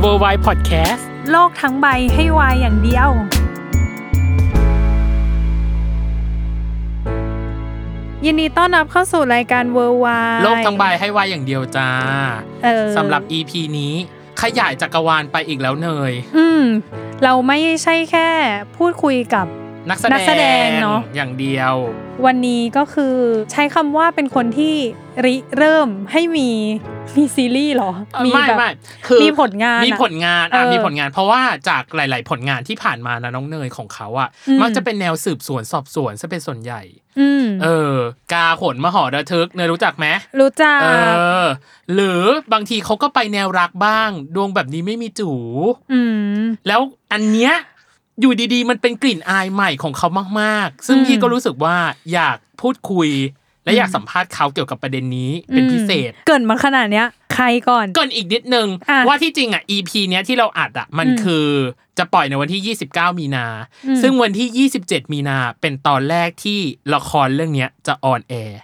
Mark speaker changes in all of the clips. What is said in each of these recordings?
Speaker 1: เวอร์ไวพอดแคสต์
Speaker 2: โลกทั้งใบให้วายอย่างเดียว ยินดีต้อนรับเข้าสู่รายการเวอร์วาย
Speaker 1: โลกทั้งใบให้ไวายอย่างเดียวจ้า
Speaker 2: เออ
Speaker 1: สำหรับ EP นี้ขยายจักรวาลไปอีกแล้วเนย
Speaker 2: อืม เราไม่ใช่แค่พูดคุยกับ
Speaker 1: นักแส
Speaker 2: นักแสดงเนอะ
Speaker 1: อย่างเดียว
Speaker 2: วันนี้ก็คือใช้คำว่าเป็นคนที่ริเริ่มให้มีมีซีรีส์เหรอ
Speaker 1: ไม่
Speaker 2: แบบ
Speaker 1: ไม่คือ
Speaker 2: มีผลงานอะ
Speaker 1: มีผลงานอ่ะ
Speaker 2: เออ
Speaker 1: มีผลงาน เพราะว่าจากหลาย ๆ ผลงานที่ผ่านมานะน้องเนยของเขาอ่ะ
Speaker 2: อืม
Speaker 1: มักจะเป็นแนวสืบสวนสอบสวนซะเป็นส่วนใหญ่
Speaker 2: อืม
Speaker 1: เออ กาขนมหอระทึกเนยรู้จักไหม
Speaker 2: รู้จัก
Speaker 1: เออ หรือบางทีเขาก็ไปแนวรักบ้าง ดวงแบบนี้ไม่มีจู
Speaker 2: อืม
Speaker 1: แล้วอันเนี้ยอยู่ดีๆ มันเป็นกลิ่นอายใหม่ของเขามากๆ ซึ่ง
Speaker 2: อืม
Speaker 1: พี่ก็รู้สึกว่าอยากพูดคุย และอยากสัมภาษณ์เขาเกี่ยวกับประเด็นนี้เป็นพิเศษ
Speaker 2: อืมเกิดมาขนาดเนี้ย ใครก่อน
Speaker 1: เกรินอีกนิดนึง
Speaker 2: อ่ะ
Speaker 1: ว่าที่จริงอ่ะ EP เนี้ยที่เราอัดอ่ะมัน
Speaker 2: อืม
Speaker 1: คือจะปล่อยในวันที่ 29 มีนา
Speaker 2: อืม
Speaker 1: ซึ่งวันที่ 27 มีนาเป็นตอนแรกที่ละครเรื่องเนี้ยจะออนแอร์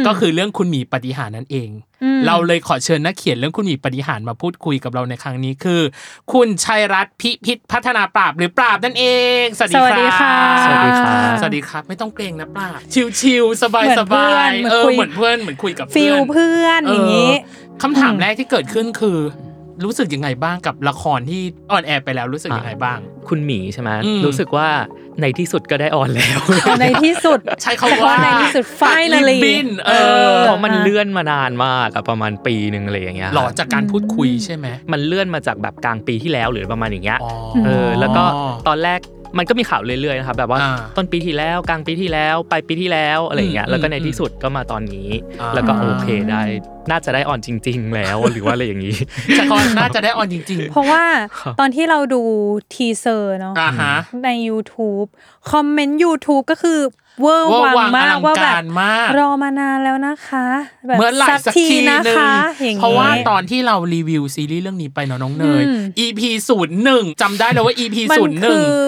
Speaker 2: ม
Speaker 1: ก็คือเรื่องคุณหมีปฏิหารนั่นเอง
Speaker 2: อืม
Speaker 1: เราเลยขอเชิญนักเขียนเรื่องคุณหมีปฏิหารมาพูดคุยกับเราในครั้งนี้คือ คุณชัยรัตน์พิพิธพัฒนาปราบหรือปราบนั่นเอง สวัสดี
Speaker 2: สวัสดีค่ะ
Speaker 1: สวัสดีครับส
Speaker 2: สวั
Speaker 1: วั
Speaker 2: ส
Speaker 1: ส
Speaker 2: ดี
Speaker 1: ดี
Speaker 2: ค
Speaker 1: ค
Speaker 2: รั
Speaker 1: รั
Speaker 2: บบ
Speaker 1: ไม่ต้องเกรงนะปราบชิวๆสบาย
Speaker 2: เหมื
Speaker 1: ส
Speaker 2: อนเพื่
Speaker 1: บา
Speaker 2: อน
Speaker 1: ย
Speaker 2: เหมือน
Speaker 1: เออ
Speaker 2: คุย
Speaker 1: เหมือนเพื่อนเหมือนคุยกับ
Speaker 2: ฟิล
Speaker 1: เพื่อน
Speaker 2: เพื่อนอย่าง
Speaker 1: นี้
Speaker 2: นี้
Speaker 1: คำถามแรกที่เกิดขึ้นคือ รู้สึกยังไงบ้างกับละครที่ออนแอร์ไปแล้วรู้สึกยังไงบ้าง
Speaker 3: คุณหมีใช่ไหม
Speaker 1: อืม
Speaker 3: รู้สึกว่าในที่สุดก็ได้ออนแล้ว
Speaker 2: ในที่สุด
Speaker 1: ใช้คำว่า
Speaker 2: ในที่สุด finally
Speaker 1: บินเออ
Speaker 3: เพราะมันเลื่อนมานานมากอะประมาณปีหนึ่งอะไรอย่างเงี้ย
Speaker 1: หล่อจากการพูดคุยใช่ไหม
Speaker 3: มันเลื่อนมาจากแบบกลางปีที่แล้วหรือประมาณอย่างเงี้ย
Speaker 1: อ๋อ
Speaker 3: เออแล้วก็ตอนแรกมันก็มีข่าวเรื่อยๆนะครับแบบว่า
Speaker 1: อ่า
Speaker 3: ต้นปีที่แล้วกลางปีที่แล้วปลายปีที่แล้วอะไรอย่างเงี้
Speaker 1: อืม
Speaker 3: ยแล้วก็ใน
Speaker 1: อืม
Speaker 3: ที่สุดก็มาตอนนี้
Speaker 1: อ่า
Speaker 3: แล้วก็โอเคได้น่าจะได้ออนจริง ๆ แล้วหรือว่าอะไรอย่างงี้
Speaker 1: ใช้คำว่าน่าจะได้ออนจริงๆ
Speaker 2: เพราะว่าตอนที่เราดูทีเซอร์เนาะ
Speaker 1: อ่าฮะ
Speaker 2: ใน YouTube คอมเมนต์ YouTube ก็คือเวอร์
Speaker 1: เวอร์
Speaker 2: วัง
Speaker 1: วัง
Speaker 2: มาก
Speaker 1: อลังการ
Speaker 2: ว่าแบบ
Speaker 1: มาก
Speaker 2: รอมานานแล้วนะคะแบบ
Speaker 1: เมื่อไหร่สักที
Speaker 2: นะ
Speaker 1: หนึง
Speaker 2: คะอย่างนี้
Speaker 1: เพราะว่าตอนที่เรารีวิวซีรีส์เรื่องนี้ไปเนาะน้องเนย
Speaker 2: อืม
Speaker 1: EP ศูนย์หนึ่งจำได้เลยว่า EP
Speaker 2: มั
Speaker 1: ศูนย์ห
Speaker 2: คื
Speaker 1: นึ่ง
Speaker 2: อ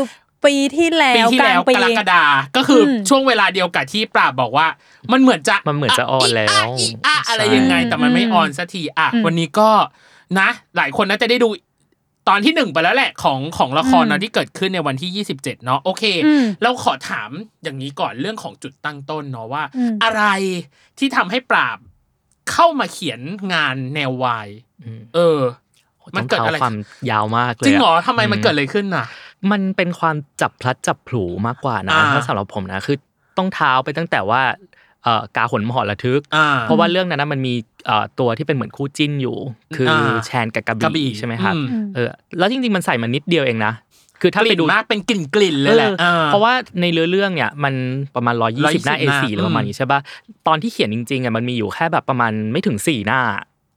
Speaker 2: ปีที่แล้
Speaker 1: ปี
Speaker 2: ว
Speaker 1: ที่
Speaker 2: กลา
Speaker 1: แล้
Speaker 2: ง
Speaker 1: ว
Speaker 2: ปี
Speaker 1: กรกฎาก็คืออ
Speaker 2: ม
Speaker 1: ช่วงเวลาเดียวกับที่ปราบบอกว่า มันเหมือนจะ
Speaker 3: มันเหมือนจะออนแล้ว
Speaker 1: อีอะอะไรยังไง แต่มันไม่ออนสักทีอ่ะ
Speaker 2: อืม
Speaker 1: วันนี้ก็นะ หลายคนน่าจะได้ดูตอนที่หนึ่งไปแล้วแหละของของละครเนาะที่เกิดขึ้นในวันที่ 27 เนาะโอเค
Speaker 2: อืม
Speaker 1: เราขอถามอย่างนี้ก่อนเรื่องของจุดตั้งต้นเนาะว่า
Speaker 2: อืม
Speaker 1: อะไรที่ทำให้ปราบเข้ามาเขียนงานแนววาย
Speaker 3: อืม
Speaker 1: เออ มัน
Speaker 3: ต้อง
Speaker 1: เกิด
Speaker 3: ท้า
Speaker 1: อะไร
Speaker 3: ความยาวมากเลย
Speaker 1: จริงเหรอะ ทำไมมันเกิดอะไรขึ้นน่ะ
Speaker 3: มันเป็นความจับพลัดจับผลูมากกว่านะ
Speaker 1: อ่า
Speaker 3: ถ้าสำหรับผมนะคือต้องเท้าไปตั้งแต่ว่าเอ่อกาหนมหอระทึก
Speaker 1: อ่า
Speaker 3: เพราะว่าเรื่องนั้นนะมันมีเอ่อตัวที่เป็นเหมือนคู่จิ้นอยู่ คืออา แชนกับกระ
Speaker 1: กระบี่
Speaker 3: บี่ใช่ไหมครับ
Speaker 1: อื
Speaker 2: อืม
Speaker 3: เออแล้วจริงๆมันใส่มานิดเดียวเองนะคือถ้าก ไป
Speaker 1: ลิ่น
Speaker 3: ดู
Speaker 1: มากเป็นกลิ่นกลิ่นๆเลยแหละ
Speaker 3: ออ
Speaker 1: อ่
Speaker 3: เพราะว่าในเรือเรื่องเนี่ยมันประมาณ 120 หน้า
Speaker 1: 120
Speaker 3: A4 หรือประมาณ
Speaker 1: อืม
Speaker 3: นี้ใช่ป่ะตอนที่เขียนจริงๆอ่ะมันมีอยู่แค่แบบประมาณไม่ถึงสี่หน้า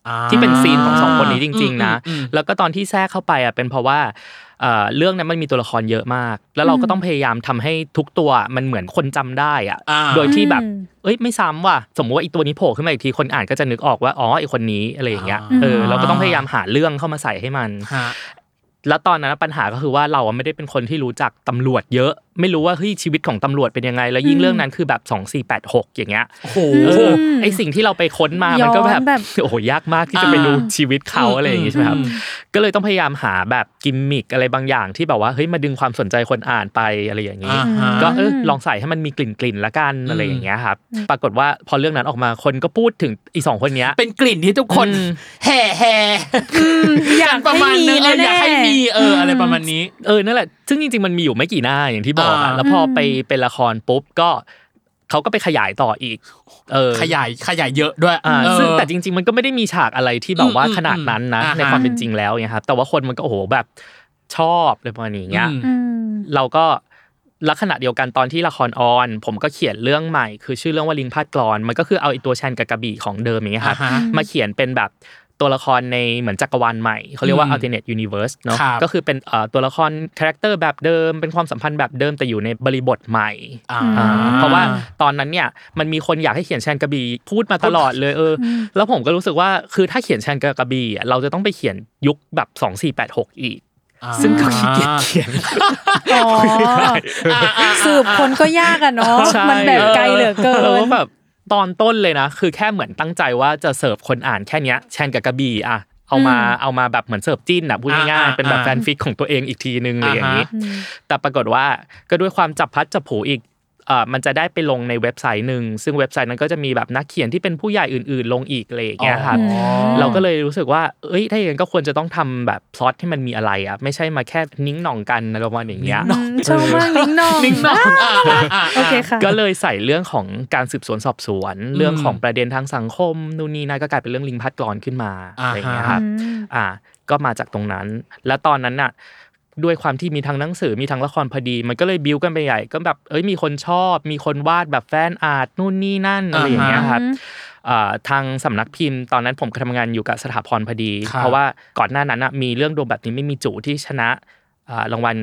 Speaker 1: อ่า
Speaker 3: ที่เป็นซีนของสองคนนี้จริง ๆ นะ
Speaker 1: อืมอืม
Speaker 3: แล้วก็ตอนที่แทรกเข้าไปอ่ะเป็นเพราะว่าเอ่อเรื่องนั้นมันมีตัวละครเยอะมาก แล้วเราก็ต้องพยายามทำให้ทุกตัวมันเหมือนคนจำได้อ่ะ
Speaker 1: อ่า
Speaker 3: โดยที่แบบ
Speaker 2: อืม
Speaker 3: เอ้ยไม่ซ้ำว่ะ สมมติว่าอีตัวนี้โผล่ขึ้นมาอีกทีคนอ่านก็จะนึกออกว่า อ๋อไอคนนี้อะไรอย่างเงี้ย
Speaker 1: อ่า
Speaker 3: เออเราก็ต้องพยายามหาเรื่องเข้ามาใส่ให้มัน
Speaker 1: ฮะ
Speaker 3: แล้วตอนนั้นปัญหาก็คือว่าเราอะไม่ได้เป็นคนที่รู้จักตำรวจเยอะ ไม่รู้ว่าเฮ้ยชีวิตของตำรวจเป็นยังไง แล้วยิ่งเรื่องนั้นคือแบบ2 4 8 6 อย่างเงี้ย
Speaker 1: โอ้โห
Speaker 3: เออไอสิ่งที่เราไปค้นมามันก็แบบ
Speaker 2: ย้อนแบบ
Speaker 3: โอ้โหยากมากที่จะไป
Speaker 1: อ่า
Speaker 3: รู้ชีวิตเขาอะไรอย่างงี้ใช่ไหมครับ ก็เลยต้องพยายามหาแบบกิมมิกอะไรบางอย่างที่แบบว่าเฮ้ยมาดึงความสนใจคนอ่านไปอะไรอย่างนี้
Speaker 1: อ่าฮะ
Speaker 3: ก็เออลองใส่ให้มันมีกลิ่นกลิ่นๆละกันอะไรอย่างเงี้ยครับ ปรากฏว่าพอเรื่องนั้นออกมาคนก็พูดถึงอีสองคนเนี้ย
Speaker 1: เป็นกลิ่นที่ทุกคน
Speaker 3: อืม
Speaker 1: แห่แห่
Speaker 2: อยา
Speaker 1: น
Speaker 2: ก
Speaker 1: ประมาณนึงเออ
Speaker 2: ให้
Speaker 1: อยากให้
Speaker 2: มีแน่ๆ
Speaker 1: มีเอออะไรประมาณนี้
Speaker 3: เออนั่นแหละซึ่งจริงๆมันมีอยู่ไม่กี่หน้าอย่างที่บอก
Speaker 1: อ่า
Speaker 3: อะแล้วพอไปเป็นละครปุ๊บก็เขาก็ไปขยายต่ออีก เออ
Speaker 1: ขยายขยายเยอะด้วย
Speaker 3: อ่า
Speaker 1: เออ
Speaker 3: ซึ่งแต่จริง ๆ มันก็ไม่ได้มีฉากอะไรที่แบ
Speaker 1: อื
Speaker 3: บ
Speaker 1: ม
Speaker 3: ว่า
Speaker 1: อืม
Speaker 3: ขนาดนั้นนะ
Speaker 1: อ่าฮะ
Speaker 3: ในความเป็นจริงแล้วเนี่ยครับแต่ว่าคนมันก็โอ้โหแบบชอบอะไรประมาณนี้เงี้ย
Speaker 1: อืม
Speaker 2: อืม
Speaker 3: เราก็ลักษณะเดียวกันตอนที่ละครออน ผมก็เขียนเรื่องใหม่ คือชื่อเรื่องว่าลิงพาดกรอน มันก็คือเอาไอตัวชันกับกระบี่ของเดิมอย่างเงี้ยครับ
Speaker 1: อ่าฮะ
Speaker 3: มาเขียนเป็นแบบตัวละครในเหมือนจักรวาลใหม่เขาเรียกว่า
Speaker 1: อืม
Speaker 3: alternate universe เนอะ
Speaker 1: ครับ
Speaker 3: ก็คือเป็นเอ่อตัวละครคาแรคเตอร์แบบเดิม เป็นความสัมพันธ์แบบเดิมแต่อยู่ในบริบทใหม่
Speaker 1: อ่า
Speaker 3: อ่าเพราะว่าตอนนั้นเนี่ยมันมีคนอยากให้เขียนชันกระบี่พูดมาตลอดเลยเอออแล้วผมก็รู้สึกว่าคือถ้าเขียนชันกับกระบี่อะเราจะต้องไปเขียนยุคแบบ2 4 8 6 อีก ซึ่งก็ขี้เกียจเขียน
Speaker 2: อ๋อสืบคนก็ยากอะเนาะ
Speaker 3: ใช่
Speaker 2: มันแบบไกลเหลือเกิ
Speaker 3: เรา
Speaker 2: น
Speaker 3: ก็แบบตอนต้นเลยนะ คือแค่เหมือนตั้งใจว่าจะเสิร์ฟคนอ่านแค่เนี้ยแชนกับกระบี่อะเอามาเอามาแบบเหมือนเสิร์ฟจิ้นอะพูดง่าย
Speaker 1: อ่า
Speaker 3: ๆเป็นแบบ
Speaker 1: อ่า
Speaker 3: แฟนฟิกของตัวเองอีกทีนึงอะไรอย่างนี้
Speaker 1: อ่า
Speaker 3: แต่ปรากฏว่าก็ด้วยความจับพลัดจับผลูอีกเอ่อมันจะได้ไปลงในเว็บไซต์หนึ่งซึ่งเว็บไซต์นั้นก็จะมีแบบนักเขียนที่เป็นผู้ใหญ่อื่น ๆ ลงอีกอะไรอย่างเงี้ยครับ
Speaker 2: อ๋อ
Speaker 3: เราก็เลยรู้สึกว่า เอ้ย ถ้าอย่างนั้นก็ควรจะต้องทำแบบพล็อตให้มันมีอะไรอะไม่ใช่มาแค่นิ้งหน่องกันอะไรประมาณอย่างเงี้ย
Speaker 2: อืมชอบมากนิ้งนอง
Speaker 1: นิ่งนองอ่าอ่าอ่า
Speaker 2: โอเคค่ะ
Speaker 3: ก็เลยใส่เรื่องของการสืบสวนสอบสวน เรื่องของประเด็นทางสังคมนู่นนี่นั่นก็กลายเป็นเรื่องลิงพัดกรอนขึ้นมา
Speaker 1: อ่า
Speaker 3: อะไรอย่างเงี้ย
Speaker 1: ฮะ
Speaker 3: ครับ
Speaker 2: อืม
Speaker 3: อ่า ก็มาจากตรงนั้น และตอนนั้นน่ะ ด้วยความที่มีทั้งหนังสือมีทั้งละครพอดี มันก็เลยบิวกันไปใหญ่ ก็แบบเอ้ยมีคนชอบ มีคนวาดแบบแฟนอาร์ตนู่นนี่นั่นอะไรอย่างเงี้ยครับอ่าทางสำนักพิมพ์ ตอนนั้นผมก็ทำงานอยู่กับสถาพรพอดี
Speaker 1: ครับ
Speaker 3: เพราะว่าก่อนหน้านั้นน่ะมีเรื่องดวงแบบนี้ไม่มีจูที่ชนะอ่ารางวัล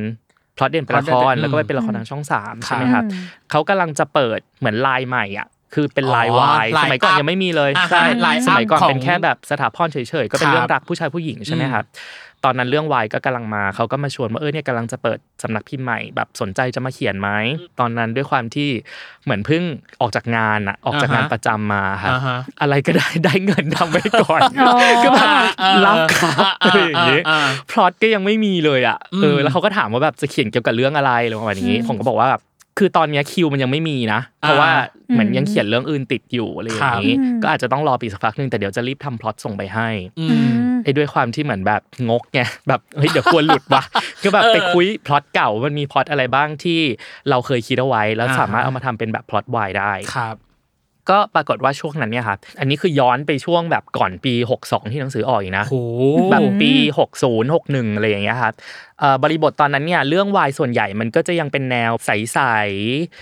Speaker 3: พลอตเด่นเป็นละครแล้วก็ไปเป็นละครทางช่องสามใช่ไหมครับ เขากำลังจะเปิดเหมือนไลน์ใหม่อ่ะ คือเป็นไลน์
Speaker 1: อ๋อ
Speaker 3: วาย
Speaker 1: ไลน์
Speaker 3: สมัยก่อน
Speaker 1: อัพ
Speaker 3: ยังไม่มีเลย
Speaker 1: อ่าฮะ
Speaker 3: ใช่
Speaker 1: ไลน์อัพ
Speaker 3: สมัยก่อน
Speaker 1: ของ
Speaker 3: เป็นแค่แบบสถาพรเฉยๆ ก็เป็
Speaker 1: ค
Speaker 3: น
Speaker 1: รับ
Speaker 3: เรื่องรักผู้ชายผู้หญิงใช่ไหมครับ ตอนนั้นเรื่องวายก็กำลังมา เขาก็มาชวนว่าเออเนี่ยกำลังจะเปิดสำนักพิมพ์ใหม่แบบสนใจจะมาเขียนไหม ตอนนั้นด้วยความที่เหมือนเพิ่งออกจากงานอ่ะ ออกจากงาน
Speaker 1: อ่าฮะ
Speaker 3: ประจำมาครับ
Speaker 1: อ่าฮะ
Speaker 3: อะไรก็ได้ ได้เงินทำไว้ก่อน
Speaker 2: อ๋อ
Speaker 3: ก็แบบ
Speaker 1: เออ
Speaker 3: รับครับ
Speaker 1: เอ
Speaker 3: อะไร
Speaker 1: อ
Speaker 3: อย่างงี้
Speaker 1: เออ
Speaker 3: พล็อตก็ยังไม่มีเลยอ่ะ เออ แล้วเขาก็ถามว่าแบบจะเขียนเกี่ยวกับเรื่องอะไรอะไรประมาณนี้ ผมก็บอกว่าแบบ คือตอนเนี้ยคิวมันยังไม่มีนะ เพราะว่าเหมือนยังเขียนเรื่องอื่นติดอยู่อะไรอย่างนี้
Speaker 2: ครับ
Speaker 3: ก็อาจจะต้องรอปีสักพักหนึงแต่เดี๋ยวจะรีบทำพล็อตส่งไปให้
Speaker 1: อื
Speaker 2: อื
Speaker 1: ม
Speaker 2: ม
Speaker 3: ไอ้ด้วยความที่เหมือนแบบงกไง แบบเฮ้ยเดี๋ยวควรหลุดวะ ก็แบบไปคุยพล็อตเก่ามันมีพล็อตอะไรบ้างที่เราเคยคิดเอาไว้ แล้ว
Speaker 1: อ่า
Speaker 3: สามารถเอามาทำเป็นแบบพล็อตวายได้
Speaker 1: ครับ
Speaker 3: ก็ปรากฏว่าช่วงนั้นเนี่ยครับอันนี้คือย้อนไปช่วงแบบก่อนปี 62 ที่หนังสือออกอีกนะ
Speaker 1: โห
Speaker 3: แบบปี 60 61อะไรอย่างเงี้ยครับเอ่อบริบทตอนนั้นเนี่ยเรื่องวายส่วนใหญ่มันก็จะยังเป็นแนวใส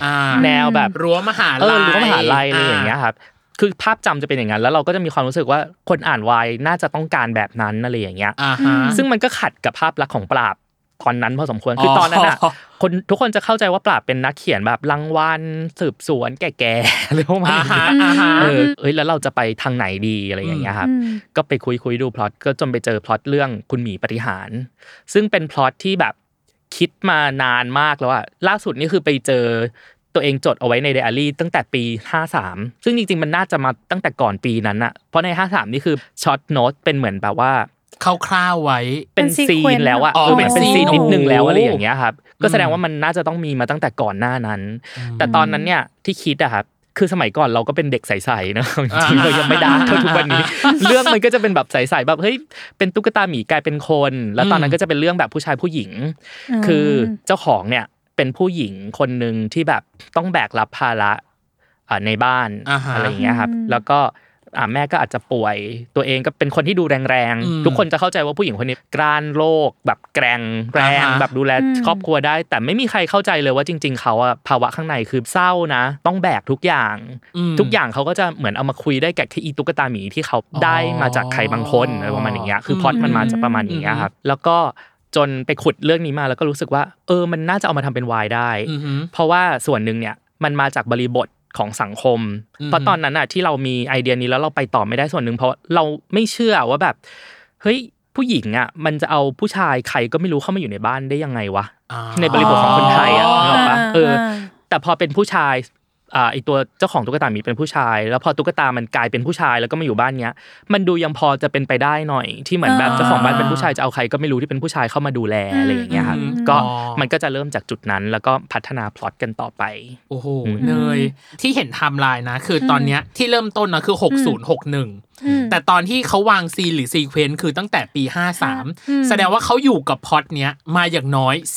Speaker 1: อ่า
Speaker 3: ๆแนวแบบ
Speaker 1: รั้วมหาลัย
Speaker 3: เออรั้วมหาลัยอะไรอย่างเงี้ยครับคือภาพจำจะเป็นอย่างนั้นแล้วเราก็จะมีความรู้สึกว่าคนอ่านวายน่าจะต้องการแบบนั้นอะไรอย่างเงี้ย
Speaker 1: อ่าฮะ
Speaker 3: ซึ่งมันก็ขัดกับภาพลักษณ์ของปราบตอนนั้นพอสมควรคือตอนนั้นอ่ะ
Speaker 1: อ๋อ
Speaker 3: คนทุกคนจะเข้าใจว่าปราบเป็นนักเขียนแบบรางวัลสืบสวนแก่ๆอะไรประมา
Speaker 1: อ่า
Speaker 3: ณนี้
Speaker 1: ฮะอ่าฮะ
Speaker 3: เออเอ้ยแล้วเราจะไปทางไหนดีอะไรอย่างเงี้ยครับ ก็ไปคุยคุยดูพล็อตก็จนไปเจอพล็อตเรื่องคุณหมีปฏิหารย์ซึ่งเป็นพล็อตที่แบบคิดมานานมากแล้วอะล่าสุดนี่คือไปเจอตัวเองจดเอาไว้ในไดอารี่ตั้งแต่ปี 53 ซึ่งจริงๆ มันน่าจะมาตั้งแต่ก่อนปีนั้นอะเพราะใน 53 นี่คือช็อตโน้ตเป็นเหมือนแบบว่า
Speaker 1: คร่าวๆไว้
Speaker 3: เป็น
Speaker 2: เป็น
Speaker 3: ซีน
Speaker 2: sequence
Speaker 3: แล้วอะ
Speaker 1: อ๋อ
Speaker 3: เออมันเป็น
Speaker 1: เป็นซี
Speaker 3: ซี
Speaker 1: น
Speaker 3: นนิดนึงแล้วอะไรอย่างเงี้ยครับ ก็แสดง
Speaker 1: อืม
Speaker 3: ว่ามันน่าจะต้องมีมาตั้งแต่ก่อนหน้านั้น แต่ตอนนั้นเนี่ยที่คิดอะครับคือสมัยก่อนเราก็เป็นเด็กใสๆนะ จริงๆเรายังไม่ดาร์กเท่าทุกวันนี้ เรื่องมันก็จะเป็นแบบใสๆแบบเฮ้ยเป็นตุ๊กตาหมีกลายเป็นคน แล้วตอนนั้นก็จะเป็นเรื่องแบบผู้ชายผู้หญิง คือเจ้าของเนี่ยเป็นผู้หญิงคนหนึ่งที่แบบต้องแบกรับภาระอ่าในบ้าน
Speaker 1: อ่าฮะ
Speaker 3: อะไรอย่างเงี้ยครับ
Speaker 2: อืม
Speaker 3: แล้วก็อ่าแม่ก็อาจจะป่วยตัวเองก็เป็นคนที่ดูแรง
Speaker 1: อืม
Speaker 3: ๆ ทุกคนจะเข้าใจว่าผู้หญิงคนนี้กรานโรคแบบแกร่งแร
Speaker 1: อ่าง ฮะ
Speaker 3: แบบดูแลครอบครัวได้ แต่ไม่มีใครเข้าใจเลยว่าจริง ๆเขาอะภาวะข้างในคือเศร้านะ ต้องแบกทุกอย่าง
Speaker 1: ม
Speaker 3: ทุกอย่างเขาก็จะเหมือนเอามาคุยได้กับที่อีตุ๊กตาหมีที่เขาได้มาจากใครบางคนอะไรประมาณอย่างเงี้ยคือพล็อตมันมาจากประมาณอย่างเงี้ยครับแล้วก็จนไปขุดเรื่องนี้มาแล้วก็รู้สึกว่า เออมันน่าจะเอามาทำเป็นวายได้
Speaker 1: อือฮึ
Speaker 3: เพราะว่าส่วนหนึ่งเนี่ยมันมาจากบริบทของสังคม
Speaker 1: อืม
Speaker 3: เพราะตอนนั้นอ่ะที่เรามีไอเดียนี้แล้วเราไปต่อไม่ได้ส่วนหนึ่งเพราะเราไม่เชื่อว่าแบบเฮ้ย ผู้หญิงอ่ะมันจะเอาผู้ชายใครก็ไม่รู้เข้ามาอยู่ในบ้านได้ยังไงวะ
Speaker 1: อ่า
Speaker 3: ในบริบทของคนไทยอ่ะนึกออกปะ
Speaker 2: อ่า
Speaker 3: เอออา แต่พอเป็นผู้ชายอ่าไอตัวเจ้าของตุ๊กตาหมีเป็นผู้ชาย แล้วพอตุ๊กตามันกลายเป็นผู้ชายแล้วก็มาอยู่บ้านเนี้ย มันดูยังพอจะเป็นไปได้หน่อย ที่เหมือนแบบ
Speaker 2: อ่า
Speaker 3: เจ้าของบ้านเป็นผู้ชายจะเอาใครก็ไม่รู้ที่เป็นผู้ชายเข้ามาดูแลอะไรอย่างเงี้ยครับ
Speaker 2: อืม
Speaker 3: ก็
Speaker 1: อ๋อ
Speaker 3: มันก็จะเริ่มจากจุดนั้น แล้วก็พัฒนาพล็อตกันต่อไป
Speaker 1: โอ้โห
Speaker 3: อืม
Speaker 1: เนยที่เห็นไทม์ไลน์นะ คือตอนเนี้ยที่เริ่มต้นนะคือ 6061
Speaker 2: อืม
Speaker 1: แต่ตอนที่เขาวางซีนหรือซีเควนต์คือตั้งแต่ปี
Speaker 2: อืม
Speaker 1: 53 แสดงว่าเขาอยู่กับพล็อดเนี้ยมาอย่างน้อย 10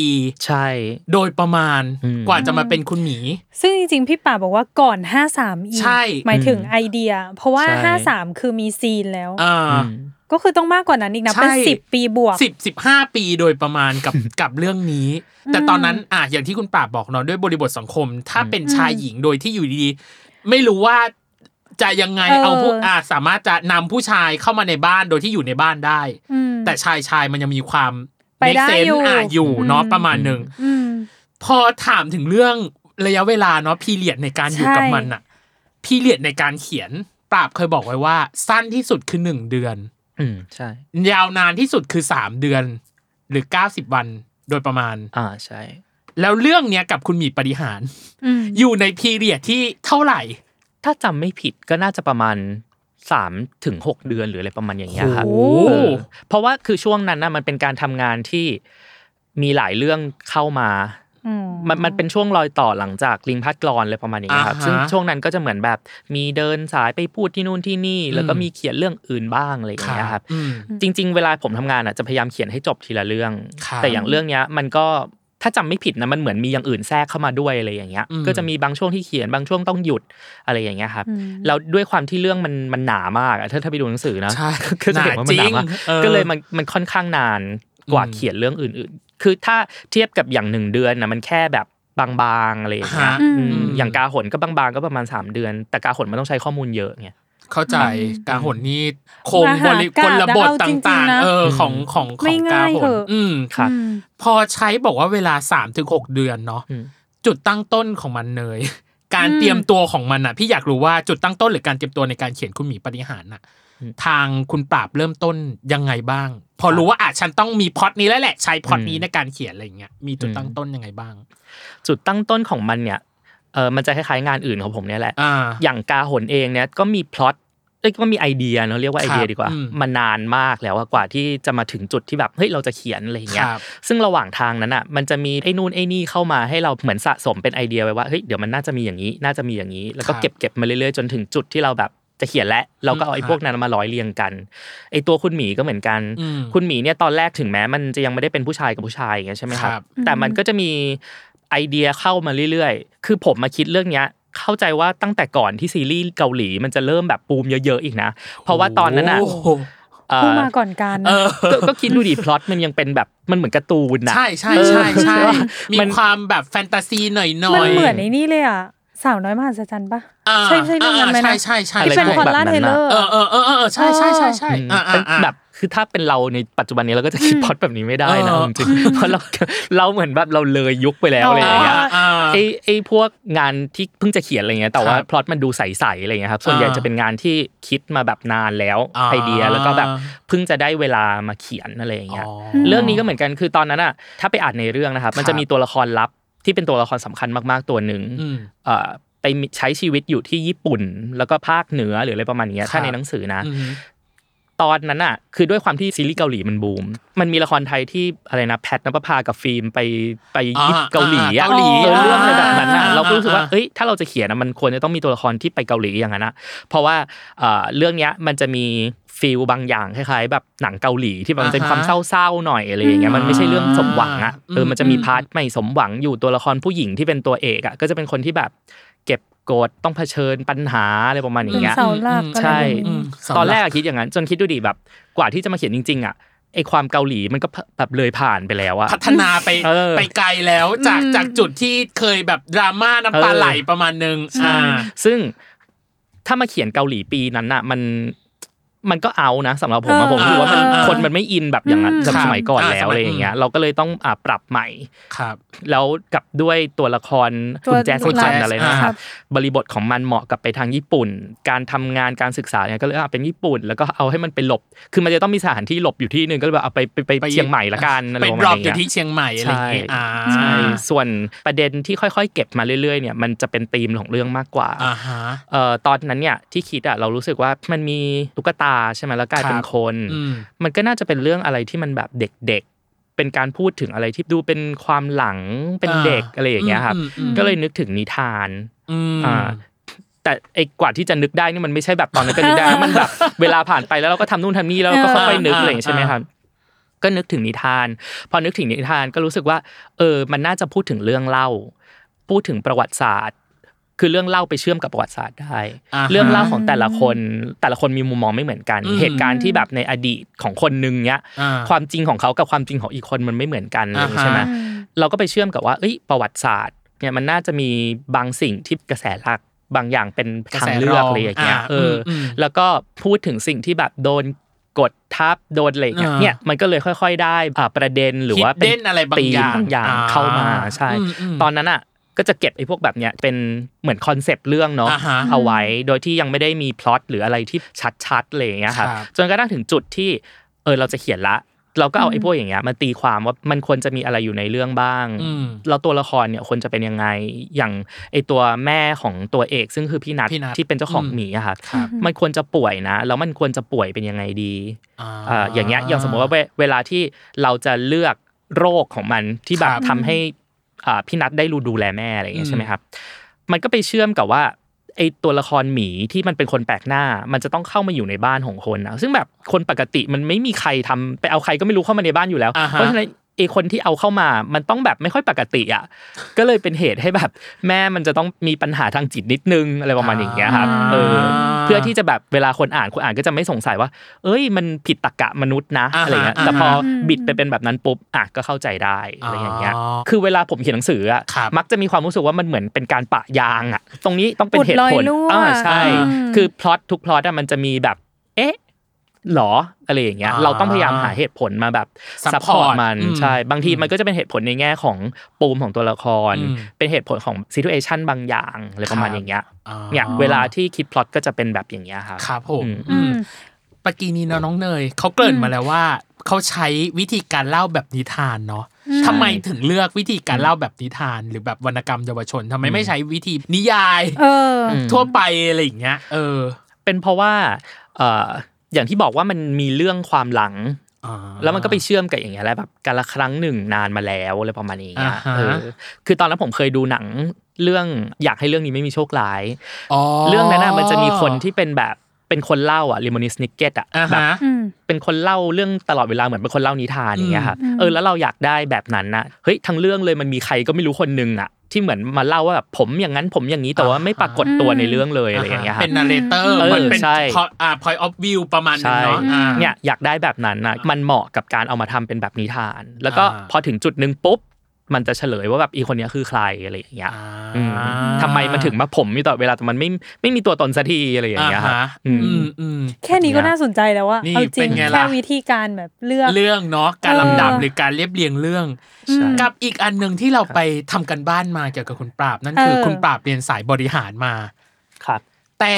Speaker 1: ปี
Speaker 3: ใช่
Speaker 1: โดยประมาณ
Speaker 3: อืม
Speaker 1: กว่าจะมาเป็นคุณหมี
Speaker 2: ซึ่งจริงๆ พี่ป่าบอกว่าก่อน 53 อีก
Speaker 1: ใช่
Speaker 2: หมายถึงไอเดีย เพราะว่า
Speaker 3: ใช่
Speaker 2: 53 คือมีซีนแล้ว
Speaker 1: อ่า
Speaker 3: อืม
Speaker 2: ก็คือต้องมากกว่านั้นอีกนะ เป็น
Speaker 1: ใช่
Speaker 2: 10 ปีบวก
Speaker 1: สิบสิบห้าปีโดยประมาณ กับ กับเรื่องนี้ แต่ตอนนั้นอ่ะอย่างที่คุณปราบบอกเนาะด้วยบริบทสังคม ถ้าเป็นชายหญิงโดยที่อยู่ดีๆ ไม่รู้ว่าจะยังไง
Speaker 2: เออ
Speaker 1: เอาผู้อ่ะสามารถจะนำผู้ชายเข้ามาในบ้านโดยที่อยู่ในบ้านได้
Speaker 2: อืม
Speaker 1: แต่ชายชายมันยังมีความ
Speaker 2: ไปได้
Speaker 1: เซน
Speaker 2: อยู่
Speaker 1: อ่ะอยู่เนาะ
Speaker 2: อืม
Speaker 1: ประมาณหนึ่ง
Speaker 2: อืม
Speaker 1: พอถามถึงเรื่องระยะเวลาเนาะพีเรียดในการอยู่กับ
Speaker 2: ใช่
Speaker 1: มันอะพีเรียดในการเขียนปราบเคยบอกไว้ว่า สั้นที่สุดคือหนึ่งเดือน
Speaker 3: อืมใช่
Speaker 1: ยาวนานที่สุดคือ 3 เดือนหรือ 90 วันโดยประมาณ
Speaker 3: อ่าใช่
Speaker 1: แล้วเรื่องเนี้ยกับคุณหมีปฏิหาร
Speaker 2: อืม
Speaker 1: อยู่ในพีเรียดที่เท่าไหร่
Speaker 3: ถ้าจำไม่ผิดก็น่าจะประมาณสามถึงหกเดือนหรืออะไรประมาณอย่างเงี้ยครับ
Speaker 1: โอ้โห
Speaker 3: เออเพราะว่าคือช่วงนั้นนะมันเป็นการทำงานที่มีหลายเรื่องเข้ามา
Speaker 2: อืม
Speaker 3: มันมันเป็นช่วงรอยต่อหลังจากลิงพัดกรอนเลยประมาณอย่างเงี้ยครับ
Speaker 1: อ่าฮะ
Speaker 3: ซึ่งช่วงนั้นก็จะเหมือนแบบมีเดินสายไปพูดที่นู่นที่นี่ แล้วก็
Speaker 1: อืม
Speaker 3: มีเขียนเรื่องอื่นบ้างอะไรอย่างเงี้ยครับ
Speaker 1: อืม
Speaker 3: จริง ๆ เวลาผมทำงานอ่ะจะพยายามเขียนให้จบทีละเรื่อง
Speaker 1: ครับ
Speaker 3: แต่อย่างเรื่องเนี้ยมันก็ถ้าจำไม่ผิดนะมันเหมือนมีอย่างอื่นแทรกเข้ามาด้วยอะไรอย่างเงี้ย ก็จะมีบางช่วงที่เขียนบางช่วงต้องหยุดอะไรอย่างเงี้ยครับ
Speaker 2: อืม
Speaker 3: แล้วด้วยความที่เรื่องมันมันหนามากอะถ้าถ้าไปดูหนังสือนะ
Speaker 1: ใช่
Speaker 3: ก็จะเห็นว่ามันหนามาก
Speaker 1: ออ
Speaker 3: ก็เลยมันมันค่อนข้างนานกว่า
Speaker 1: อืม
Speaker 3: เขียนเรื่องอื่น ๆ คือถ้าเทียบกับอย่างหนึ่งเดือนนะมันแค่แบบบางๆอะไรอย่างเงี้ย
Speaker 1: ฮะ
Speaker 3: อืม
Speaker 2: อืม
Speaker 3: อย่างกาหนก็บางๆก็ประมาณ 3 เดือน แต่กาหนมันต้องใช้ข้อมูลเยอะไง
Speaker 1: เข้าใจกาหนนี่โคม
Speaker 2: ม
Speaker 1: บ
Speaker 2: หา
Speaker 1: ริ
Speaker 2: กาพย์
Speaker 1: กลบท
Speaker 2: เอา
Speaker 1: ต
Speaker 2: จริง่
Speaker 1: าง
Speaker 2: ๆนะ
Speaker 1: ๆ เออของของข
Speaker 2: ไม่
Speaker 1: องกา
Speaker 2: ง่าย
Speaker 1: ห
Speaker 2: เถ
Speaker 1: น
Speaker 2: อะ
Speaker 1: อืม
Speaker 3: ครับ
Speaker 2: อืม
Speaker 1: พอใช้บอกว่าเวลา 3-6 เดือนเนาะ
Speaker 3: อืม
Speaker 1: จุดตั้งต้นของมันเนย การ
Speaker 2: อืม
Speaker 1: เตรียมตัวของมันอ่ะพี่อยากรู้ว่าจุดตั้งต้นหรือการเตรียมตัวในการเขียนคุณหมีปฏิหารน่ะ
Speaker 3: อืม
Speaker 1: ทางคุณปราบเริ่มต้นยังไงบ้าง พอรู้ว่าอ่ะฉันต้องมีพล็อตนี้แล้วแหละ ใช้พล็อตนี้ในการเขียนอะไรอย่างเงี้ยมีจุดตั้งต้นยังไงบ้าง
Speaker 3: จุดตั้งต้นของมันเนี่ยเออมันจะคล้ายๆงานอื่นของผมเนี่ยแหละ
Speaker 1: อ่า
Speaker 3: อย่างกาหนเองเนี่ยก็มีพล็อตเอ้ยก็มีไอเดียเนาะเรียกว่าไอเดี
Speaker 1: ค
Speaker 3: ย
Speaker 1: รับ
Speaker 3: ดีกว่า
Speaker 1: อืม
Speaker 3: มานานมากแล้วอะกว่าที่จะมาถึงจุดที่แบบเฮ้ยเราจะเขียนอะไรอย่าง
Speaker 1: ค
Speaker 3: เงี้ย
Speaker 1: รับ
Speaker 3: ซึ่งระหว่างทางนั้นอ่ะมันจะมีไอ้นู่นไอ้นี่เข้ามาให้เราเหมือนสะสมเป็นไอเดียไว้ว่าเฮ้ยเดี๋ยวมันน่าจะมีอย่างนี้น่าจะมีอย่างนี้ แล้วก็
Speaker 1: ครับ
Speaker 3: เก็บเก็บมาเรื่อยๆจนถึงจุดที่เราแบบจะเขียนและเราก็เอา
Speaker 1: อื
Speaker 3: ไอ้
Speaker 1: ม
Speaker 3: พวกนั้นมาร้อยเรียงกันไอ้ตัวคุณหมีก็เหมือนกัน
Speaker 1: อืม
Speaker 3: คุณหมีเนี่ยตอนแรกถึงแม้มันจะยังไม่ได้เป็นผู้ชายกับผู้ชายอย่างเงี้ยใช่ไหมครั
Speaker 1: ครับ
Speaker 3: บ แต่มันก็จะมีไอเดียเข้ามาเรื่อยๆ คือผมมาคิดเรื่องเนี้ยเข้าใจว่าตั้งแต่ก่อนที่ซีรีส์เกาหลีมันจะเริ่มแบบปูมเยอะๆอีกนะ เพราะว่าตอนนั้นอ่ะ
Speaker 1: โอ้โห
Speaker 3: เอ่อ
Speaker 2: ผู้มาก่อนการนะ
Speaker 3: ก็ก็คิดดูดิพล็อตมันยังเป็นแบบมันเหมือนการ์ตูนนะ
Speaker 1: ใช่ใช่ใช่ใช่
Speaker 3: เออ
Speaker 1: มี
Speaker 3: มัน
Speaker 1: ความแบบแฟนตาซีหน่อยหน่อย
Speaker 2: มันเหมือนไอ้นี่เลยอ่ะ สาวน้อยมหัศจรรย์ปะใช่ใช่เรื่องนั้นไหมนะ
Speaker 1: ใช่ใช่ใช่
Speaker 2: ที่เป็น
Speaker 3: อะไร
Speaker 2: ค
Speaker 3: พ
Speaker 2: อ
Speaker 3: ว
Speaker 2: ล
Speaker 3: กแบบ
Speaker 2: ล่า
Speaker 3: นั้
Speaker 2: เท
Speaker 3: น
Speaker 2: เล
Speaker 3: น่ะ
Speaker 2: อร์
Speaker 1: เออเออเออเออใช่ใช่ใช่ใช่
Speaker 3: อืม
Speaker 1: อ่าอ่าอ่า
Speaker 3: แบบคือถ้าเป็นเราในปัจจุบันนี้เราก็จะคิดพล็อตแบบนี้ไม่ได้นะ
Speaker 1: เออ
Speaker 3: จริงๆ เพราะเราเราเหมือนแบบเราเลยยุคไปแล้วอะไรอย่างเงี้ย
Speaker 1: อ่าอ่า
Speaker 3: ไอ้ไอ้พวกงานที่เพิ่งจะเขียนอะไรเงี้ยแต่ว่า
Speaker 1: ครับ
Speaker 3: พล็อตมันดูใสๆอะไรเงี้ยครับส่วนใหญ่
Speaker 1: อ่า
Speaker 3: จะเป็นงานที่คิดมาแบบนานแล้ว
Speaker 1: อ่า
Speaker 3: ไอเดียแล้วก็แบบเพิ่งจะได้เวลามาเขียนอะไรอย่างเงี้ย
Speaker 1: อ๋อ
Speaker 3: เรื่องนี้ก็เหมือนกันคือตอนนั้นอ่ะถ้าไปอ่านในเรื่องนะครับมัน
Speaker 1: ครั
Speaker 3: จะ
Speaker 1: บ
Speaker 3: มีตัวละครลับที่เป็นตัวละครสำคัญมากๆตัวหนึ่ง
Speaker 1: อืม
Speaker 3: เอ่อไปมีใช้ชีวิตอยู่ที่ญี่ปุ่น แล้วก็ภาคเหนือหรืออะไรประมาณเนี้
Speaker 1: ครั
Speaker 3: ย
Speaker 1: บ
Speaker 3: ถ้าในหนังสือนะ
Speaker 1: อืม
Speaker 3: ตอนนั้นอ่ะคือด้วยความที่ซีรีส์เกาหลีมันบูม มันมีละครไทยที่อะไรนะแพทนภพากับฟิล์มไปไป
Speaker 1: อ่า
Speaker 3: ญี่ปุ่นเกาหลีอ่ะ
Speaker 1: เกาหลี
Speaker 3: เออเรื่องอะไร
Speaker 2: อ่า
Speaker 3: แบบนั้นอ่ะเราก็รู้สึกว่า
Speaker 1: อ่า
Speaker 3: เอ้ยถ้าเราจะเขียนอะมันควรจะต้องมีตัวละครที่ไปเกาหลีอย่างนั้นนะเพราะว่าเอ่อเรื่องเนี้ยมันจะมีฟีลบางอย่างคล้ายๆ แบบหนังเกาหลีที่แบบมันเป็นความเศร้าๆหน่อยอะไรอย่างเงี้ยมันไม่ใช่เรื่องสมหวังอ่ะเออมันจะมีพาร์ท ไม่สมหวังอยู่ตัวละครผู้หญิงที่เป็นตัวเอกอ่ะก็จะเป็นคนที่แบบเก็บกดต้องเผชิญปัญหาอะไรประมาณอย่างเงี้ย
Speaker 2: เสาหลัก
Speaker 1: อืม
Speaker 2: อะไร
Speaker 3: ใช่
Speaker 2: อย่าง
Speaker 1: อื
Speaker 2: งี้
Speaker 1: มสำหบ
Speaker 3: ตอนแรกอะคิดอย่างนั้น จนคิดดูดิแบบ กว่าที่จะมาเขียนจริง ๆอ่ะไอความเกาหลีมันก็แบบเลยผ่านไปแล้วอะ
Speaker 1: พัฒนาไป
Speaker 3: เออ
Speaker 1: ไปไกลแล้วจาก
Speaker 2: อืม
Speaker 1: จากจุดที่เคยแบบดราม่าน้ำตาไหลประมาณนึงอ่า
Speaker 3: ซึ่งถ้ามาเขียนเกาหลีปีนั้นน่ะ มัน มันก็เอานะสำหรับผมอะ
Speaker 2: เออ
Speaker 3: ผมรู้ว่ามัน
Speaker 1: เออ
Speaker 3: คนมันไม่อินแบบอย่างนั้น
Speaker 2: อืม
Speaker 3: แบบสมัยก่อน
Speaker 1: ครับ
Speaker 3: แล้ว
Speaker 1: อ่าสมัย
Speaker 3: อะไรอย่างเงี้ยเราก็เลยต้องอ่ะปรับใหม่
Speaker 1: ครับ
Speaker 3: แล้วกับด้วยตัวละคร
Speaker 2: ตัว
Speaker 3: คุณแจ๊ส
Speaker 2: ตั
Speaker 3: คุ
Speaker 2: ว
Speaker 3: ณ
Speaker 2: ละคร
Speaker 3: จันอะไรนะ
Speaker 2: ค
Speaker 3: ค
Speaker 2: รั
Speaker 3: รับ บ บริบทของมันเหมาะกับไปทางญี่ปุ่น การทำงานการศึกษาเนี่ยก็เลยอ่ะเป็นญี่ปุ่น แล้วก็เอาให้มันไปหลบ คือมันจะต้องมีสถานที่หลบอยู่ที่หนึ่งก็เลยแบบเอาไปไปไป
Speaker 1: ไป
Speaker 3: เชียงใหม่ละกันอะไร
Speaker 1: ไป
Speaker 3: ประ
Speaker 1: ดรอป
Speaker 3: มาณนี้
Speaker 1: อยู่
Speaker 3: ย
Speaker 1: ที่เชียงใหม่อะไรอย่างเงี้ย
Speaker 3: ใช่
Speaker 1: อ่า
Speaker 2: ใช่
Speaker 3: ใช่ส่วนประเด็นที่ค่อยๆ เก็บมาเรื่อยๆเนี่ยมันจะเป็นธีมของเรื่องมากกว่า
Speaker 1: อ่าฮะ
Speaker 3: เอ่อตอนนั้นเนี่ยที่คิดอะเรารู้สึกว่ามันมีตุ๊กตาใช่ไหมแล้วกลายเป็น
Speaker 1: ครับ
Speaker 3: คน
Speaker 1: อืม
Speaker 3: มันก็น่าจะเป็นเรื่องอะไรที่มันแบบเด็กๆ เป็นการพูดถึงอะไรที่ดูเป็นความหลังเป็น
Speaker 1: อ่า
Speaker 3: เด็กอะไรอย่างเงี้ยครับ
Speaker 1: อืมอืม
Speaker 3: ก็เลยนึกถึงนิทาน
Speaker 1: อืม
Speaker 3: อ่าแต่ไอ้กว่าที่จะนึกได้นี่มันไม่ใช่แบบตอนนั้นก็นึก ได้ มันแบบเวลาผ่านไปแล้วเราก็ทำนู่นทำนี่แล้วเราก็
Speaker 2: อ่า
Speaker 3: ค่อยๆนึก
Speaker 1: อ่า
Speaker 3: อะไรอย่างเงี้ยใช่ไหม
Speaker 1: อ่า
Speaker 3: ครับก็นึกถึงนิทาน พอนึกถึงนิทานก็รู้สึกว่า เออ มันน่าจะพูดถึงเรื่องเล่า พูดถึงประวัติศาสตร์ คือเรื่องเล่าไปเชื่อมกับประวัติศาสตร์ได้
Speaker 1: อ่าฮะ
Speaker 3: เรื่องเล่าของแต่ละคน แต่ละคนมีมุมมองไม่เหมือนกัน
Speaker 1: อืม
Speaker 3: เหตุการณ์ที่แบบในอดีตของคนนึงเนี้ย
Speaker 1: อ่า
Speaker 3: ความจริงของเขากับความจริงของอีกคนมันไม่เหมือนกันอะไรอย่างงี้
Speaker 1: อ่าฮะ
Speaker 3: ใช่ไหม
Speaker 2: อืม
Speaker 3: เราก็ไปเชื่อมกับว่าเอ้ยประวัติศาสตร์เนี่ยมันน่าจะมีบางสิ่งที่กระแสหลักบางอย่างเป็น
Speaker 1: กระ
Speaker 3: ทา
Speaker 1: แส
Speaker 3: งเลื
Speaker 1: ร
Speaker 3: อ
Speaker 1: อก ง
Speaker 3: อะไรอย่างเงี้ย
Speaker 1: อ่า
Speaker 3: เอออ
Speaker 1: ม
Speaker 3: แล้วก็พูดถึงสิ่งที่แบบโดนกดทับโดนอะไรอย่างเงี้ย
Speaker 1: อ่า
Speaker 3: เนี่ยมันก็เลยค่อย ๆ ได้อ่าประเด็นหรือว่า
Speaker 1: คิดเด่นอะไรบาง
Speaker 3: ธีม
Speaker 1: อย่าง
Speaker 3: บางอย่างเข้ามาใช่
Speaker 1: มม
Speaker 3: ตอนนั้นอ่ะก็จะเก็บไอ้พวกแบบเนี้ยเป็นเหมือนคอนเซปต์เรื่องเนาะ
Speaker 1: อ่าฮะ
Speaker 3: เอาไว้โดยที่ยังไม่ได้มีพล็อตหรืออะไรที่ชัดๆอะไรอย่างเงี้ยครับ
Speaker 1: ครับ
Speaker 3: จนกระทั่งถึงจุดที่เออเราจะเขียนละ เราก็เอาไอ้พวกอย่างเงี้ยมาตีความว่ามันควรจะมีอะไรอยู่ในเรื่องบ้าง
Speaker 1: อืม
Speaker 3: แล้วตัวละครเนี่ยควรจะเป็นยังไงอย่างไอตัวแม่ของตัวเอก ซึ่งคือพี่นัท
Speaker 1: พี่นัท
Speaker 3: ที่เป็นเจ้าของ
Speaker 1: อืม
Speaker 3: หมีอะครับ
Speaker 1: ครับ
Speaker 3: มันควรจะป่วยนะแล้วมันควรจะป่วยเป็นยังไงดี อ่าอย่างเงี้ยอย่างสมมติว่าเวเวลาที่เราจะเลือกโรคของมันที่แบบ
Speaker 1: ครับ
Speaker 3: ทำให้อ่าพี่นัทได้รู้ดูแลแม่อะไรอย่างเงี้
Speaker 1: อื
Speaker 3: ย
Speaker 1: ม
Speaker 3: ใช่ไหมครับ มันก็ไปเชื่อมกับว่าไอตัวละครหมีที่มันเป็นคนแปลกหน้า มันจะต้องเข้ามาอยู่ในบ้านของคนนะซึ่งแบบคนปกติมันไม่มีใครทำไปเอาใครก็ไม่รู้เข้ามาในบ้านอยู่แล้ว
Speaker 1: อ่าฮะ
Speaker 3: เพราะฉะนั้นไอคนที่เอาเข้ามามันต้องแบบไม่ค่อยปกติอ่ะ ก็เลยเป็นเหตุให้แบบแม่มันจะต้องมีปัญหาทางจิตนิดนึงอะไรประมาณอย่างเงี้ยครับเออ เพื่อที่จะแบบเวลาคนอ่านคนอ่านก็จะไม่สงสัยว่า เอ้ยมันผิดตรรกะมนุษย์นะ
Speaker 1: อ่าฮะ
Speaker 3: อะไรเงี้ย
Speaker 1: อ่าฮะ
Speaker 3: แต่พออ
Speaker 2: ม
Speaker 3: บิดไปเป็นแบบนั้นปุ๊บอ่ะก็เข้าใจได้อะไรอย่างเงี้ย
Speaker 1: อ๋อ
Speaker 3: คือเวลาผมเขียนหนังสืออ่ะ
Speaker 1: ครับ
Speaker 3: มักจะมีความรู้สึกว่ามันเหมือนเป็นการปะยางอ่ะ ตรงนี้ต้องเป็น
Speaker 2: อุด
Speaker 3: เหตุ
Speaker 2: รอย
Speaker 3: ผล
Speaker 2: รั่ว
Speaker 3: อ่าใช่
Speaker 1: อื
Speaker 2: ม
Speaker 3: คือพล็อตทุกพล็อตอะมันจะมีแบบ เอ๊ะหรออะไรอย่างเงี้ย
Speaker 1: อ่า
Speaker 3: เราต้องพยายามหาเหตุผลมาแบบ
Speaker 1: Support
Speaker 3: ซัพพอร์ตมัน
Speaker 1: อืม
Speaker 3: ใช่บางที
Speaker 1: อืม
Speaker 3: มันก็จะเป็นเหตุผลในแง่ของปูมของตัวละคร
Speaker 1: อืม
Speaker 3: เป็นเหตุผลของซีทูเอชันบางอย่างอะไรประมาณ
Speaker 1: ครับ
Speaker 3: อย่างเงี้ย
Speaker 1: อ่า
Speaker 3: เนี่ยเวลาที่คิดพล็อตก็จะเป็นแบบอย่างเงี้ยครับ
Speaker 1: ครับผม
Speaker 3: อืม
Speaker 1: อืมปกกี้นี้เนอะน้องเนยเขาเกริ่นมาแล้วว่าเขาใช้วิธีการเล่าแบบนิทานเนาะทำไมถึงเลือกวิธีการเล่าแบบนิทาน หรือแบบวรรณกรรมเยาวชนทำไมไม่ใช้วิธีนิยาย
Speaker 2: เออ
Speaker 1: ทั่วไปอะไรอย่างเงี้ย เออ
Speaker 3: เป็นเพราะว่าเอ่ออย่างที่บอกว่ามันมีเรื่องความหลัง
Speaker 1: อ่า
Speaker 3: แล้วมันก็ไปเชื่อมกับอย่างเงี้ยแหละแบบการละครั้งหนึ่งนานมาแล้วอะไรประมาณนี้
Speaker 1: อ่าฮะ
Speaker 3: เออคือตอนนั้นผมเคยดูหนังเรื่องอยากให้เรื่องนี้ไม่มีโชคร้าย
Speaker 1: อ๋อ
Speaker 3: เรื่องนั้นน่ะมันจะมีคนที่เป็นแบบเป็นคนเล่าอ่ะลิมอนิสนิกเก็ตอ่ะ
Speaker 1: อ่า
Speaker 3: แบบ
Speaker 1: ฮะ
Speaker 2: อืม
Speaker 3: เป็นคนเล่าเรื่องตลอดเวลาเหมือนเป็นคนเล่านิทานอย่างเงี้ยครับ
Speaker 2: อืม
Speaker 3: เออแล้วเราอยากได้แบบนั้นนะเฮ้ยทั้งเรื่องเลยมันมีใครก็ไม่รู้คนหนึงอ่ะที่เหมือนมาเล่าว่าแบบผมอย่างนั้นผมอย่างนี้แต่ว่าไม่ปรากฏตัวในเรื่องเลยอะไรอย่างเงี้ยครับ
Speaker 1: เป็นนาเรเตอร์
Speaker 3: เออ
Speaker 1: มันเป็น
Speaker 3: ใช่
Speaker 1: พออ่า point of view ประมาณนึง
Speaker 3: ใช่
Speaker 1: เนาะอ่า
Speaker 3: เนี่ยอยากได้แบบนั้นนะมันเหมาะกับการเอามาทำเป็นแบบนิทาน แล้วก็
Speaker 1: อ่า
Speaker 3: พอถึงจุดหนึ่งปุ๊บ มันจะเฉลยว่าแบบอีคนเนี้ยคือใครอะไรอย่างเงี้ย
Speaker 1: อ่า
Speaker 3: อืมทำไมมันถึงมาผมอยู่ตลอดเวลาแต่มันไม่ไม่มีตัวตนสักทีอะไรอย่างเงี้ยครับ
Speaker 1: ฮะ
Speaker 3: อื
Speaker 1: อื
Speaker 3: ม
Speaker 1: มอืม
Speaker 2: แค่นี้ก็น่าสนใจแล้วว่า
Speaker 1: นี่
Speaker 2: เอาจริ
Speaker 1: เป็
Speaker 2: ง
Speaker 1: นไงล่ะ
Speaker 2: แค่วิธีการแบบเลือก
Speaker 1: เรื่องเนาะการลำดับ
Speaker 2: เออ
Speaker 1: หรือการเรียบเรียงเรื่อง
Speaker 2: อืม
Speaker 1: กับอีกอันหนึ่งที่เราไปทำกันบ้านมาเกี่ยวกับคุณปราบ นั่นคือ
Speaker 2: เออ
Speaker 1: คุณปราบเรียนสายบริหารมา
Speaker 3: ครับ
Speaker 1: แต่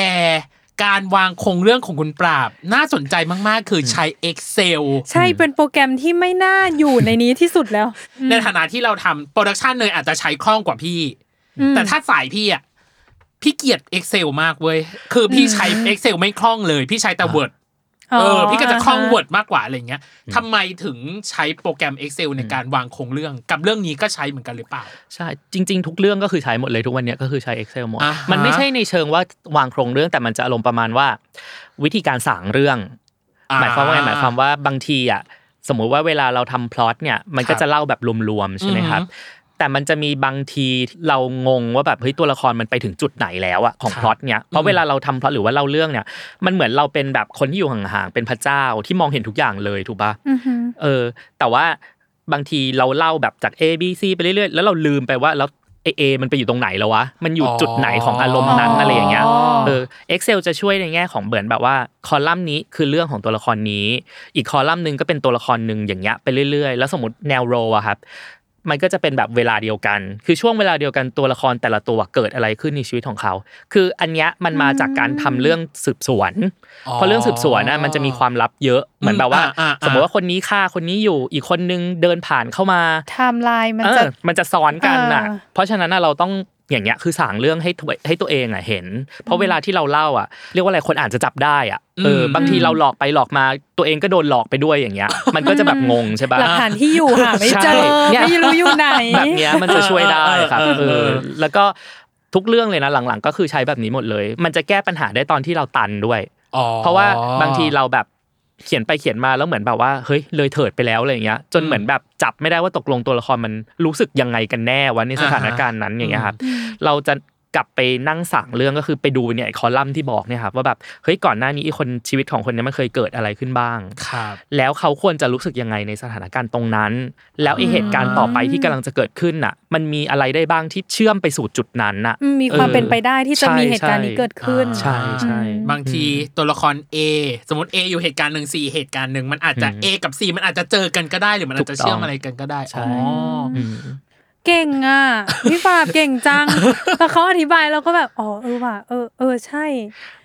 Speaker 1: การวางโครงเรื่องของคุณปราบ น่าสนใจมาก ๆ คือใช้ Excel
Speaker 2: ใช่เป็นโปรแกรมที่ไม่น่าอยู่ในนี้ที่สุดแล้ว
Speaker 1: ในฐานะที่เราทำโปรดักชันเนยอาจจะใช้คล่องกว่าพี่
Speaker 2: อืม
Speaker 1: แต่ถ้าสายพี่อ่ะพี่เกลียด Excel มากเว้ย คือพี่ใช้ Excel ไม่คล่องเลย พี่ใช้แต่ Word เออพี่ก็จะคล่อง Word มากกว่าอะไรเงี้ยทำไมถึงใช้โปรแกรม Excel ในการวางโครงเรื่อง กับเรื่องนี้ก็ใช้เหมือนกันหรือเปล่า
Speaker 3: ใช่จริง ๆ ทุกเรื่องก็คือใช้หมดเลยทุกวันเนี้ยก็คือใช้ Excel หมด
Speaker 1: อ่าฮะ
Speaker 3: มันไม่ใช่ในเชิงว่าวางโครงเรื่องแต่มันจะอารมณ์ประมาณว่า วิธีการสางเรื่อง
Speaker 1: อ่า
Speaker 3: หมายความว่าไงหมายความว่าบางทีอ่ะสมมุติว่าเวลาเราทำพล็อตเนี่ยมันก็
Speaker 1: ครับ
Speaker 3: จะเล่าแบบรวมๆใช่ไหมครับ แต่มันจะมีบางทีเรางงว่าแบบเฮ้ยตัวละครมันไปถึงจุดไหนแล้วอะของ
Speaker 1: ครับ
Speaker 3: พล็อตเนี่ยเพ
Speaker 1: อื
Speaker 3: ราะ
Speaker 1: ม
Speaker 3: เวลาเราทำพล็อตหรือว่าเล่าเรื่องเนี่ยมันเหมือนเราเป็นแบบคนที่อยู่ห่างๆเป็นพระเจ้าที่มองเห็นทุกอย่างเลยถูกปะ
Speaker 2: อือหือ
Speaker 3: เออแต่ว่าบางทีเราเล่าแบบจาก A B C ไปเรื่อยๆ แล้วเราลืมไปว่าแล้ว ไอเอมันไปอยู่ตรงไหนแล้ววะ มันอยู่จุดไหนของอารมณ์นั้น
Speaker 2: อ๋ออ
Speaker 3: อะไรอย่างเงี้ย เออ Excel จะช่วยในแง่ของเหมือนแบบว่าคอลัมน์นี้คือเรื่องของตัวละครนี้ อีกคอลัมน์หนึ่งก็เป็นตัวละครหนึ่งอย่างเงี้ยไปเรื่อยๆ แล้วสมมติแนวโรอะครับ มันก็จะเป็นแบบเวลาเดียวกัน คือช่วงเวลาเดียวกันตัวละครแต่ละตัวเกิดอะไรขึ้นในชีวิตของเขา คืออันเนี้ยมันมาจากการทำเรื่องสืบสวน เพราะเรื่องสืบสวนน่ะมันจะมีความลับเยอะ เหมือนแบบว่า
Speaker 1: อ่าอ่าอ่า
Speaker 3: สมมติว่าคนนี้ฆ่าคนนี้อยู่ อีกคนนึงเดินผ่านเข้ามา
Speaker 2: ไทม์ไลน์มันจะ
Speaker 3: เออมันจะซ้อนกันน่ะ
Speaker 2: เออ
Speaker 3: เพราะฉะนั้นน่ะเราต้องอย่างเงี้ยคือสางเรื่องให้ตัวให้ตัวเองอ่ะเห็น เพราะเวลาที่เราเล่าอ่ะเรียกว่าอะไรคนอ่านจะจับได้อ่ะเอออ
Speaker 1: ม
Speaker 3: บางทีเราหลอกไปหลอกมาตัวเองก็โดนหลอกไปด้วยอย่างเงี้ย มันก็จะแบบงงใช่ปะ
Speaker 2: หลักฐานที่อยู่หาไม่เจอ
Speaker 3: ใช่เนี่ย
Speaker 2: ไม่รู้อยู่ไหน
Speaker 3: แบบเนี้ยมันจะช่วยได้ครับ
Speaker 1: เออเอ
Speaker 3: เอ
Speaker 1: อเออ
Speaker 3: อแล้วก็ทุกเรื่องเลยนะหลังๆ ก็คือใช้แบบนี้หมดเลย มันจะแก้ปัญหาได้ตอนที่เราตันด้วย
Speaker 1: อ๋อ
Speaker 3: เพราะว่าบางทีเราแบบเขียนไปเขียนมาแล้วเหมือนแบบว่าเฮ้ยเลยเถิดไปแล้วอะไรอย่างเงี้ย จน
Speaker 1: อืม
Speaker 3: เหมือนแบบจับไม่ได้ว่าตกลงตัวละครมันรู้สึกยังไงกันแน่วะในสถานการณ์นั้นอย่างเงี้ยครับเราจะกลับไปนั่งสั่งเรื่องก็คือไปดูเนี่ยไอ้คอลัมน์ที่บอกเนี่ยครับว่าแบบเฮ้ยก่อนหน้านี้ไอ้คนชีวิตของคนเนี้มันเคยเกิดอะไรขึ้นบ้าง
Speaker 1: ครับ
Speaker 3: แล้วเขาควรจะรู้สึกยังไงในสถานการณ์ตรงนั้น แล้วไอเหตุการณ์ต่อไปที่กำลังจะเกิดขึ้นน่ะ มันมีอะไรได้บ้างที่เชื่อมไปสู่จุดนั้นน่ะ
Speaker 2: อืมมีความ
Speaker 3: เออ
Speaker 2: เป็นไปได้ที่จะ
Speaker 3: ใช่
Speaker 2: มีเหตุการณ์นี้
Speaker 3: ใช่
Speaker 2: เกิดขึ้น
Speaker 3: ใช่ใช่
Speaker 2: อืม
Speaker 1: บางทีตัวละคร A สมมติ A อยู่เหตุการณ์หนึ่ง C เหตุการณ์หนึ่งมันอาจจะ
Speaker 3: อืม
Speaker 1: A กับ C มันอาจจะเจอกันก็ได้หรือมันอาจจะเชื่อมอะไรกันก็ได้
Speaker 3: ใช่
Speaker 1: อ๋อ
Speaker 3: อืม
Speaker 2: เก่งอ่ะ พี่ฟาบเก่งจังแต่เขาอธิบายเราก็แบบอ๋อเออว่ะเออเออใช่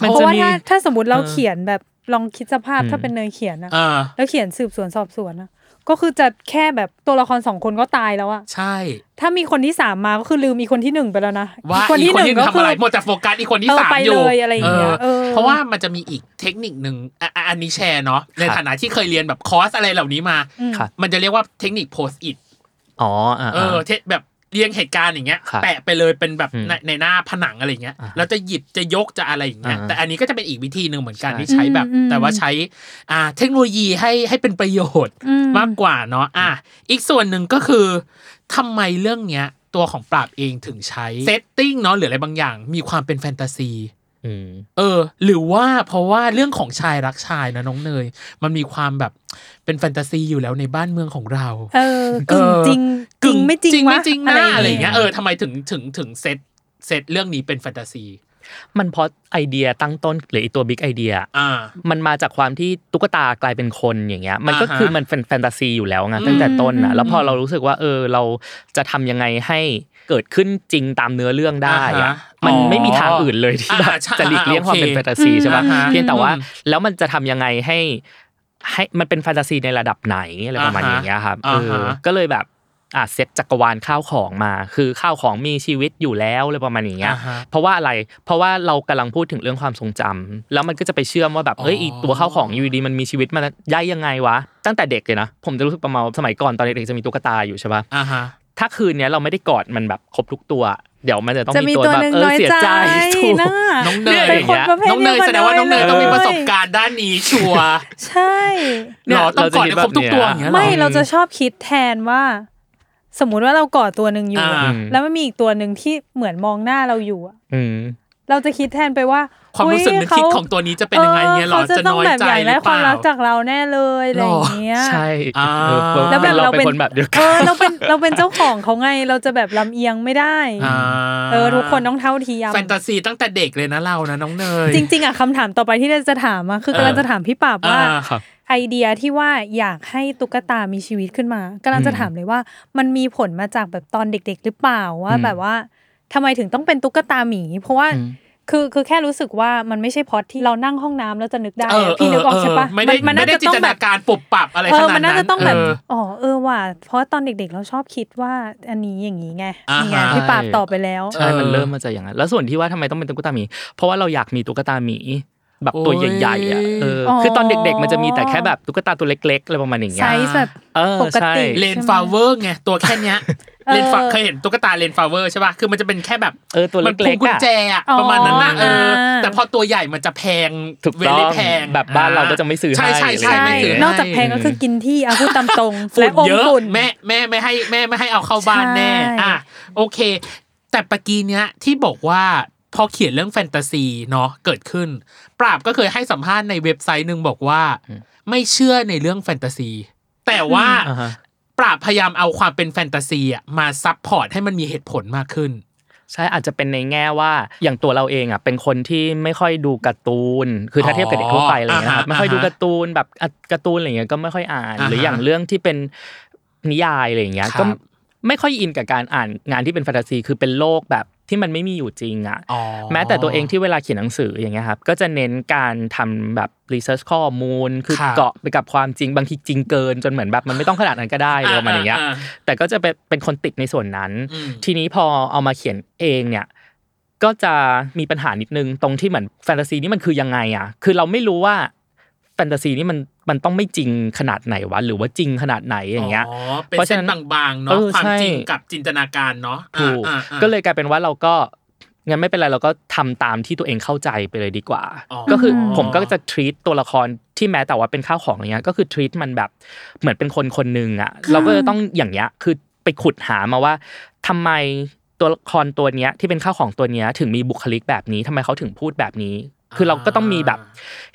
Speaker 3: มัน
Speaker 2: เพราะ
Speaker 3: จะ
Speaker 2: ว่า
Speaker 3: มี
Speaker 2: ถ้าถ้าสมมติเรา
Speaker 3: เออ
Speaker 2: เขียนแบบลองคิดสภาพ
Speaker 3: อืม
Speaker 2: ถ้าเป็นเนยเขียนอะ
Speaker 1: เออ
Speaker 2: แล้วเขียนสืบสวนสอบสวนอะก็คือจะแค่แบบตัวละครสองคนก็ตายแล้วอะ
Speaker 1: ใช่
Speaker 2: ถ้ามีคนที่สามมาก็คือลืมอีกคนที่หนึ่งไปแล้วนะ
Speaker 1: ว่าอีกคนที่หนึ่งทำอะไรหมดแต่โฟกัสอีกคนที่
Speaker 2: เออ
Speaker 1: สาม
Speaker 2: ไป
Speaker 1: อ
Speaker 2: เล
Speaker 1: ยู่
Speaker 2: ยอะไรอย่างเงี้ยเออ
Speaker 1: เพราะว่ามันจะมีอีกเทคนิคหนึ่งอ่ะอ่ะอันนี้แชร์เนาะใน
Speaker 3: ครับ
Speaker 1: ฐานะที่เคยเรียนแบบคอร์สอะไรเหล่านี้มา
Speaker 2: อืม
Speaker 3: ครับ
Speaker 1: มันจะเรียกว่าเทคนิคโพสต์อิท
Speaker 3: อ๋ออ่า
Speaker 1: เออเทสแบบเรียงเหตุการณ์อย่างเงี้ย
Speaker 3: ครับ
Speaker 1: แปะไปเลยเป็นแบบ
Speaker 3: อืม
Speaker 1: ในในหน้าผนังอะไรอย่างเงี้ย
Speaker 3: อ่าฮะ
Speaker 1: แล้วจะหยิบจะยกจะอะไรอย่างเงี้ย
Speaker 3: อ่า
Speaker 1: แต่อันนี้ก็จะเป็นอีกวิธีหนึ่งเหมือนกัน
Speaker 3: ใช่
Speaker 1: ที่ใช้แบบ
Speaker 2: อืมอืม
Speaker 1: แต่ว่าใช้อ่าเทคโนโลยีให้ให้เป็นประโยชน์
Speaker 2: อืม
Speaker 1: มากกว่าเนาะอ่ะอีกส่วนหนึ่งก็คือทำไมเรื่องเนี้ยตัวของปราบเองถึงใช้เซตติ้งเนาะหรืออะไรบางอย่าง มีความเป็นแฟนตาซี
Speaker 3: อืม
Speaker 1: เออ หรือว่าเพราะว่าเรื่องของชายรักชายนะน้องเนย มันมีความแบบเป็นแฟนตาซีอยู่แล้วในบ้านเมืองของเรา
Speaker 2: เออกึ่งจริง
Speaker 1: กึ่ง
Speaker 2: จริงไม่จริง
Speaker 1: จริง
Speaker 2: วะ
Speaker 1: ไม่จริงนะ
Speaker 2: อะ
Speaker 1: อะไรไรอย่
Speaker 2: อา
Speaker 1: ย่าง ง
Speaker 2: เงี้
Speaker 1: เงี้ย
Speaker 2: ย
Speaker 1: เออทำไมถึงถึงถึงเซตเซตเรื่องนี้เป็นแฟนตาซี
Speaker 3: มันเพราะไอเดียตั้งต้นหรือไอตัวบิ๊กไอเดีย
Speaker 1: อ่า
Speaker 3: มันมาจากความที่ตุ๊กตากลายเป็นคนอย่างเงี้ย มันก็
Speaker 1: อ่าฮะ
Speaker 3: คือมันเป็นแฟนตาซีอยู่แล้วไง
Speaker 1: อืม
Speaker 3: ตั้งแต่ต้น
Speaker 2: อื
Speaker 3: นะ
Speaker 2: ม
Speaker 3: แล้วพอเรารู้สึกว่าเออเราจะทำยังไงให้เกิดขึ้นจริงตามเนื้อเรื่องได้อะ
Speaker 1: อ่าฮะ
Speaker 3: มัน
Speaker 1: อ๋อ
Speaker 3: ไม่มีทางอื่นเลยที่
Speaker 1: อ่า
Speaker 3: แบบ
Speaker 1: ใช่
Speaker 3: จะหลีกเลี่ยงความเป็น
Speaker 1: โอเค
Speaker 3: แฟนตาซีใช่ปะ
Speaker 1: อ่าฮะ
Speaker 3: เพียงแต่ว่า
Speaker 1: อืม
Speaker 3: แล้วมันจะทำยังไงให้ ให้มันเป็นแฟนตาซีในระดับไหนอะไรประมาณ
Speaker 1: อ่าฮะ
Speaker 3: อย่างเงี้ยครับเอ
Speaker 1: อ่า
Speaker 3: อ
Speaker 1: ฮะ
Speaker 3: ก็เลยแบบอ่ะเซตจักรวาลข้าวของมา คือข้าวของมีชีวิตอยู่แล้วอะไรประมาณอย่างเงี้ย
Speaker 1: อ่าฮะ
Speaker 3: เพราะว่าอะไร เพราะว่าเรากำลังพูดถึงเรื่องความทรงจำ แล้วมันก็จะไปเชื่อมว่าแบบ เฮ้ย
Speaker 1: อ๋อ
Speaker 3: อีตัวข้าวของอยู่ดีมันมีชีวิตมันได้ยังไงวะ ตั้งแต่เด็กเลยนะ ผมจะรู้สึกประมาณว่าสมัยก่อนตอนเด็กๆจะมีตุ๊กตาอยู่ใช่ปะ
Speaker 1: อ่าฮะ
Speaker 3: ถ้าคืนเนี้ยเราไม่ได้กอดมันแบบครบทุกตัว เดี๋ยวมันจะต้อง
Speaker 2: จะ
Speaker 3: มี
Speaker 2: มี
Speaker 3: ตัว
Speaker 2: ตัว
Speaker 3: แบบ
Speaker 2: หนึ่ง
Speaker 3: เออ
Speaker 2: น้อย
Speaker 3: เสีย
Speaker 2: ใจ
Speaker 3: ใจถูก
Speaker 2: นะ
Speaker 1: น้องเนย
Speaker 2: ป็คนประเภท
Speaker 1: น้องเนยแสดงว่าน้องเนยต้องมีประสบการณ์ด้านนี้ชัวร์
Speaker 2: ใช่
Speaker 1: เนาะต้องกอดในครบทุกตัวอย่างเงี้ยหรอ
Speaker 2: ไม่เราจะชอบคิดแทนว่า สมมุติว่าเรากอดตัวหนึ่งอยู่
Speaker 1: อ่า
Speaker 2: แล้วมันมีอีกตัวหนึ่งที่เหมือนมองหน้าเราอยู่อะ
Speaker 3: อืม
Speaker 2: เราจะคิดแทนไปว่า
Speaker 1: ความรู้สึกนึกคิดของตัวนี้จะเป็นยังไงเงี้ยหรอ
Speaker 2: ขา
Speaker 1: จะ
Speaker 2: ต้
Speaker 1: น้
Speaker 2: อง
Speaker 1: อย
Speaker 2: แบบ
Speaker 1: ใจ
Speaker 2: อยาก
Speaker 1: หรื
Speaker 2: ได้
Speaker 1: อเป
Speaker 2: ความ
Speaker 1: ล่า
Speaker 2: รักจากเราแน่เลยอะไรอย่างเงี้ย
Speaker 3: ใช่
Speaker 1: อ่า
Speaker 3: เออเออ
Speaker 2: แล้วแบบ
Speaker 3: เรา
Speaker 2: เราเป็
Speaker 3: เป็น
Speaker 2: น
Speaker 3: คนแบบเดียว
Speaker 2: เอ
Speaker 3: กัน
Speaker 2: อเราเป็น เราเป็นเจ้าของเขาไงเราจะแบบลำเอียงไม่ได้
Speaker 1: อ่า
Speaker 2: เออทุกคนต้องเท่าเทียม
Speaker 1: แฟนตาซีตั้งแต่เด็กเลยนะเรานะน้องเนย
Speaker 2: จริงๆอ่ะคำถามต่อไปที่เราจะถามอ่ะคือ
Speaker 1: เออ
Speaker 2: กำลังจะถามพี่ปราบว่า
Speaker 1: อ่า
Speaker 3: ครับ
Speaker 2: ไอเดียที่ว่าอยากให้ตุ๊กตามีชีวิตขึ้นมากำลังจะถามเลยว่า มันมีผลมาจากแบบตอนเด็ก ๆ หรือเปล่าว่า
Speaker 3: อืม
Speaker 2: แบบว่าทำไมถึงต้องเป็นตุ๊กตาหมี เพราะว่า
Speaker 3: อืม
Speaker 2: คือคือแค่รู้สึกว่ามันไม่ใช่พล็อดที่เรานั่งห้องน้ำแล้วจะนึกได้
Speaker 1: เออ
Speaker 2: อะพี่นึกออกใช่ปะ
Speaker 1: เออเออไม่ได้
Speaker 2: มั
Speaker 1: ไม่ได้จินตนาการปุบปับอะไร
Speaker 2: เอ
Speaker 1: ข
Speaker 2: อ
Speaker 1: นาดนั้น
Speaker 2: มันน่าจะต้องแบบ
Speaker 1: เออ
Speaker 2: อ๋อเออว่ะเพราะว่าตอนเด็ก ๆ เราชอบคิดว่าอันนี้อย่างนี้ไง
Speaker 1: อ่าฮะ
Speaker 2: นี่ไงพี่ปราบตอบไปแล้ว
Speaker 3: ใช่
Speaker 1: เออ
Speaker 3: มันเริ่มมาจากอย่างนั้น แล้วส่วนที่ว่าทำไมต้องเป็นตุ๊กตาหมี เพราะว่าเราอยากมีตุ๊กตาหมี แบบตัว
Speaker 1: โอ้ย
Speaker 3: ใหญ่ๆอ่ะ เออ
Speaker 2: อ๋อ
Speaker 3: คือตอนเด็กๆ มันจะมีแต่แค่แบบตุ๊กตาตัวเล็กๆ อะไรประมาณอย่าง
Speaker 2: ไซ
Speaker 3: เงี้ย
Speaker 2: ส์แบบ
Speaker 3: เออ
Speaker 2: ปก
Speaker 3: ใช่
Speaker 2: ติ
Speaker 1: เลนฟลาเวอร์ไงตัวแค่เนี้ยเลนฟลาเคยเห็นตุ๊กตาเลนฟลาเวอร์ใช่ป่ะคือมันจะเป็นแค่แบบ
Speaker 3: เออตัว
Speaker 1: มันพ
Speaker 3: เล็
Speaker 1: วง
Speaker 3: ก
Speaker 1: กุญ
Speaker 3: ๆอ่ะ
Speaker 1: แจอะ
Speaker 2: อ๋อ
Speaker 1: ประมาณนั้นนะเออ
Speaker 2: อ่า
Speaker 1: แต่พอตัวใหญ่มันจะแพง
Speaker 3: ถูกต้อง
Speaker 1: เวลี่แพง
Speaker 3: แบบบ้านเราก็จะไม่ซื้อให้
Speaker 1: ใช่ใช่ใช่
Speaker 2: ใช่
Speaker 1: ไม่ซื้อให้
Speaker 2: นอกจากแพงก็คือกินที่อาพูดตามตรง
Speaker 1: ฝุ่
Speaker 2: และ
Speaker 1: น
Speaker 2: อม
Speaker 1: เยอะ
Speaker 2: ฝุ่น
Speaker 1: แม่แม่ไม่ให้แม่ไม่ให้เอาเข้าบ้านแน่
Speaker 2: ใช่
Speaker 1: อ่ะโอเค แต่ปกีเนี้ยที่บอกว่าพอเขียนเรื่องแฟนตาซีเนาะเกิดขึ้น ปราบก็เคยให้สัมภาษณ์ในเว็บไซต์หนึ่งบอกว่า ไม่เชื่อในเรื่องแฟนตาซี แต่ว่า
Speaker 3: อ่าฮะ
Speaker 1: ปราบพยายามเอาความเป็นแฟนตาซีอะมาซับพอร์ตให้มันมีเหตุผลมากขึ้น
Speaker 3: ใช่อาจจะเป็นในแง่ว่าอย่างตัวเราเองอ่ะเป็นคนที่ไม่ค่อยดูการ์ตูน คือถ้าเทียบกับเด็กทั่วไปอะไรเลยนะค
Speaker 1: อ่า
Speaker 3: รับ
Speaker 1: ฮะ
Speaker 3: ไม่ค่อยดูการ์ตูนแบบอ่ะการ์ตูนอะไรเงี้ยก็ไม่ค่อยอ่าน
Speaker 1: อ่าฮะ
Speaker 3: หรืออย่างเรื่องที่เป็นนิยายอะไรเงี้ย
Speaker 1: ครับ
Speaker 3: ก็ไม่ค่อยอินกับการอ่านงานที่เป็นแฟนตาซีคือเป็นโลกแบบที่มันไม่มีอยู่จริงอ่ะ
Speaker 1: อ๋อ
Speaker 3: แม้แต่ตัวเองที่เวลาเขียนหนังสืออย่างเงี้ยครับก็จะเน้นการทำแบบรีเสิร์ชข้อมูล คือ
Speaker 1: ครับ
Speaker 3: เกาะไปกับความจริงบางทีจริงเกิน จนเหมือนแบบมันไม่ต้องขนาดนั้นก็ได้
Speaker 1: อ่า
Speaker 3: ประมาณอย่างเงี้ย
Speaker 1: อ่า
Speaker 3: แต่ก็จะเป็นเป็นคนติดในส่วนนั้น
Speaker 1: อืม
Speaker 3: ทีนี้พอเอามาเขียนเองเนี่ยก็จะมีปัญหานิดนึงตรงที่เหมือนแฟนตาซีนี่มันคือยังไงอ่ะคือเราไม่รู้ว่าแฟนตาซีนี่มันมันต้องไม่จริงขนาดไหนวะหรือว่าจริงขนาดไหนอย่างเงี้ย
Speaker 1: อ๋อเป็นเส้นบางๆเนาะ
Speaker 3: เออ
Speaker 1: ความ
Speaker 3: ใช่
Speaker 1: จริงกับจินตนาการเนาะอ่า
Speaker 3: ถูก
Speaker 1: อ่าอ่า
Speaker 3: ก็เลยกลายเป็นว่าเราก็งั้นไม่เป็นไรเราก็ทำตามที่ตัวเองเข้าใจไปเลยดีกว่า
Speaker 1: อ๋อ
Speaker 3: ก็คืออ
Speaker 2: ม
Speaker 3: ผมก็จะ treat ตัวละครที่แม้แต่ว่าเป็นข้าวของอะไรเงี้ยก็คือ treat มันแบบเหมือนเป็นคนคนหนึ่งอ่ะเราก็จะต้องอย่างเงี้ยคือไปขุดหามาว่าทำไมตัวละครตัวเนี้ยที่เป็นข้าวของตัวเนี้ยถึงมีบุคลิกแบบนี้ทำไมเขาถึงพูดแบบนี้ คือเราก็ต้องมีแบบ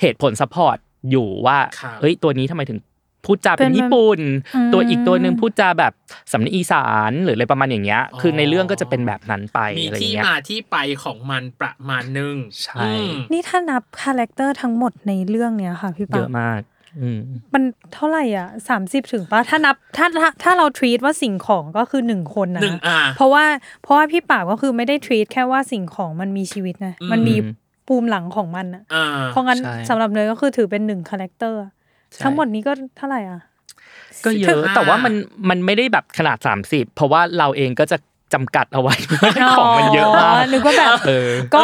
Speaker 3: เหตุผล support อยู่ว่า
Speaker 1: ครับ
Speaker 3: เฮ้ยตัวนี้ทำไมถึงพูดจาเป็น
Speaker 2: เป็น
Speaker 3: ญี่ปุ่น
Speaker 2: อืม
Speaker 3: ตัวอีกตัวหนึ่งพูดจาแบบสำเนียงอีสานหรืออะไรประมาณอย่างเงี้ย
Speaker 1: อ๋อ
Speaker 3: คือในเรื่องก็จะเป็นแบบนั้นไป
Speaker 1: มี
Speaker 3: อะไร
Speaker 1: ที่
Speaker 3: เงี้ย
Speaker 1: มาที่ไปของมันประมาณหนึ่ง
Speaker 3: ใช่
Speaker 1: อืม
Speaker 2: นี่ถ้านับคาแรคเตอร์ทั้งหมดในเรื่องเนี้ยค่ะพี่
Speaker 3: เย
Speaker 2: ปัง
Speaker 3: อะมาก อืม
Speaker 2: มันเท่าไหร่อ่ะสามสิบถึงปะถ้านับถ้าถ้าถ้าเราทรีตว่าสิ่งของก็คือหนึ่งคนนะ
Speaker 1: หนึ่งอ่า
Speaker 2: เพราะว่าเพราะว่าพี่ป่าบก็คือไม่ได้ทรีตแค่ว่าสิ่งของมันมีชีวิตนะ
Speaker 1: อืม
Speaker 2: มันมีปูมหลังของมันอ่ะ
Speaker 1: อ่า
Speaker 2: เพราะงั้น
Speaker 3: ใช่
Speaker 2: สำหรับเนยก็คือถือเป็นหนึ่งคาแรคเตอร์อะทั้งหมดนี้ก็เท่าไหร่อ่ะ
Speaker 3: ก็เยอะ แต่ว่ามันมันไม่ได้แบบขนาด 30 เพราะว่าเราเองก็จะจำกัดเอาไว้ ของมันเยอะมาก
Speaker 2: นึกว่าแบบ
Speaker 3: เออ
Speaker 2: ก็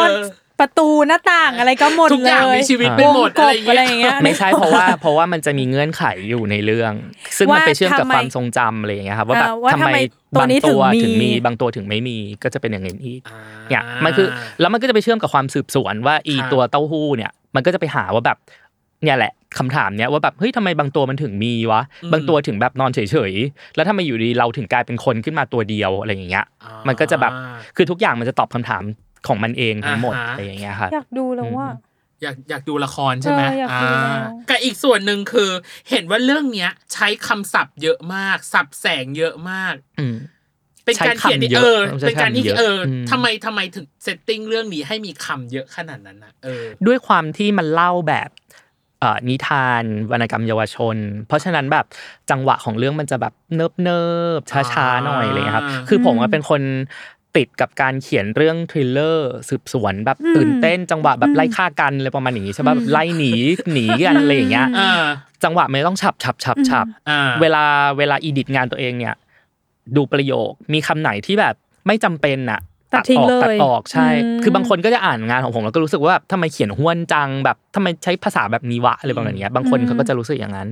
Speaker 2: ประตูหน้าต่างอะไรก็หมดเลย
Speaker 1: ทุกอย่างมีชีวิตไปหมด
Speaker 2: วงก
Speaker 1: อะ
Speaker 2: บ
Speaker 1: ไร
Speaker 2: อะไร
Speaker 1: อย่
Speaker 2: อา
Speaker 1: ย่าง ง
Speaker 2: เงี้
Speaker 1: เงี้
Speaker 2: ย
Speaker 1: ย
Speaker 3: ไม่ใช่เพราะว่าเพราะว่ามันจะมีเงื่อนไขอยู่ในเรื่อง ซึ่งมันไปเชื่อมกั
Speaker 2: ว่า
Speaker 3: บ
Speaker 2: ทำไม
Speaker 3: ความทรงจำอะไรอย่างเงี้ยครับว่าแบบ
Speaker 2: อ่าว่า
Speaker 3: ทำ
Speaker 2: ทำไม
Speaker 3: ไม
Speaker 2: ตัว
Speaker 3: บาง
Speaker 2: นี้
Speaker 3: ตัว
Speaker 2: ถึ
Speaker 3: ถึ
Speaker 2: ง
Speaker 3: ง
Speaker 2: มี
Speaker 3: มีบางตัวถึงไม่มีก็จะเป็นอย่างอื่นอีก
Speaker 1: อ่า
Speaker 3: เนี่ยมันคือแล้วมันก็จะไปเชื่อมกับความสืบสวนว่าอี
Speaker 1: ครับ
Speaker 3: ตัวเต้าหู้เนี่ยมันก็จะไปหาว่าแบบเนี่ยแหละคำถามเนี่ยว่าแบบเฮ้ยทำไมบางตัวมันถึงมีวะ
Speaker 1: อืม
Speaker 3: บางตัวถึงแบบนอนเฉยๆแล้วทำไมอยู่ดีเราถึงกลายเป็นคนขึ้นมาตัวเดียวอะไรอย่างเงี้ย
Speaker 1: อ่า
Speaker 3: มันก็จะแบบคือทุกอย่างมันจะตอบคำถามของมันเองทั้งหมด
Speaker 1: อ่าฮะ
Speaker 3: อะไรอย่างเงี้ยครับ
Speaker 2: อยากดูแล้วว่า
Speaker 1: อยากอยากดูละครใช่ไหม
Speaker 2: เอออยากดูแล้ว
Speaker 1: กับอีกส่วนหนึ่งคือ เห็นว่าเรื่องเนี้ย ใช้คำศัพท์เยอะมาก สับแสงเยอะมาก
Speaker 3: อืม
Speaker 1: เป็นการเขียนที่
Speaker 3: ใช้คำเยอะ
Speaker 1: เออ
Speaker 3: ใช้คำ
Speaker 1: เป็นการที่
Speaker 3: เยอะ
Speaker 1: เอออ
Speaker 3: ม
Speaker 1: ทำไมทำไมถึงเซตติ้งเรื่องนี้ให้มีคำเยอะขนาดนั้นนะเออ
Speaker 3: ด้วยความที่มันเล่าแบบเอ่อนิทานวรรณกรรมเยาวชน เพราะฉะนั้นแบบจังหวะของเรื่องมันจะแบบเนิบเนิบๆช้าๆหน่อยอะไรเลยครับ
Speaker 1: อ่า
Speaker 3: คือผมอะ
Speaker 2: อืม
Speaker 3: เป็นคนติดกับการเขียนเรื่องทริลเลอร์สืบสวนแบบ
Speaker 2: อืม
Speaker 3: ตื่นเต้น จังหวะแบ
Speaker 2: อื
Speaker 3: บ
Speaker 2: ม
Speaker 3: ไล่ฆ่ากันอะไรประมาณอย่างนี้ใช่ป่ะ
Speaker 2: อืม
Speaker 3: แบบไล่หนีหนีกันอะไรอย่างเงี้ย
Speaker 2: อืม
Speaker 1: อ่า
Speaker 3: จังหวะมันต้องฉับฉับฉับฉับ
Speaker 1: อ่า
Speaker 3: เวลาเวลาอีดิทงานตัวเองเนี่ย ดูประโยคมีคำไหนที่แบบไม่จำเป็นน่ะ
Speaker 2: ตัดทิ้ง
Speaker 3: ออก
Speaker 2: เลย
Speaker 3: ตัดออกใช่
Speaker 2: อืม
Speaker 3: คือบางคนก็จะอ่านงานของผมแล้วก็รู้สึกว่าแบบทำไมเขียนห้วนจังแบบทำไมใช้ภาษาแบบนี้วะอะไรประมาณเนี้ยบางคนเขาก็จะรู้สึกอย่างนั้น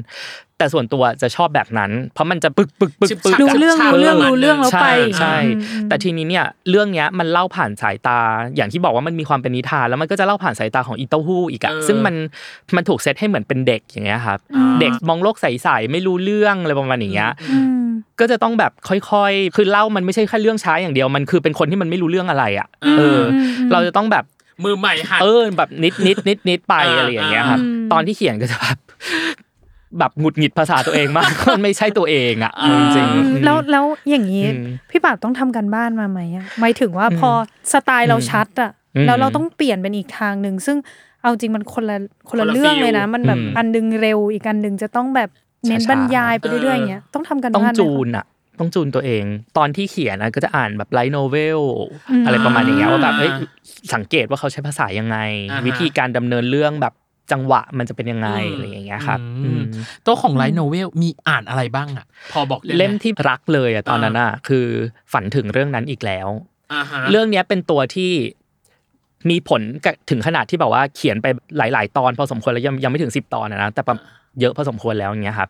Speaker 3: แต่ส่วนตัวจะชอบแบบนั้น เพราะมันจะปึกปึกปึกปึก
Speaker 1: จั
Speaker 2: รู้
Speaker 1: บ
Speaker 2: เรื่อง
Speaker 1: ฉาก
Speaker 2: รู้เรื่อง
Speaker 1: ประมาณ
Speaker 2: รู้เรื่อง
Speaker 1: หนึ่ง
Speaker 2: แล้ว
Speaker 3: ใช่
Speaker 2: ไป
Speaker 3: ใช่
Speaker 2: อืมอืม
Speaker 3: แต่ทีนี้เนี่ยเรื่องเนี้ยมันเล่าผ่านสายตาอย่างที่บอกว่ามันมีความเป็นนิทานแล้วมันก็จะเล่าผ่านสายตาของอีเต้าหู้อีกอะ
Speaker 1: เออ
Speaker 3: ซึ่งมันมันถูกเซตให้เหมือนเป็นเด็กอย่างเงี้ยครับ
Speaker 1: อ่า
Speaker 3: เด็กมองโลกใสๆไม่รู้เรื่องอะไรประมาณอย่างเงี้ย
Speaker 2: อืม
Speaker 3: ก็จะต้องแบบค่อยๆ คือเล่ามันไม่ใช่แค่เรื่องช้าอย่างเดียวมันคือเป็นคนที่มันไม่รู้เรื่องอะไรอะเอออ
Speaker 2: ม
Speaker 3: เราจะต้องแบบ
Speaker 1: มือใหม่หัด
Speaker 3: เออแบบนิดนิดนิดนิดไป
Speaker 1: อ่า
Speaker 3: อะไรอย่างเงี้ยครับ
Speaker 2: อืม
Speaker 3: ตอนที่เขียนก็จะแบบแบบหงุดหงิดภาษาตัวเองมาก มันไม่ใช่ตัวเองอะเอาจริงๆ
Speaker 2: แล้วแล้วอย่างนี้
Speaker 3: อืม
Speaker 2: พี่ป่าบต้องทำกันบ้านมาไหมอะหมายถึงว่าพอสไตล์เราชัดอะ
Speaker 3: อืม
Speaker 2: แล้วเราต้องเปลี่ยนเป็นอีกทางหนึ่งซึ่งเอาจริงมันคนละคนละ
Speaker 1: คนละ
Speaker 2: เรื่องเลยนะ
Speaker 1: feel
Speaker 2: มันแบบ
Speaker 3: อืม
Speaker 2: อันดึงเร็วอีกอันดึงจะต้องแบบเน้นบ
Speaker 3: ช้าๆ
Speaker 2: รรยายไปเรื่อยๆอย่างเงี้ยต้องทำกัน
Speaker 3: ต้อง
Speaker 2: บ้านไหม
Speaker 3: จู
Speaker 2: คะ
Speaker 3: นอะต้องจูนตัวเอง ตอนที่เขียนอะก็จะอ่านแบบไลท์โนเวล
Speaker 2: อืม
Speaker 3: อะไรประมาณอย่างเงี้ยว่าแบบ
Speaker 1: อ่า
Speaker 3: เอ้ยสังเกตว่าเขาใช้ภาษายังไง
Speaker 1: อ่าฮะ
Speaker 3: วิธีการดำเนินเรื่องแบบจังหวะมันจะเป็นยังไง
Speaker 1: อืม
Speaker 3: อะไรอย่างเงี้ยครับ
Speaker 1: อืม
Speaker 3: อืม
Speaker 1: ตัวของไลท์โนเวลมีอ่านอะไรบ้างอ่ะ พอบอกได้ไห
Speaker 3: เล่มที่รักเลยอะตอนนั้นอะคือฝันถึงเรื่องนั้นอีกแล้ว
Speaker 1: อ่าฮะ
Speaker 3: เรื่องเนี้ยเป็นตัวที่มีผลกับถึงขนาดที่แบบว่าเขียนไปหลาย ๆ ตอนพอสมควรแล้วยังยังไม่ถึงสิบตอนอะนะแต่แบบเยอะพอสมควรแล้วอย่างเงี้ยครับ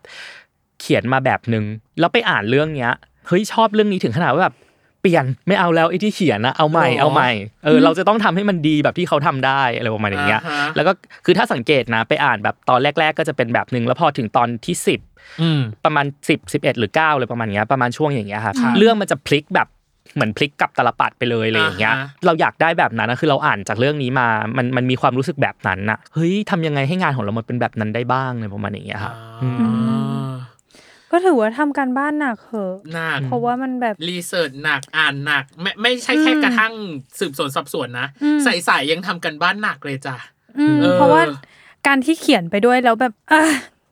Speaker 3: เขียนมาแบบหนึ่งแล้วไปอ่านเรื่องเนี้ยเฮ้ยชอบเรื่องนี้ถึงขนาดว่าแบบเปลี่ยนไม่เอาแล้วไอ้ที่เขียนนะเอาใหม่
Speaker 1: หรอ
Speaker 3: เอาใหม่เออเราจะต้องทำให้มันดีแบบที่เขาทำได้อะไรประมาณอย่างเงี้ย
Speaker 1: อ่าฮะ
Speaker 3: แล้วก็คือถ้าสังเกตนะไปอ่านแบบตอนแรก ๆ ก็จะเป็นแบบหนึ่งแล้วพอถึงตอนที่สิบ
Speaker 1: อืม
Speaker 3: ประมาณ 10 11 หรือ9เลยประมาณเนี้ยประมาณช่วงอย่างเงี้ยครับ
Speaker 1: ครับ
Speaker 3: เรื่องมันจะพลิกแบบเหมือนพลิกกลับตลปัดไปเลยอะไรอย่างเงี้ย
Speaker 1: อ่าฮะ
Speaker 3: เราอยากได้แบบนั้นนะคือเราอ่านจากเรื่องนี้มามันมันมีความรู้สึกแบบนั้นนะเฮ้ยทำยังไงให้งานของเรามันเป็นแบบนั้นได้บ้างเลยประมาณอย่างเงี้ยครับ
Speaker 1: อ่า
Speaker 2: ก็ ก็ถือว่าทำการบ้านหนักเหอะ
Speaker 1: หนัก
Speaker 2: เพราะว่ามันแบบ
Speaker 1: รีเสิร์ชหนักอ่านหนัก ไม่ไม่ใช่แค่
Speaker 2: อืม
Speaker 1: กระทั่งสืบสวนสอบสวนนะ
Speaker 2: อืม
Speaker 1: ใส่สายยังทำกันบ้านหนักเลยจ้ะ
Speaker 2: อืม
Speaker 1: เออ
Speaker 2: เพราะว่าการที่เขียนไปด้วยแล้วแบบอ่ะ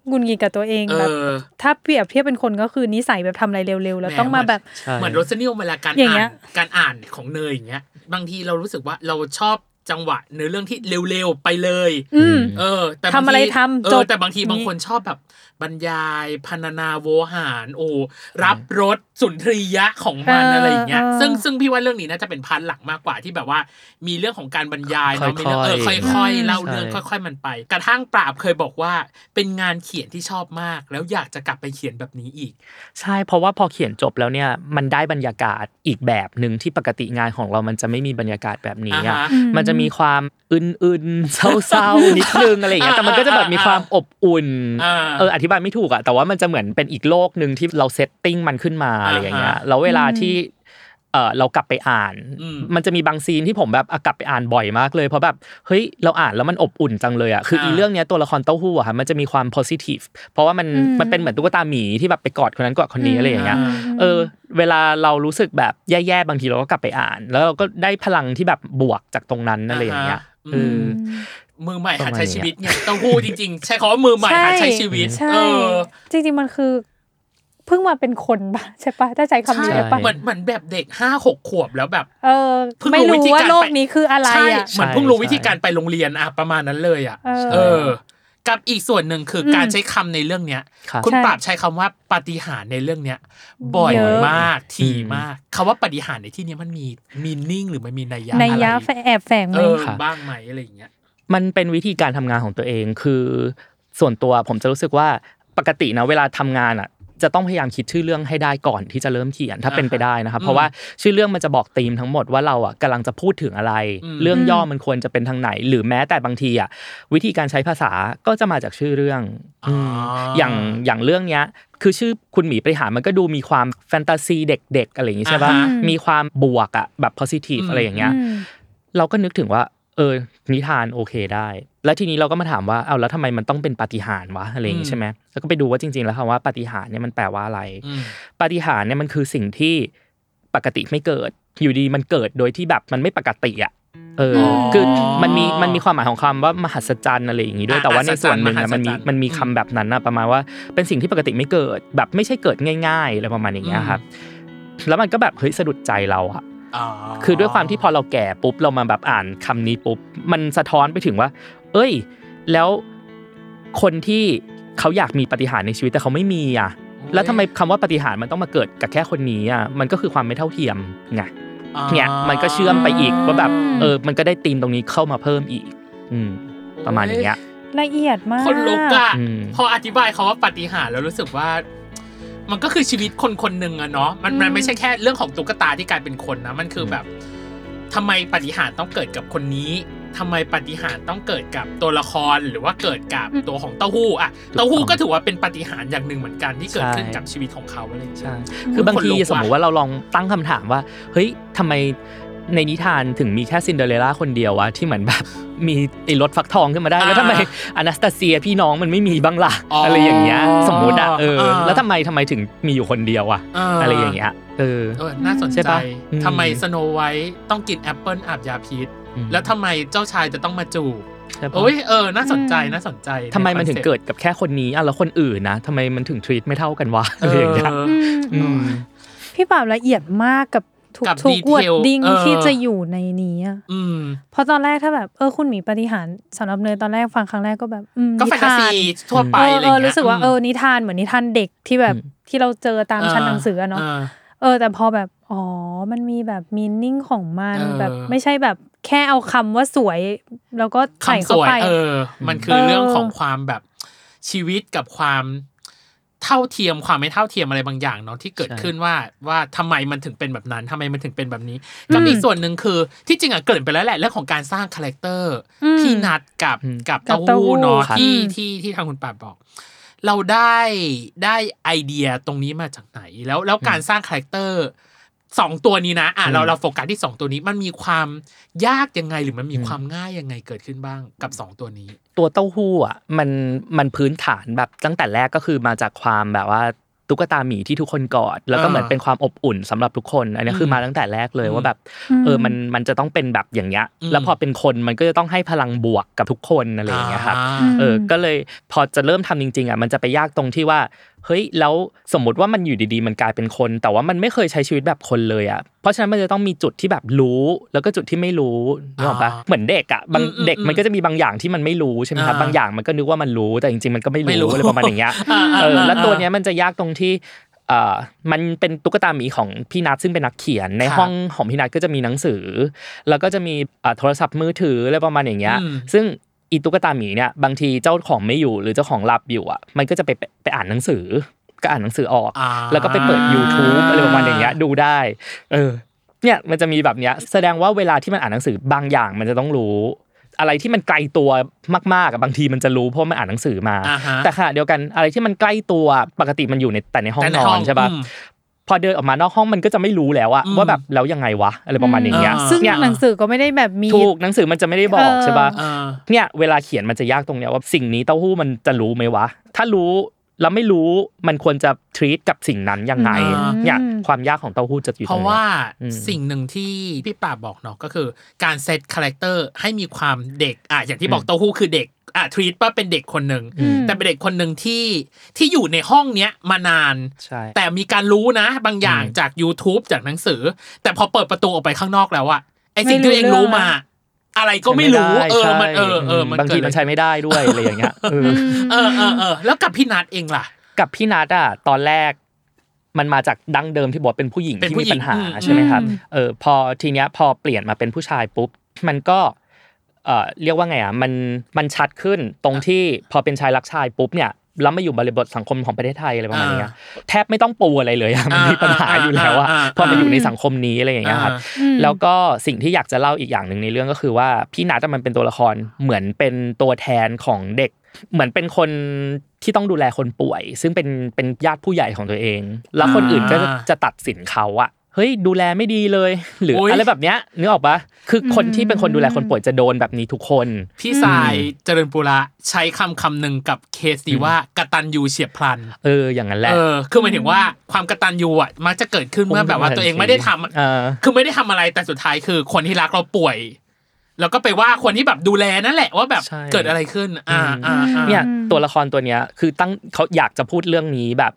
Speaker 2: หงุนงิดกับตัวเอง
Speaker 1: เอ
Speaker 2: แบบ
Speaker 1: อ
Speaker 2: ถ้าเปรียบเทียบเป็นคนก็คือนิสัยแบบทำอะไรเร็วๆ แล้ว
Speaker 1: แหม
Speaker 2: ต้องมาแบบ
Speaker 3: ใช่
Speaker 1: เหมือนรสนิยมเวลาการ
Speaker 2: อย่าง
Speaker 1: อ่า
Speaker 2: เงี้
Speaker 1: น
Speaker 2: ย
Speaker 1: การอ่านของเนยอย่างเงี้ย บางทีเรารู้สึกว่าเราชอบจังหวะเนื้อเรื่องที่เร็วๆไปเลย
Speaker 2: อืม
Speaker 1: เออ แต่บาง
Speaker 2: ทำอะไรทำ
Speaker 1: เอ
Speaker 2: จ
Speaker 1: อบ แต่บางที
Speaker 2: นี่
Speaker 1: บางคนชอบแบบบรรยายพรรณนาโวหารโอ้รับรสสุนทรียะของมันอะไรอย่างเงี้ย
Speaker 2: เออ
Speaker 1: ซึ่งซึ่งพี่ว่าเรื่องนี้น่าจะเป็นพันหลักมากกว่าที่แบบว่า มีเรื่องของการบรรยายเนาะมีเรื่องเออ
Speaker 3: ค่อยๆ
Speaker 1: ค่อยๆเล่า
Speaker 3: ใช่
Speaker 1: เรื่องค่อย ๆ มันไป กระทั่งปราบเคยบอกว่า เป็นงานเขียนที่ชอบมาก แล้วอยากจะกลับไปเขียนแบบนี้อีก
Speaker 3: ใช่ เพราะว่าพอเขียนจบแล้วเนี่ยมันได้บรรยากาศอีกแบบหนึ่งที่ปกติงานของเรามันจะไม่มีบรรยากาศแบบนี้
Speaker 1: อ่า
Speaker 3: อ่ะ
Speaker 1: ฮะ
Speaker 3: มันจะมีความอึนๆเศร้าๆนิดนึงอะไรอย่างเงี้ยแต่มันก็จะแบบมีความอบอุ่น
Speaker 1: อ่า
Speaker 3: เอออธิบายไม่ถูกอะแต่ว่ามันจะเหมือนเป็นอีกโลกหนึ่งที่เราเซตติ้งมันขึ้นมาอะไรอย่างเงี้ย
Speaker 1: อ่าฮะ
Speaker 3: แล้วเวลาที่เออเรากลับไปอ่าน
Speaker 1: อืม
Speaker 3: มันจะมีบางซีนที่ผมแบบอ่ะกลับไปอ่านบ่อยมากเลยเพราะแบบเฮ้ยเราอ่านแล้วมันอบอุ่นจังเลยอะคืออี
Speaker 1: อ่า
Speaker 3: เรื่องเนี้ยตัวละครเต้าหู้อะค่ะมันจะมีความ positive เพราะว่ามัน
Speaker 2: อืม
Speaker 3: มันเป็นเหมือนตุ๊กตาหมีที่แบบไปกอดคนนั้นกอดคนนี้อะไรอย่างเงี้ย
Speaker 1: อ่า
Speaker 3: เออเวลาเรารู้สึกแบบแย่ๆบางทีเราก็กลับไปอ่าน แล้วเราก็ได้พลังที่แบบบวกจากตรงนั้นอะไรอย่างเงี้ย
Speaker 1: อ่าฮะ
Speaker 3: เออ
Speaker 1: มือใหม่
Speaker 3: ประ
Speaker 1: หัด
Speaker 3: มาณ
Speaker 1: ใช้
Speaker 3: นี้
Speaker 1: ชีวิตเนี่ยเต้องพูดจริงๆ ใช้คำว่ามือใหม่หัดใช้ชีวิต
Speaker 2: ใช่
Speaker 1: เออ
Speaker 2: จริงๆมันคือ เพิ่งมาเป็นคนปะใช่ปะถ้าใช้คำนี้
Speaker 1: ใช่
Speaker 2: ได้ปะ
Speaker 1: เหมือนเหมือนแบบเด็กห้าหกขวบแล้วแบบ
Speaker 2: เออ
Speaker 1: เพิ่งรู้
Speaker 2: ไม่
Speaker 1: วิ
Speaker 2: รู้
Speaker 1: ธี
Speaker 2: ว่า
Speaker 1: การ
Speaker 2: โลก
Speaker 1: ไป
Speaker 2: นี้คืออะไร
Speaker 1: ใช่
Speaker 2: อ่ะ
Speaker 1: เหมือนเพิ่งรู้
Speaker 3: ใช่
Speaker 1: วิธีการไปโรงเรียนอะประมาณนั้นเลยอะ
Speaker 2: เออ
Speaker 1: เออ กับอีกส่วนหนึ่งคืออ
Speaker 2: ม
Speaker 1: การใช้คำในเรื่องเนี้ย
Speaker 3: ครับ
Speaker 1: คุณ
Speaker 2: ใช่
Speaker 1: ปราบใช้คำว่าปาฏิหารย์ในเรื่องเนี้ย บ่อย
Speaker 2: เยอะ
Speaker 1: มากที
Speaker 3: อืม
Speaker 1: มากคำว่าปาฏิหารย์ในที่เนี้ยมันมีมีนิ่งหรือมันมีนัยยะ
Speaker 2: ใน
Speaker 1: อะไร
Speaker 2: ยะแอบแฝงไห
Speaker 1: เอ
Speaker 2: ม
Speaker 1: อ
Speaker 3: ค่ะ
Speaker 1: บ้างไหมอะไรอย่างเงี้ย
Speaker 3: มันเป็นวิธีการทำงานของตัวเองคือ ส่วนตัวผมจะรู้สึกว่าปกตินะเวลาทำงานอ่ะ จะต้องพยายามคิดชื่อเรื่องให้ได้ก่อนที่จะเริ่มเขียนถ้าเป็นไปได้นะครับ
Speaker 1: อืม
Speaker 3: เพราะว่าชื่อเรื่องมันจะบอกธีมทั้งหมดว่าเราอ่ะกำลังจะพูดถึงอะไร
Speaker 1: อืม
Speaker 3: เรื่องย่อมันควรจะเป็นทางไหน หรือแม้แต่บางทีอ่ะวิธีการใช้ภาษาก็จะมาจากชื่อเรื่องมอย่างอย่างเรื่องเนี้ยคือชื่อคุณหมีปริหารมันก็ดูมีความแฟนตาซีเด็กๆอะไรอย่างงี้ใช่ปะ
Speaker 1: อ่าฮะ
Speaker 3: มีความบวกอ่ะแบบ positive อะไรอย่างเงี้ย เราก็นึกถึงว่า เออ นิทานโอเคได้ แล้วทีนี้เราก็มาถามว่า เอาแล้วทำไมมันต้องเป็นปาฏิหาริย์วะอะไรอย่าง
Speaker 1: อื
Speaker 3: งี้
Speaker 1: ม
Speaker 3: ใช่ไหมแล้วก็ไปดูว่าจริงๆ แล้วคำว่าปาฏิหาริย์เนี่ยมันแปลว่าอะไร
Speaker 1: อืม
Speaker 3: ปาฏิหาริย์เนี่ยมันคือสิ่งที่ปกติไม่เกิด อยู่ดีมันเกิดโดยที่แบบมันไม่ปกติอ่ะ เอออ
Speaker 2: ม
Speaker 3: คือมันมีมันมีความหมายของคำว่ามหัศจรรย์อะไรอย่างงี้ด้วย
Speaker 1: อ่ะ
Speaker 3: แต่ว่าในส่วนหนึ่งอะ
Speaker 1: มหัศจรรย์
Speaker 3: มันมี
Speaker 1: อืม
Speaker 3: มันมีคำแบบนั้นนะประมาณว่าเป็นสิ่งที่ปกติไม่เกิด แบบไม่ใช่เกิดง่ายๆอะไรประมาณอย่างเงี้ยครับ แล้วมันก็แบบเฮ้ยสะดุดใจเราอะ
Speaker 1: อ๋อ
Speaker 3: คือด้วยความที่พอเราแก่ปุ๊บเรามาแบบอ่านคำนี้ปุ๊บมันสะท้อนไปถึงว่า เอ้ย แล้วคนที่เขาอยากมีปาฏิหารย์ในชีวิตแต่เขาไม่มีอ่ะ แล้วทำไมคำว่าปาฏิหารย์มันต้องมาเกิดกับแค่คนนี้อ่ะมันก็คือความไม่เท่าเทียมไงเนี่ยมันก็เชื่อมไปอีกว่าแบบเออมันก็ได้ธีมตรงนี้เข้ามาเพิ่มอีก อืม ประมาณอย่างเงี้ย
Speaker 2: ละเอียดมาก
Speaker 1: คนลุกอะ
Speaker 3: อืม
Speaker 1: พออธิบายเขาว่าปาฏิหารย์แล้วรู้สึกว่า มันก็คือชีวิตคนคนหนึ่งอะเนาะมันมัน
Speaker 2: อืม
Speaker 1: ไม่ใช่แค่เรื่องของตุ๊กตาที่กลายเป็นคนนะมันคือแบบทำไมปาฏิหารย์ต้องเกิดกับคนนี้ทำไมปาฏิหารย์ต้องเกิดกับตัวละครหรือว่าเกิดกับตัวของเต้าหู้อะเต้าหู้ก็ถือว่าเป็นปาฏิหารย์อย่างหนึ่งเหมือนกันที่เกิด
Speaker 3: ใช่
Speaker 1: ขึ้นกับชีวิตของเขาอะไรอย่างเงี้
Speaker 3: ใช่
Speaker 1: ย
Speaker 3: คือบางที
Speaker 1: ขนลุกว่ะ
Speaker 3: สมมติว่าเราลองตั้งคำถามว่า เฮ้ยทำไมในนิทานถึงมีแค่ซินเดอเรลล่าคนเดียววะที่เหมือนแบบมีไอ้รถฟักทองขึ้นมาได้ แล้วทำไมอนาสตาเซียพี่น้องมันไม่มีบ้างล่ะอะไรอย่างเงี้ยสมมุติอะเออ แล้วทำไมทำไมถึงมีอยู่คนเดียวอะอะไรอย่างเงี้ยเออ
Speaker 1: เออน่าสน
Speaker 3: ใช่
Speaker 1: ใจ
Speaker 3: ปะอืม
Speaker 1: ทำไมสโนไวท์ต้องกินแอปเปิลอาบยาพิษแล้วทำไมเจ้าชายจะต้องมาจูบ
Speaker 3: ใช่ปะ
Speaker 1: โอ้ยเออ น่าสนใจ
Speaker 2: อืม
Speaker 1: น่าสนใจ
Speaker 3: ทำไมมันถึงเกิดกับแค่คนนี้อ่ะแล้วคนอื่นนะทำไมมันถึงทรีตไม่เท่ากันวะอะไรอย่างเงี้ย
Speaker 1: เ
Speaker 2: อืม
Speaker 3: อืม
Speaker 2: พี่ปราบละเอียดมากกับทุก
Speaker 1: กับ
Speaker 2: ทุกวด
Speaker 1: detail
Speaker 2: ดิ้ง
Speaker 1: เออ
Speaker 2: ที่จะอยู่ในนี้อะ
Speaker 1: อืม
Speaker 2: เพราะตอนแรกถ้าแบบเออคุณหมีปฏิหารย์สำหรับเนยตอนแรกฟังครั้งแรกก็แบบอืม
Speaker 1: ก็แฟนตาซีทั่วไป
Speaker 2: เออ
Speaker 1: อะไร
Speaker 2: เอ
Speaker 1: เงี้
Speaker 2: อย รู้สึกว่าเออนิทานเหมือนนิทานเด็กที่แบบ
Speaker 3: อืม
Speaker 2: ที่เราเจอตามชั้นหนังสืออะเนาะเออ แต่พอแบบอ๋อมันมีแบบมีนิ่งของมันแบบไม่ใช่แบบแค่เอาคำว่าสวย แล้วก็ใส่
Speaker 1: คำส
Speaker 2: เข้า
Speaker 1: วย
Speaker 2: ไป
Speaker 1: เออ มันคือ
Speaker 2: เออ
Speaker 1: เรื่องของความแบบชีวิตกับความเท่าเทียมความไม่เท่าเทียมอะไรบางอย่างเนาะที่เกิด
Speaker 3: ใช่
Speaker 1: ขึ้นว่าว่าทำไมมันถึงเป็นแบบนั้นทำไมมันถึงเป็นแบบนี้ก็มีส่วนหนึ่งคือที่จริงอ่ะเกริดไปแล้วแหละเรื่องของการสร้างคาแรคเตอร์
Speaker 2: ม
Speaker 1: พี่นัดกับ
Speaker 3: อืม
Speaker 1: กับ
Speaker 2: กั
Speaker 1: เต้า
Speaker 2: บเต้าหู้
Speaker 1: หู้เนาะ
Speaker 2: ครับ
Speaker 1: ที่ที่ที่ทางคุณป่าบอก เราได้ได้ไอเดียตรงนี้มาจากไหน แล้วแล้วการสร้างคาแรคเตอร์สองตัวนี้นะอ่ะเราเราโฟกัสที่สองตัวนี้มันมีความยากยังไงหรือมันมีความง่ายยังไงเกิดขึ้นบ้างกับสองตัวนี้
Speaker 3: ตัวเต้าหู้อ่ะมันมันพื้นฐานแบบตั้งแต่แรกก็คือมาจากความแบบว่า ตุ๊กตาหมีที่ทุกคนกอด แล้วก็
Speaker 1: อ่า
Speaker 3: เหมือนเป็นความอบอุ่นสำหรับทุกคน อันนี้คือมาตั้งแต่แรกเลยว่าแบบเออมันมันจะต้องเป็นแบบอย่างเงี้ย
Speaker 1: อืม
Speaker 3: แล้วพอเป็นคนมันก็จะต้องให้พลังบวกกับทุกคนอะไรอย่างเงี้ยครับ
Speaker 1: อ่า
Speaker 3: เออ ก็เลยพอจะเริ่มทำจริงๆอ่ะ มันจะไปยากตรงที่ว่า เฮ้ย แล้วสมมติว่ามันอยู่ดีๆ มันกลายเป็นคน แต่ว่ามันไม่เคยใช้ชีวิตแบบคนเลยอ่ะ เพราะฉะนั้นมันจะต้องมีจุดที่แบบรู้ แล้วก็จุดที่ไม่รู้นึกออกปะ
Speaker 1: อ่า
Speaker 3: เหมือนเด็กอ่ะ บาง
Speaker 1: อืมอืม
Speaker 3: เด็กมันก็จะมีบางอย่างที่มันไม่รู้ใช่ไหมครับ
Speaker 1: อ่า
Speaker 3: บางอย่างมันก็นึกว่ามันรู้ แต่จริงๆ มันก็ไม่
Speaker 1: ไม่รู้
Speaker 3: รู้อะไรประมาณอย่างเงี้ย
Speaker 1: อ่าอ่า
Speaker 3: เออ แล้ว
Speaker 1: อ่า
Speaker 3: ตัวเนี้ยมันจะยากตรงที่เอ่อมันเป็นตุ๊กตาหมีของพี่นัทซึ่งเป็นนักเขียน ใน
Speaker 1: ครับ
Speaker 3: ห้องของพี่นัทก็จะมีหนังสือ แล้วก็จะมีอ่าโทรศัพท์มือถืออะไรประมาณอย่างเงี้ย
Speaker 1: อืม
Speaker 3: ซึ่งอีตุ๊กตาหมีเนี่ยบางทีเจ้าของไม่อยู่หรือเจ้าของหลับอยู่อ่ะมันก็จะไปไปไปอ่านหนังสือ ก็อ่านหนังสือออก
Speaker 1: อ่า
Speaker 3: แล้วก็ไปเปิด YouTube อะไรประมาณอย่างเงี้ยดูได้ เออ เนี่ยมันจะมีแบบเนี้ยแสดงว่าเวลาที่มันอ่านหนังสือบางอย่างมันจะต้องรู้ อะไรที่มันไกลตัวมากๆอะบางทีมันจะรู้เพราะมันอ่านหนังสือมา
Speaker 1: อ่าฮะ
Speaker 3: แต่ขณะเดียวกันอะไรที่มันใกล้ตัวปกติมันอยู่ในแต่ในห้อง
Speaker 1: แต่ใน
Speaker 3: น
Speaker 1: ห้
Speaker 3: อ
Speaker 1: อน ง
Speaker 3: ใช่ปะ
Speaker 1: อืม
Speaker 3: พอเดินออกมานอกห้องมันก็จะไม่รู้แล้วอะ
Speaker 1: อืม
Speaker 3: ว่าแบบแล้วยังไงวะอะไรประมาณอย่างเงี้ย
Speaker 1: อ่า
Speaker 2: ซึ่ง
Speaker 3: เนี่ย
Speaker 2: หนังสือก็ไม่ได้แบบมี
Speaker 3: ถูกหนังสือมันจะไม่ได้บอกใช่ปะ
Speaker 1: เออ
Speaker 3: เนี่ยเวลาเขียนมันจะยากตรงเนี้ยว่าสิ่งนี้เต้าหู้มันจะรู้ไหมวะ ถ้ารู้แล้วไม่รู้มันควรจะ treat กับสิ่งนั้นยังไง
Speaker 1: อ่า
Speaker 3: เนี่ยความยากของเต้าหู้จะอยู่
Speaker 1: เพ
Speaker 3: ตร
Speaker 1: ราะ
Speaker 3: ง
Speaker 1: ว่า
Speaker 3: เนี้ย อืม
Speaker 1: สิ่งหนึ่งที่พี่ป่าบบอกเนาะก็คือการเซตคาแรคเตอร์ให้มีความเด็กอ่ะอย่างที่บอกเต้าหู้คือเด็กอ่ะทรีตว่าเป็นเด็กคนหนึ่ง
Speaker 3: อืม
Speaker 1: แต่เป็นเด็กคนหนึ่งที่ที่อยู่ในห้องเนี้ยมานาน
Speaker 3: ใช่
Speaker 1: แต่มีการรู้นะบางอย่าง
Speaker 3: อืม
Speaker 1: จาก YouTube จากหนังสือ แต่พอเปิดประตูออกไปข้างนอกแล้วอะไอสิ่งที่ตัวเอง
Speaker 2: ไม่รู้
Speaker 1: รู้
Speaker 2: เรื่อง
Speaker 1: มา อะไรก็ไม่รู้ เออ
Speaker 3: ใช่
Speaker 1: มันเออเออมัน
Speaker 3: บาง
Speaker 1: เกิ
Speaker 3: ที
Speaker 1: ด
Speaker 3: มั
Speaker 1: อะ
Speaker 3: น
Speaker 1: ไร
Speaker 3: ใช้ไม่ได้ด้วยอะไรอย่างเงี้ยเอออ
Speaker 1: เออเออเออแล้วกับพี่นัทเองล่ะ
Speaker 3: กับพี่นัดอะตอนแรก มันมาจากดั้งเดิมที่บอกเป็นผู้หญิง
Speaker 1: เป็น
Speaker 3: ที่
Speaker 1: ผู้
Speaker 3: มี
Speaker 1: หญิง
Speaker 3: ปัญหา
Speaker 1: อืม
Speaker 3: ใช่ไหมครับ
Speaker 2: อืม
Speaker 3: เออพอทีเนี้ยพอเปลี่ยนมาเป็นผู้ชายปุ๊บมันก็เออเรียกว่าไงอ่ะมันมันชัดขึ้นตรงที่พอเป็นชายรักชายปุ๊บเนี่ยแล้วมาอยู่บริบทสังคมของประเทศไทยอะไรประมาณเนี้ย แทบไม่ต้องปูอะไรเลยอะมันมีปัญหาอยู่แล้วอะ
Speaker 1: อ่าอ่าอ่า
Speaker 3: พอมาอยู่ในสังคมนี้อะไรอย่างเงี้ยครับ แล้วก็สิ่งที่อยากจะเล่าอีกอย่างหนึ่งในเรื่องก็คือว่าพี่นัทอะมันเป็นตัวละครเหมือนเป็นตัวแทนของเด็ก เหมือนเป็นคนที่ต้องดูแลคนป่วย ซึ่งเป็นเป็นญาติผู้ใหญ่ของตัวเอง แล้วคนอื่นก็จะ
Speaker 1: อ่า
Speaker 3: จะตัดสินเขาอะเฮ้ยดูแลไม่ดีเลย หรือ
Speaker 1: โอ๊ย
Speaker 3: อะไรแบบเนี้ยนึกออกปะคือคนที่เป็นคนดูแลคนป่วยจะโดนแบบนี้ทุกคน
Speaker 1: พี่สายเจริญปุระใช้คำคำหนึ่งกับเคสดีว่ากตันยูเฉียบพลัน
Speaker 3: เอออย่างนั้นแหละ
Speaker 1: เออ คือหมายถึงว่าความกตันยูอ่ะมักจะเกิดขึ้นเมื่อแบบว่าตัวเองไม่ได้ทำ
Speaker 3: เออ
Speaker 1: คือไม่ได้ทำอะไรแต่สุดท้ายคือคนที่รักเราป่วย แล้วก็ไปว่าคนที่แบบดูแลนั่นแหละว่าแบบ
Speaker 3: ใช่
Speaker 1: เกิดอะไรขึ้น อ่าอ่าอ่า
Speaker 3: เนี่ยตัวละครตัวเนี้ยคือตั้งเขาอยากจะพูดเรื่องนี้แบบ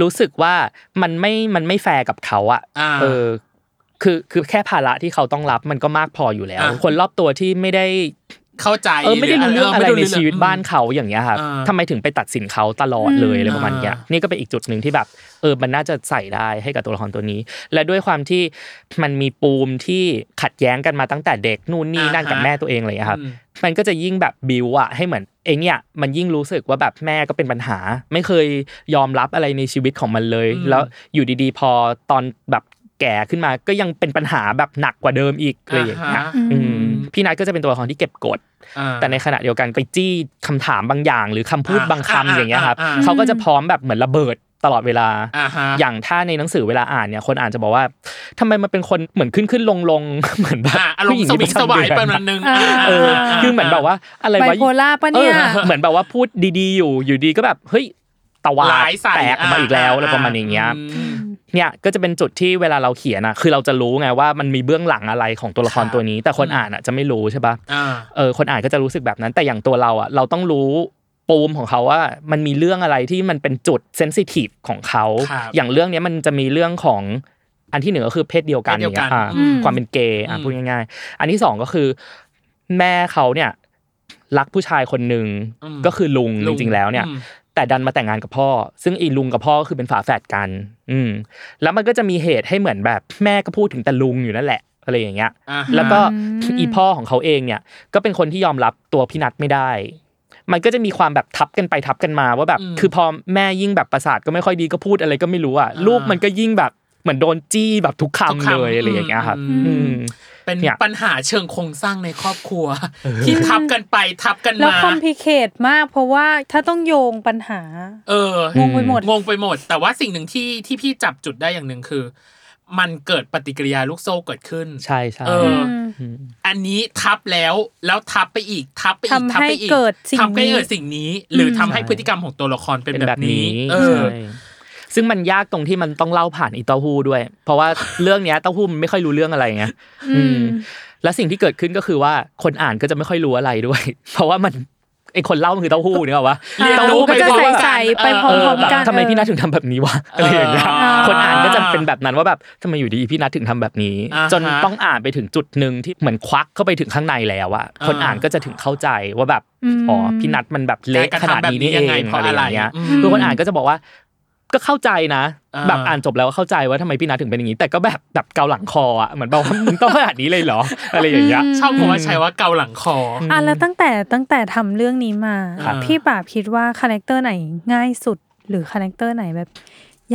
Speaker 3: รู้สึกว่ามันไม่มันไม่แฟร์กับเขาอะ
Speaker 1: อ่า
Speaker 3: เออ คือคือแค่ภาระที่เขาต้องรับมันก็มากพออยู่แล้ว
Speaker 1: อ่า
Speaker 3: คนรอบตัวที่ไม่ได้
Speaker 1: เข้าใจ
Speaker 3: เออไม่ได้รู้เรื่องอะไรในชีวิตบ้าน
Speaker 1: อืม
Speaker 3: เขาอย่างเงี้ยครับ
Speaker 1: อ่า
Speaker 3: ทำไมถึงไปตัดสินเขาตลอดเลย
Speaker 2: อืม
Speaker 3: อะไรประมาณเนี้ย
Speaker 1: อ่านี่
Speaker 3: นี่ก็เป็นอีกจุดหนึ่งที่แบบ เออมันน่าจะใส่ได้ให้กับตัวละครตัวนี้ และด้วยความที่มันมีปูมที่ขัดแย้งกันมาตั้งแต่เด็กนู่นนี่นั่นกับ
Speaker 1: อ่าฮะ
Speaker 3: แม่ตัวเองอะไรอย่างเลยครับ
Speaker 1: อืม
Speaker 3: มันก็จะยิ่งแบบบิวอะให้เหมือนเองเนี่ยมันยิ่งรู้สึกว่าแบบแม่ก็เป็นปัญหา ไม่เคยยอมรับอะไรในชีวิตของมันเลย
Speaker 1: อืม
Speaker 3: แล้วอยู่ดีๆ พอตอนแบบแก่ขึ้นมาก็ยังเป็นปัญหาแบบหนักกว่าเดิมอีกอะไรอย่างเงี้ย
Speaker 1: อ่าฮะ
Speaker 3: อืมพี่นัทก็จะเป็นตัวละครที่เก็บกด
Speaker 1: อ่า
Speaker 3: แต่ในขณะเดียวกันก็จี้คำถามบางอย่าง หรือคำพูด
Speaker 1: อ่า
Speaker 3: บางคำ
Speaker 1: อ่า
Speaker 3: อย่างเงี้ยครับ
Speaker 1: อ่าอ่า
Speaker 3: เขาก็จะพร้อมแบบเหมือนระเบิดตลอดเวลา
Speaker 1: อ่าฮะ
Speaker 3: อย่างถ้าในหนังสือเวลาอ่านเนี่ยคนอ่านจะบอกว่าทำไมมันเป็นคนเหมือนขึ้นขึ้นลงลง ๆเหมือนแบบ
Speaker 1: อ่าอารม
Speaker 3: ผู้หญิ
Speaker 1: ณ์
Speaker 3: ง
Speaker 1: สวิง
Speaker 3: ที่ประ
Speaker 1: ส
Speaker 3: จำ
Speaker 1: วา
Speaker 3: เดื
Speaker 1: ย
Speaker 3: อน
Speaker 1: ประมาณนึง
Speaker 2: อ่า
Speaker 3: เออคือเหมือนแบบว่าอะไร
Speaker 2: ไบ
Speaker 3: วะ
Speaker 2: โพล่าปะเนี่ย
Speaker 3: เออเหมือนแบบว่าพูดดีๆอยู่อยู่ดีก็แบบเฮ้ยตะวาด
Speaker 1: หลายใส่
Speaker 3: แตกออกมาอีกแล้วอะไรประมาณอย่างเงี้ย
Speaker 1: อืม
Speaker 3: เนี่ยก็จะเป็นจุดที่เวลาเราเขียนอ่ะคือเราจะรู้ไงว่ามันมีเบื้องหลังอะไรของตัวละคร
Speaker 1: ครับ
Speaker 3: ตัวนี้ แต่คนอ่านอ่ะจะไม่รู้ใช่ปะ
Speaker 1: อ่า
Speaker 3: เออคนอ่านก็จะรู้สึกแบบนั้น แต่อย่างตัวเราอ่ะเราต้องรู้ปูมของเขาว่ามันมีเรื่องอะไรที่มันเป็นจุดเซนซิทีฟของเขา
Speaker 1: ครับ
Speaker 3: อย่างเรื่องเนี้ยมันจะมีเรื่องของอันที่หนึ่งก็คือเพศเดียวกัน
Speaker 1: เดียวกัน
Speaker 3: อ่า
Speaker 1: อืม
Speaker 3: ความเป็นเกย์อ่ะ
Speaker 1: อืม
Speaker 3: พูดง่ายๆ อันที่สองก็คือ แม่เขาเนี่ยรักผู้ชายคนหนึ่ง
Speaker 1: อืม
Speaker 3: ก็คือลุง
Speaker 1: ลุ
Speaker 3: จ
Speaker 1: ง
Speaker 3: ริงๆแล้วเนี่ย
Speaker 1: อืม
Speaker 3: แต่ดันมาแต่งงานกับพ่อ ซึ่งอีลุงกับพ่อก็คือเป็นฝาแฝดกัน อืมแล้วมันก็จะมีเหตุให้เหมือนแบบแม่ก็พูดถึงแต่ลุงอยู่นั่นแหละอะไรอย่างเงี้ย
Speaker 1: อ่าฮะ
Speaker 3: แล้วก็
Speaker 2: อืม
Speaker 3: อีพ่อของเขาเองเนี่ย ก็เป็นคนที่ยอมรับตัวพี่นัทไม่ได้ มันก็จะมีความแบบทับกันไปทับกันมาว่าแบบ
Speaker 1: อืม
Speaker 3: คือพอแม่ยิ่งแบบประสาทก็ไม่ค่อยดีก็พูดอะไรก็ไม่รู้อ่ะ
Speaker 1: อ่า
Speaker 3: ลูกมันก็ยิ่งแบบเหมือนโดนจี้แบบทุก
Speaker 1: ทุก
Speaker 3: คำเลยอะไรอย่างเงี้ยครับ
Speaker 1: อืม
Speaker 3: อืม
Speaker 1: เป็น
Speaker 3: เนี่ย
Speaker 1: ปัญหาเชิงโครงสร้างในครอบครัว ที่ทับกันไปทับกัน
Speaker 2: แล้ว
Speaker 1: มา
Speaker 2: คอมพลิเคทมากเพราะว่าถ้าต้องโยงปัญหา
Speaker 1: เออ
Speaker 2: งงไปหมด
Speaker 1: งงไปหมด แต่ว่าสิ่งหนึ่งที่ที่พี่จับจุดได้อย่างหนึ่งคือ มันเกิดปฏิกิริยาลูกโซ่เกิดขึ้น
Speaker 3: ใช่ใช่
Speaker 1: เออ
Speaker 2: อืม
Speaker 3: ม
Speaker 1: อันนี้ทับแล้วแล้วทับไปอีกทับไปอีก
Speaker 2: ทำ
Speaker 1: ทับไปอี
Speaker 2: ให้เกิดสิ่งนี้
Speaker 1: ทำให้เกิดสิ่งนี้ หรืออ
Speaker 2: ม
Speaker 1: ทำให้พฤติกรรมของตัวละครเป็นแบบนี้ เออ
Speaker 3: ใช่ซึ่งมันยากตรงที่มันต้องเล่าผ่านอีเต้าหู้ด้วย เพราะว่าเรื่องเนี้ยเต้าหู้มันไม่ค่อยรู้เรื่องอะไรไง
Speaker 2: อืม
Speaker 3: และสิ่งที่เกิดขึ้นก็คือว่าคนอ่านก็จะไม่ค่อยรู้อะไรด้วย เพราะว่ามันไอคนเล่ามันคือเต้าหู้เนี่ยเหรอวะ
Speaker 1: เรียน
Speaker 3: เต้า
Speaker 1: รู้
Speaker 3: หู้
Speaker 1: ไป
Speaker 3: ไป
Speaker 1: พร้อม
Speaker 2: ก็ใส่
Speaker 1: กัน
Speaker 2: ๆไปพร้อ
Speaker 3: เออ
Speaker 2: ม
Speaker 3: แบบ
Speaker 2: กัน
Speaker 3: ทำไมพี่นัทถึงทำแบบนี้วะอะไรอย่างเงี้ย
Speaker 1: อ่า
Speaker 3: คนอ่านก็จะเป็นแบบนั้นว่าแบบทำไมอยู่ดีพี่นัทถึงทำแบบนี้
Speaker 1: อ่าฮะ
Speaker 3: จนต้องอ่านไปถึงจุดหนึ่งที่เหมือนควักเข้าไปถึงข้างในแล้วอะคนอ่านก็จะถึงเข้าใจว่าแบบ
Speaker 2: อืม
Speaker 3: อ๋อพี่นัทมันแบบเละขนาดนี้นี่
Speaker 1: การกระทำแบบนี้
Speaker 3: เอ
Speaker 1: ยังไง
Speaker 3: ง
Speaker 1: เพราะ
Speaker 3: อะไร
Speaker 1: อะไร
Speaker 3: อย่างเงี้ย
Speaker 1: อืม
Speaker 3: คือคนอ่านก็จะบอกว่าก็เข้าใจนะ
Speaker 1: อ่า
Speaker 3: แบบอ่านจบแล้วก็เข้าใจว่าทำไมพี่นัทถึงเป็นอย่างนี้ แต่ก็แบบแบบเกาหลังคออ่ะเหมือนแบบว่า มึงต้องขนาดนี้เลยเหรอ อะไรอย่างเงี้ย
Speaker 1: ชอบคำว่าใช้ว่าเกาหลังคอ
Speaker 2: อ่ะแล้วตั้งแต่ตั้งแต่ทำเรื่องนี้มา
Speaker 1: ครับ
Speaker 2: พี่ป่าบคิดว่าคาแรคเตอร์ไหนง่ายสุด หรือคาแรคเตอร์ไหนแบบ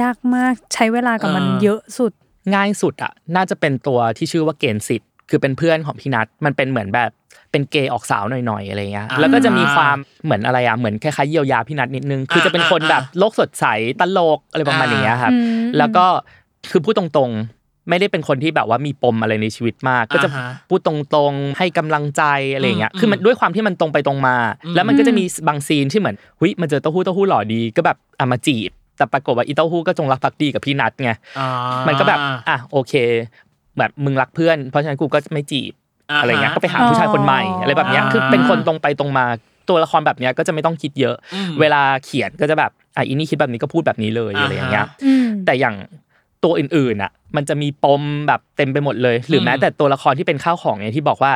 Speaker 2: ยากมากใช้เวลากับมันเยอะสุด
Speaker 3: ง่ายสุดอ่ะน่าจะเป็นตัวที่ชื่อว่าเกณฑ์สิทธิ์คือเป็นเพื่อนของพี่นัทมันเป็นเหมือนแบบเป็นเกย์ออกสาวหน่อยๆอะไรเงี้ย
Speaker 1: อ่า
Speaker 3: แล้วก็จะมีความเหมือนอะไรอ่ะเหมือนคล้ายๆเยียวยาพี่นัทนิดนึง คือจะเป็นคนแบบโลกสดใสตลกอะไรประมาณอย่างเงี้ยครับ
Speaker 2: อืม
Speaker 3: แล้วก็คือพูดตรงๆ ไม่ได้เป็นคนที่แบบว่ามีปมอะไรในชีวิตมาก ก็จะ
Speaker 1: อ่าฮะ
Speaker 3: พูดตรงๆให้กำลังใจอะไรเงี้ย
Speaker 1: อืม
Speaker 3: คือมันด้วยความที่มันตรงไปตรงมา แล้วมันก็จะมีบางซีนที่เหมือนหุยมันเจอเต้าหู้เต้าหู้หล่อดีก็แบบอ่ะมาจีบ แต่ปรากฏว่าอีเต้าหู้ก็จงรักภักดีกับพี่นัทไง
Speaker 1: อ่า
Speaker 3: มันก็แบบ อ่ะโอเค แบบมึงรักเพื่อน เพราะฉะนั้นกูก็ไม่จีบ
Speaker 1: าฮ
Speaker 3: อะไรเงี้ย ก็ไปหาผู้ชายคนใหม่ อะไรแบบเนี้ย
Speaker 1: อ่า
Speaker 3: คือเป็นคนตรงไปตรงมา ตัวละครแบบเนี้ยก็จะไม่ต้องคิดเยอะ
Speaker 1: อืม
Speaker 3: เวลาเขียนก็จะแบบ อ่ะอีนี่คิดแบบนี้ก็พูดแบบนี้เลย
Speaker 1: อ่าฮะ
Speaker 3: อะไรอย่างเงี้ย
Speaker 2: อืม
Speaker 3: แต่อย่างตัวอื่นๆอ่ะ มันจะมีปมแบบเต็มไปหมดเลย หรือแม้แต่ตัวละครที่เป็นข้าวของเนี่ยที่บอกว่า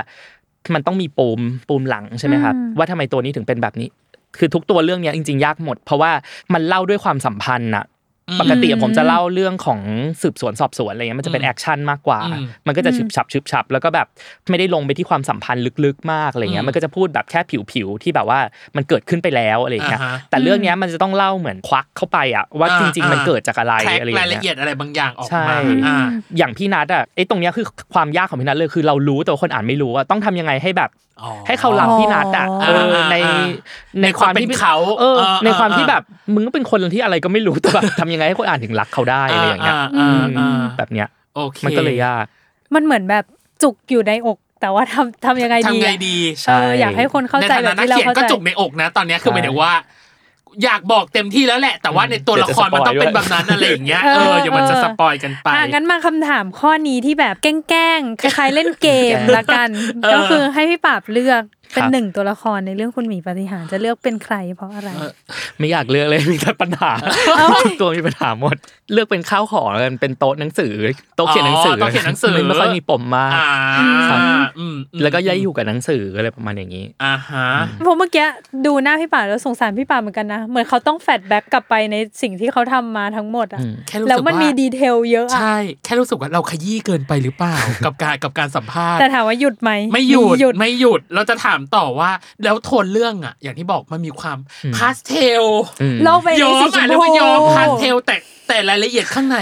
Speaker 3: มันต้องมีปมปมหลังใช่ไหมครับ
Speaker 2: อืม
Speaker 3: ว่าทำไมตัวนี้ถึงเป็นแบบนี้ คือทุกตัวเรื่องเนี้ยจริง ๆ ยากหมด เพราะว่ามันเล่าด้วยความสัมพันธ์น่ะ
Speaker 1: อืม
Speaker 3: ปกติอะผมจะเล่าเรื่องของสืบสวนสอบสวนอะไรเงี้ยมันจะเป็น
Speaker 1: อืม
Speaker 3: แอคชั่นมากกว่า
Speaker 1: อืม
Speaker 3: มันก็จะฉึบฉับฉึบฉับแล้วก็แบบไม่ได้ลงไปที่ความสัมพันธ์ลึกๆมากอะไรเงี้
Speaker 1: อื
Speaker 3: ย
Speaker 1: ม
Speaker 3: มันก็จะพูดแบบแค่ผิวๆที่แบบว่ามันเกิดขึ้นไปแล้วอะไรเงี้ย
Speaker 1: อ่าฮะ
Speaker 3: แต่เรื่องเนี้ยมันจะต้องเล่าเหมือนควักเข้าไปอะว่า
Speaker 1: อ่า
Speaker 3: จริง
Speaker 1: อ่ามั
Speaker 3: ๆมันเกิดจากอะไร
Speaker 1: แคร็ก
Speaker 3: อะไรอย่าง
Speaker 1: รายละ
Speaker 3: เงี้ย
Speaker 1: เอียดอะไรบางอย่างออก
Speaker 3: ใช่
Speaker 1: มาอ่า
Speaker 3: อย่างพี่นัทอะไอ้ตรงเนี้ยคือความยากของพี่นัทเลยคือเรารู้แต่ว่าคนอ่านไม่รู้อะต้องทำยังไงให้แบบ ให้เขารักพี่นัทอะเออใน
Speaker 1: อ่าอ่า
Speaker 3: ใน
Speaker 1: ในความเป็นเขา
Speaker 3: เออ
Speaker 1: เออ
Speaker 3: ในความที่
Speaker 1: อ่า
Speaker 3: แบบมึงก็เป็นคนที่อะไรก็ไม่รู้ แต่แบบทำยังไงให้คนอ่านถึงรักเขาได้อะไรอย่างเงี้ย
Speaker 1: อ่า
Speaker 3: อื
Speaker 1: อ่าม อ่า
Speaker 3: แบบเนี้ย
Speaker 1: โอเค
Speaker 3: มันก็เลยยาก
Speaker 2: มันเหมือนแบบจุกอยู่ในอก แต่ว่าทำทำยังไงดี
Speaker 1: ทำไง
Speaker 2: อะ
Speaker 1: ดี
Speaker 2: เอออยากให้คนเข้าใจ
Speaker 1: ใน
Speaker 2: แบ
Speaker 1: ฐา
Speaker 2: บ
Speaker 1: นะนัก
Speaker 2: ที่เรา
Speaker 1: เขียน
Speaker 2: เข้า
Speaker 1: ก็
Speaker 2: ใจ
Speaker 1: จุกในอกนะ ตอนเนี้ยคือหมายถึงว่า อยากบอกเต็มที่แล้วแหละ แต่ว่าในตัวละครมันต้องเป็นแบบนั้นอะไรอย่างเงี้ย
Speaker 2: เออ
Speaker 1: เอออย่ามันจะ
Speaker 2: เออ
Speaker 1: สปอยกันไป
Speaker 2: อ่ะงั้นมาคำถามข้อนี้ที่แบบแกล้งๆคล้ายๆเล่นเกมละกัน
Speaker 1: เออ
Speaker 2: ก็คือให้พี่ปราบเลือกเป็น
Speaker 3: ครับ
Speaker 2: หนึ่งตัวละครในเรื่องคุณหมีปาฏิหาริย์จะเลือกเป็นใครเพราะอะไร
Speaker 3: ไม่อยากเลือกเลย มีแต่ปัญหาทุกตัวมีปัญหาหมด เลือกเป็นข้าวของแล้วกันเป็นโต๊ะหนังสือโต๊ะเขียนหนังสือ
Speaker 1: โต๊ะเขียนหนังสือ
Speaker 3: มันไม่ค่อยมีปมมาก
Speaker 1: อ่า
Speaker 3: ครับ
Speaker 1: อืมอืม
Speaker 3: แล้วก็ย้ายอยู่กับหนังสืออะไรประมาณอย่างนี้
Speaker 1: อ่าฮะ
Speaker 2: ผมเมื่อกี้ดูหน้าพี่ป่าบแล้วสงสารพี่ป่าบเหมือนกันนะ เหมือนเขาต้องแฟดแบ็กกลับไปในสิ่งที่เขาทำมาทั้งหมดอะ
Speaker 3: อืม
Speaker 1: แค่รู้สึกว่า
Speaker 2: แล้วมันมีดีเทลเยอะอะ
Speaker 1: ใช่ แค่รู้สึกว่าเราขยี้เกินไปหรือเปล่า กับการกับการสัมภาษณ์
Speaker 2: แต่ถามว่าหยุดไหม
Speaker 1: ไม่หยุด
Speaker 2: หยุด
Speaker 1: ไม่หยุดเราจะถามต่อว่า แล้วโทนเรื่องอ่ะ อย่างที่บอกมันมีความพาสเทล
Speaker 3: อืม
Speaker 2: โลกใบ
Speaker 1: ย้
Speaker 2: นี้
Speaker 1: อ
Speaker 2: สี
Speaker 1: ม
Speaker 2: ช
Speaker 1: อ่ะ
Speaker 2: ม
Speaker 1: แล้ว
Speaker 2: พู
Speaker 1: ก็ย้อมพาสเทลแต่แต่รายละเอียดข้างใน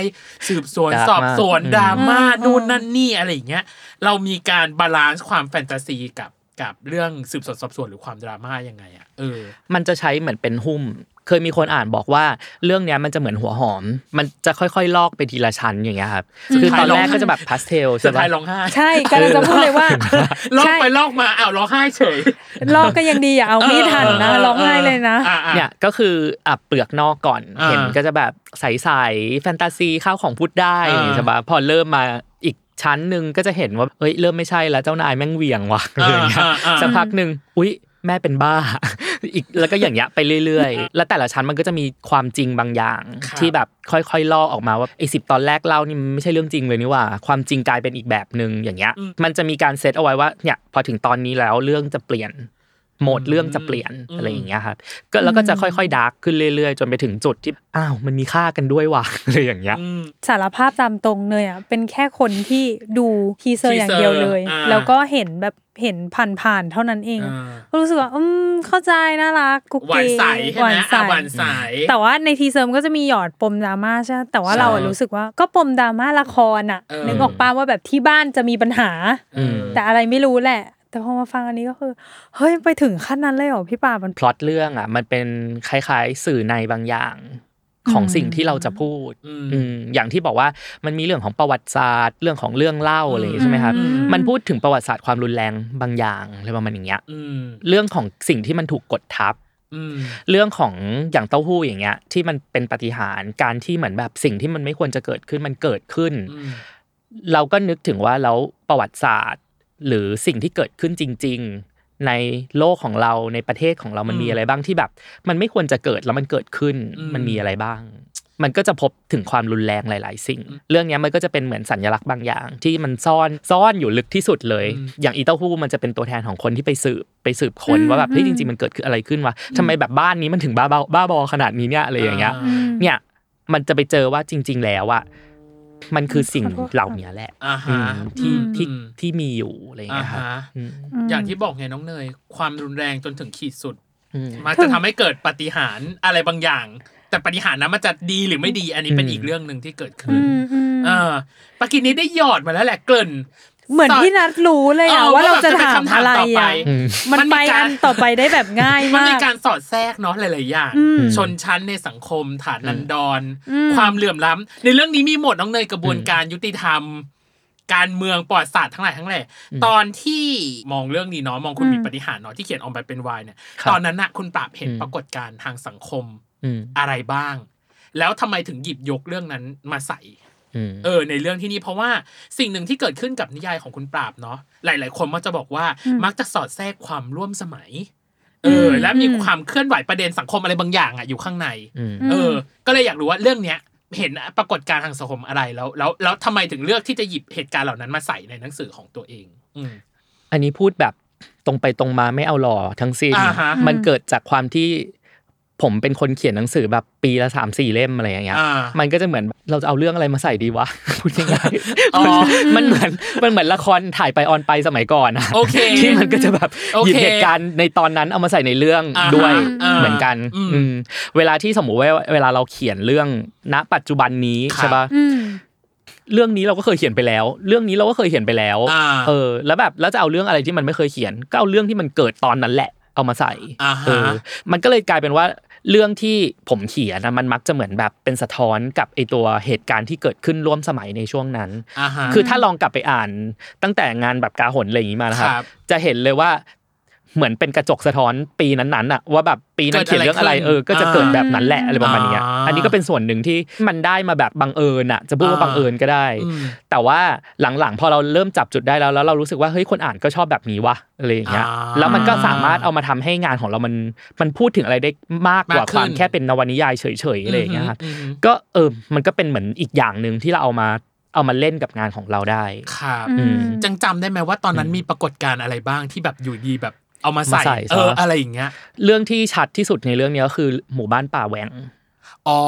Speaker 1: สืบสวน
Speaker 3: ดราม่า
Speaker 1: สอบสวนดราม่า
Speaker 2: อืม
Speaker 1: นู่นนั่นนี่อะไรอย่างเงี้ยเรามีการบาลานซ์ความแฟนตาซีกับกับเรื่องสืบสวนสอบสวนหรือความดราม่ายังไงอ่ะเออ
Speaker 3: มันจะใช้เหมือนเป็นหุ้ม เคยมีคนอ่านบอกว่าเรื่องเนี้ยมันจะเหมือนหัวหอม มันจะค่อยๆ ลอกไปทีละชั้นอย่างเงี้ยครับ
Speaker 1: สุด
Speaker 3: คือ
Speaker 1: ท้าย
Speaker 3: ตอนแรก
Speaker 1: ลอก
Speaker 3: ก็จะแบบพาสเทล
Speaker 1: สุ
Speaker 3: ใช่
Speaker 1: ด
Speaker 3: ปะ
Speaker 1: ท้ายร้องไห้
Speaker 2: ใช่กำลังจะพูดเลยว่า
Speaker 1: ลอก
Speaker 2: ใช่
Speaker 1: ไปลอกมาอ้าวร้องไห้เฉย
Speaker 2: ลอกก็ยังดีอย่าเอามีดทันนะ
Speaker 1: เ
Speaker 2: ร้องไห้เลยนะ
Speaker 1: อ่อ่
Speaker 3: เนี่ยก็คืออ่ะเปลือกนอกก่อน
Speaker 1: อ่า
Speaker 3: เห็นก็จะแบบใสๆแฟนตาซีข้าวของพูดได้
Speaker 1: อ่า
Speaker 3: ใช่ปะพอเริ่มมาอีกชั้นหนึ่งก็จะเห็นว่าเอ้ยเริ่มไม่ใช่แล้วเจ้านายแม่งเหวียงว่ะ
Speaker 1: อ่า
Speaker 3: อย่างเงี้ย
Speaker 1: อ่าอ่า
Speaker 3: สักพักหนึ่งอุ๊ยแม่เป็นบ้า อีกแล้วก็อย่างเงี้ยไปเรื่อยๆ แล้วแต่ละชั้นมันก็จะมีความจริงบางอย่างที่แบบค่อยๆลอกออกมาว่าไอ้สิบตอนแรกเล่านี่มันไม่ใช่เรื่องจริงเลยนี่หว่า ความจริงกลายเป็นอีกแบบหนึ่งอย่างเงี้ย มันจะมีการเซตเอาไว้ว่าเนี่ยพอถึงตอนนี้แล้วเรื่องจะเปลี่ยน โหมดเรื่องจะเปลี่ยน
Speaker 1: อืม
Speaker 3: อะไรอย่างเงี้ยครับก็แล้วก็จะค่อยๆดาร์กขึ้นเรื่อยๆ จนไปถึงจุดที่อ้าวมันมีค่ากันด้วยว่ะ อะไรอย่างเงี้ย
Speaker 1: อืม
Speaker 2: สารภาพตามตรงเนยอ่ะเป็นแค่คนที่ดูทีเซอ
Speaker 1: teaser
Speaker 2: ร์อย่างเดียวเลย
Speaker 1: อ่า
Speaker 2: แล้วก็เห็นแบบเห็นผ่านๆเท่านั้นเอง
Speaker 1: อ่า
Speaker 2: ก็รู้สึกว่า อืมเข้าใจน่ารักกุ๊ก
Speaker 1: หวาน
Speaker 2: เก๋
Speaker 1: ใสใช่ไหมอ่ะหวานใส
Speaker 2: แต่ว่าในทีเซอร์มันก็จะมีหยอดปมดราม่าใช่ไหมแต่ว่า
Speaker 1: ใช่
Speaker 2: เราอะรู้สึกว่าก็ปมดราม่าละครอ่ะ
Speaker 1: เออ
Speaker 2: นึกออกป้าว่าแบบที่บ้านจะมีปัญหา
Speaker 1: เออ
Speaker 2: แต่อะไรไม่รู้แหละ แต่พอมาฟังอันนี้ก็คือ เฮ้ยไปถึงขั้นนั้นเลยเหรอพี่ป่ามัน
Speaker 3: พล็อตเรื่องอ่ะมันเป็นคล้ายๆสื่อในบางอย่าง ของสิ่งที่เราจะพูด
Speaker 1: อืม
Speaker 3: อืมอย่างที่บอกว่ามันมีเรื่องของประวัติศาสตร์ เรื่องของเรื่องเล่าอะไรอย่างงี้ใช่ไหมครับ
Speaker 2: อืม
Speaker 3: มันพูดถึงประวัติศาสตร์ความรุนแรงบางอย่างอะไรประมาณอย่างเงี้ย
Speaker 1: อืม
Speaker 3: เรื่องของสิ่งที่มันถูกกดทับ
Speaker 1: อืม
Speaker 3: เรื่องของอย่างเต้าหู้อย่างเงี้ย ที่มันเป็นปาฏิหารย์การที่เหมือนแบบสิ่งที่มันไม่ควรจะเกิดขึ้นมันเกิดขึ้น
Speaker 1: อืม
Speaker 3: เราก็นึกถึงว่าแล้วประวัติศาสตร์ หรือสิ่งที่เกิดขึ้นจริง ๆ ในโลกของเราในประเทศของเรามัน
Speaker 1: อืม
Speaker 3: มีอะไรบ้างที่แบบ มันไม่ควรจะเกิดแล้วมันเกิดขึ้น
Speaker 1: อืม
Speaker 3: มันมีอะไรบ้าง มันก็จะพบถึงความรุนแรงหลาย ๆ สิ่ง เรื่องเนี้ยมันก็จะเป็นเหมือนสัญลักษณ์บางอย่าง ที่มันซ่อนซ่อนอยู่ลึกที่สุดเลย
Speaker 1: อืม
Speaker 3: อย่างอีเต้าหู้มันจะเป็นตัวแทนของคนที่ไปสืบไปสืบค้นว่าแบบเฮ้ยจริง ๆ มันเกิดขึ้นอะไรขึ้นวะทำไมแบบบ้านนี้มันถึงบ้าบอบ้าบอขนาดนี้เนี่ยอะไรอย่างเงี้ย
Speaker 2: อืม
Speaker 3: เนี่ยมันจะไปเจอว่าจริง ๆ แล้วอะมันคือสิ่ง
Speaker 2: ขอโทษค่ะ
Speaker 3: เหล่านี้แหละ
Speaker 1: อ่า
Speaker 3: อื
Speaker 1: ฮะ
Speaker 3: มที่
Speaker 2: อืม
Speaker 3: ที่ที่มีอยู่อะไรอย่าง
Speaker 1: อ่า
Speaker 3: เงี้ยครับ
Speaker 1: ฮะ
Speaker 3: อืม
Speaker 2: ม
Speaker 1: อย่างที่บอกไงน้องเนย ความรุนแรงจนถึงขีดสุด
Speaker 3: อืม
Speaker 1: มันจะทำให้เกิดปาฏิหารย์อะไรบางอย่าง แต่ปาฏิหารย์นั้นมันจะดีหรือไม่ดีอันนี้เป็น
Speaker 3: อืม
Speaker 1: อีกเรื่องหนึ่งที่เกิด
Speaker 2: อื
Speaker 1: ขึ้น
Speaker 2: มอืม
Speaker 1: เออปากินนี้ได้หยอดมาแล้วแหละเกริ่น
Speaker 2: เหมือนที่นัดรู้เลย
Speaker 1: อ
Speaker 2: อะ
Speaker 1: อ
Speaker 2: ว่าเราจะ
Speaker 1: แบบ
Speaker 2: ถาม
Speaker 1: ป็นคำ
Speaker 2: อะไร
Speaker 1: ต่ป
Speaker 2: อะมัน
Speaker 1: มันมี
Speaker 2: ไป
Speaker 1: การ
Speaker 2: อันต่อไปได้แบบง่าย
Speaker 1: มัน
Speaker 2: มา
Speaker 1: มี
Speaker 2: ก
Speaker 1: การสอดแทรกเนาะหลายๆอย่าง
Speaker 2: อืม
Speaker 1: ชนชั้นในสังคมฐานนันดร
Speaker 2: อืม
Speaker 1: ความเหลื่อมล้ำในเรื่องนี้มีหมดน้องเนยกระบวนการยุติธรรม การเมืองปลอดศาสตร์ทั้งหลายทั้งแหล่ตอนที่มองเรื่องนี้เนาะมองคุณมีปฏิหารย์เนาะที่เขียนออกมาเป็นวายเนี่ย
Speaker 3: ครับ
Speaker 1: ตอนนั้นน่ะคุณปราบเห็น
Speaker 3: อืม
Speaker 1: ปรากฏการณ์ทางสังคม
Speaker 3: อืม
Speaker 1: อะไรบ้าง แล้วทำไมถึงหยิบยกเรื่องนั้นมาใส่
Speaker 3: อืม
Speaker 1: เออ ในเรื่องที่นี่เพราะว่าสิ่งหนึ่งที่เกิดขึ้นกับนิยายของคุณปราบเนาะหลาย ๆ คนมักจะบอกว่า
Speaker 2: อืม
Speaker 1: มักจะสอดแทรกความร่วมสมัย เอออ
Speaker 2: ม
Speaker 1: และมี
Speaker 2: อืม
Speaker 1: ความเคลื่อนไหวประเด็นสังคมอะไรบางอย่างอะอยู่ข้างใน
Speaker 3: อืม
Speaker 1: เออ ก็เลยอยากรู้ว่าเรื่องเนี้ย เห็นปรากฏการณ์ทางสังคมอะไรแล้ว แล้วแล้วทำไมถึงเลือกที่จะหยิบเหตุการณ์เหล่านั้นมาใส่ในหนังสือของตัวเอง อืม
Speaker 3: อันนี้พูดแบบตรงไปตรงมาไม่เอาหล่อทั้งสิ้น
Speaker 1: อ่าฮะ
Speaker 3: มันเกิดจากความที่ผมเป็นคนเขียนหนังสือแบบปีละสามสี่เล่มอะไรอย่างเงี้ย
Speaker 1: อ่า
Speaker 3: มันก็จะเหมือนเราจะเอาเรื่องอะไรมาใส่ดีวะ พูดยังไง
Speaker 1: อ๋อ
Speaker 3: มันเหมือนมันเหมือนละครถ่ายไปออนไปสมัยก่อนอะ
Speaker 1: โอเค
Speaker 3: ที่มันก็จะแบบ
Speaker 1: โอ
Speaker 3: ห
Speaker 1: เค
Speaker 3: ยิบเหตุการณ์ในตอนนั้นเอามาใส่ในเรื่อง
Speaker 1: อ่าฮะ
Speaker 3: ด้วย
Speaker 1: อ่า
Speaker 3: เหมือนกัน
Speaker 1: อืม
Speaker 3: อืมเวลาที่สมมุติว่าเวลาเราเขียนเรื่องณปัจจุบันนี้
Speaker 1: ครับ
Speaker 3: ใช่ปะ
Speaker 2: อืม
Speaker 3: เรื่องนี้เราก็เคยเขียนไปแล้ว เรื่องนี้เราก็เคยเขียนไปแล้ว
Speaker 1: อ่า
Speaker 3: เออแล้วแบบแล้วจะเอาเรื่องอะไรที่มันไม่เคยเขียน ก็เอาเรื่องที่มันเกิดตอนนั้นแหละ เอามาใส่
Speaker 1: อ่าฮะ
Speaker 3: เออมันก็เลยกลายเป็นว่าเรื่องที่ผมเขียนนะมันมักจะเหมือนแบบเป็นสะท้อนกับไอตัวเหตุการณ์ที่เกิดขึ้นร่วมสมัยในช่วงนั้น
Speaker 1: าฮะ
Speaker 3: คือถ้าลองกลับไปอ่านตั้งแต่งานแบบกาหนอะไรอย่างนี้มานะครับ
Speaker 1: ครับ
Speaker 3: จะเห็นเลยว่าเหมือนเป็นกระจกสะท้อนปีนั้นๆอะว่าแบบปีนั้นเขียนเรื่องอะไร
Speaker 1: เกิดอะไร
Speaker 3: เออ ก็จะเกิดแบบนั้นแหละอะไรประมาณเนี้ย
Speaker 1: อ่า
Speaker 3: อันนี้ก็เป็นส่วนหนึ่งที่มันได้มาแบบบังเอิญอะจะพูดว่าบังเอิญก็ได้
Speaker 1: อืม
Speaker 3: แต่ว่าหลังๆ พอเราเริ่มจับจุดได้แล้วแล้วเรารู้สึกว่าเฮ้ยคนอ่านก็ชอบแบบนี้วะอะไรอย่างเงี้ย
Speaker 1: อ่า
Speaker 3: แล้วมันก็สามารถเอามาทำให้งานของเรามันมันพูดถึงอะไรได้มากกว่า
Speaker 1: ากขึ้น
Speaker 3: ความแค่เป็นนวนิยายเฉยๆอะไรอย่างเงี้ยครับ
Speaker 1: อืมอืม
Speaker 3: ก็เออมันก็เป็นเหมือนอีกอย่างหนึ่งที่เราเอามาเอามาเล่นกับงานของเราได้
Speaker 1: ครับ
Speaker 3: อืม
Speaker 1: จังจำได้ไหมว่าตอนนั้นมีปรากฏการณ์อะไรบ้างที่แบบอยู่ดีแบบเอามาใส่
Speaker 3: มาใส่
Speaker 1: เออ
Speaker 3: ซะ
Speaker 1: อะไรอย่างเงี้ย
Speaker 3: เรื่องที่ชัดที่สุดในเรื่องเนี้ยก็คือหมู่บ้านป่าแหวง
Speaker 1: อ๋อ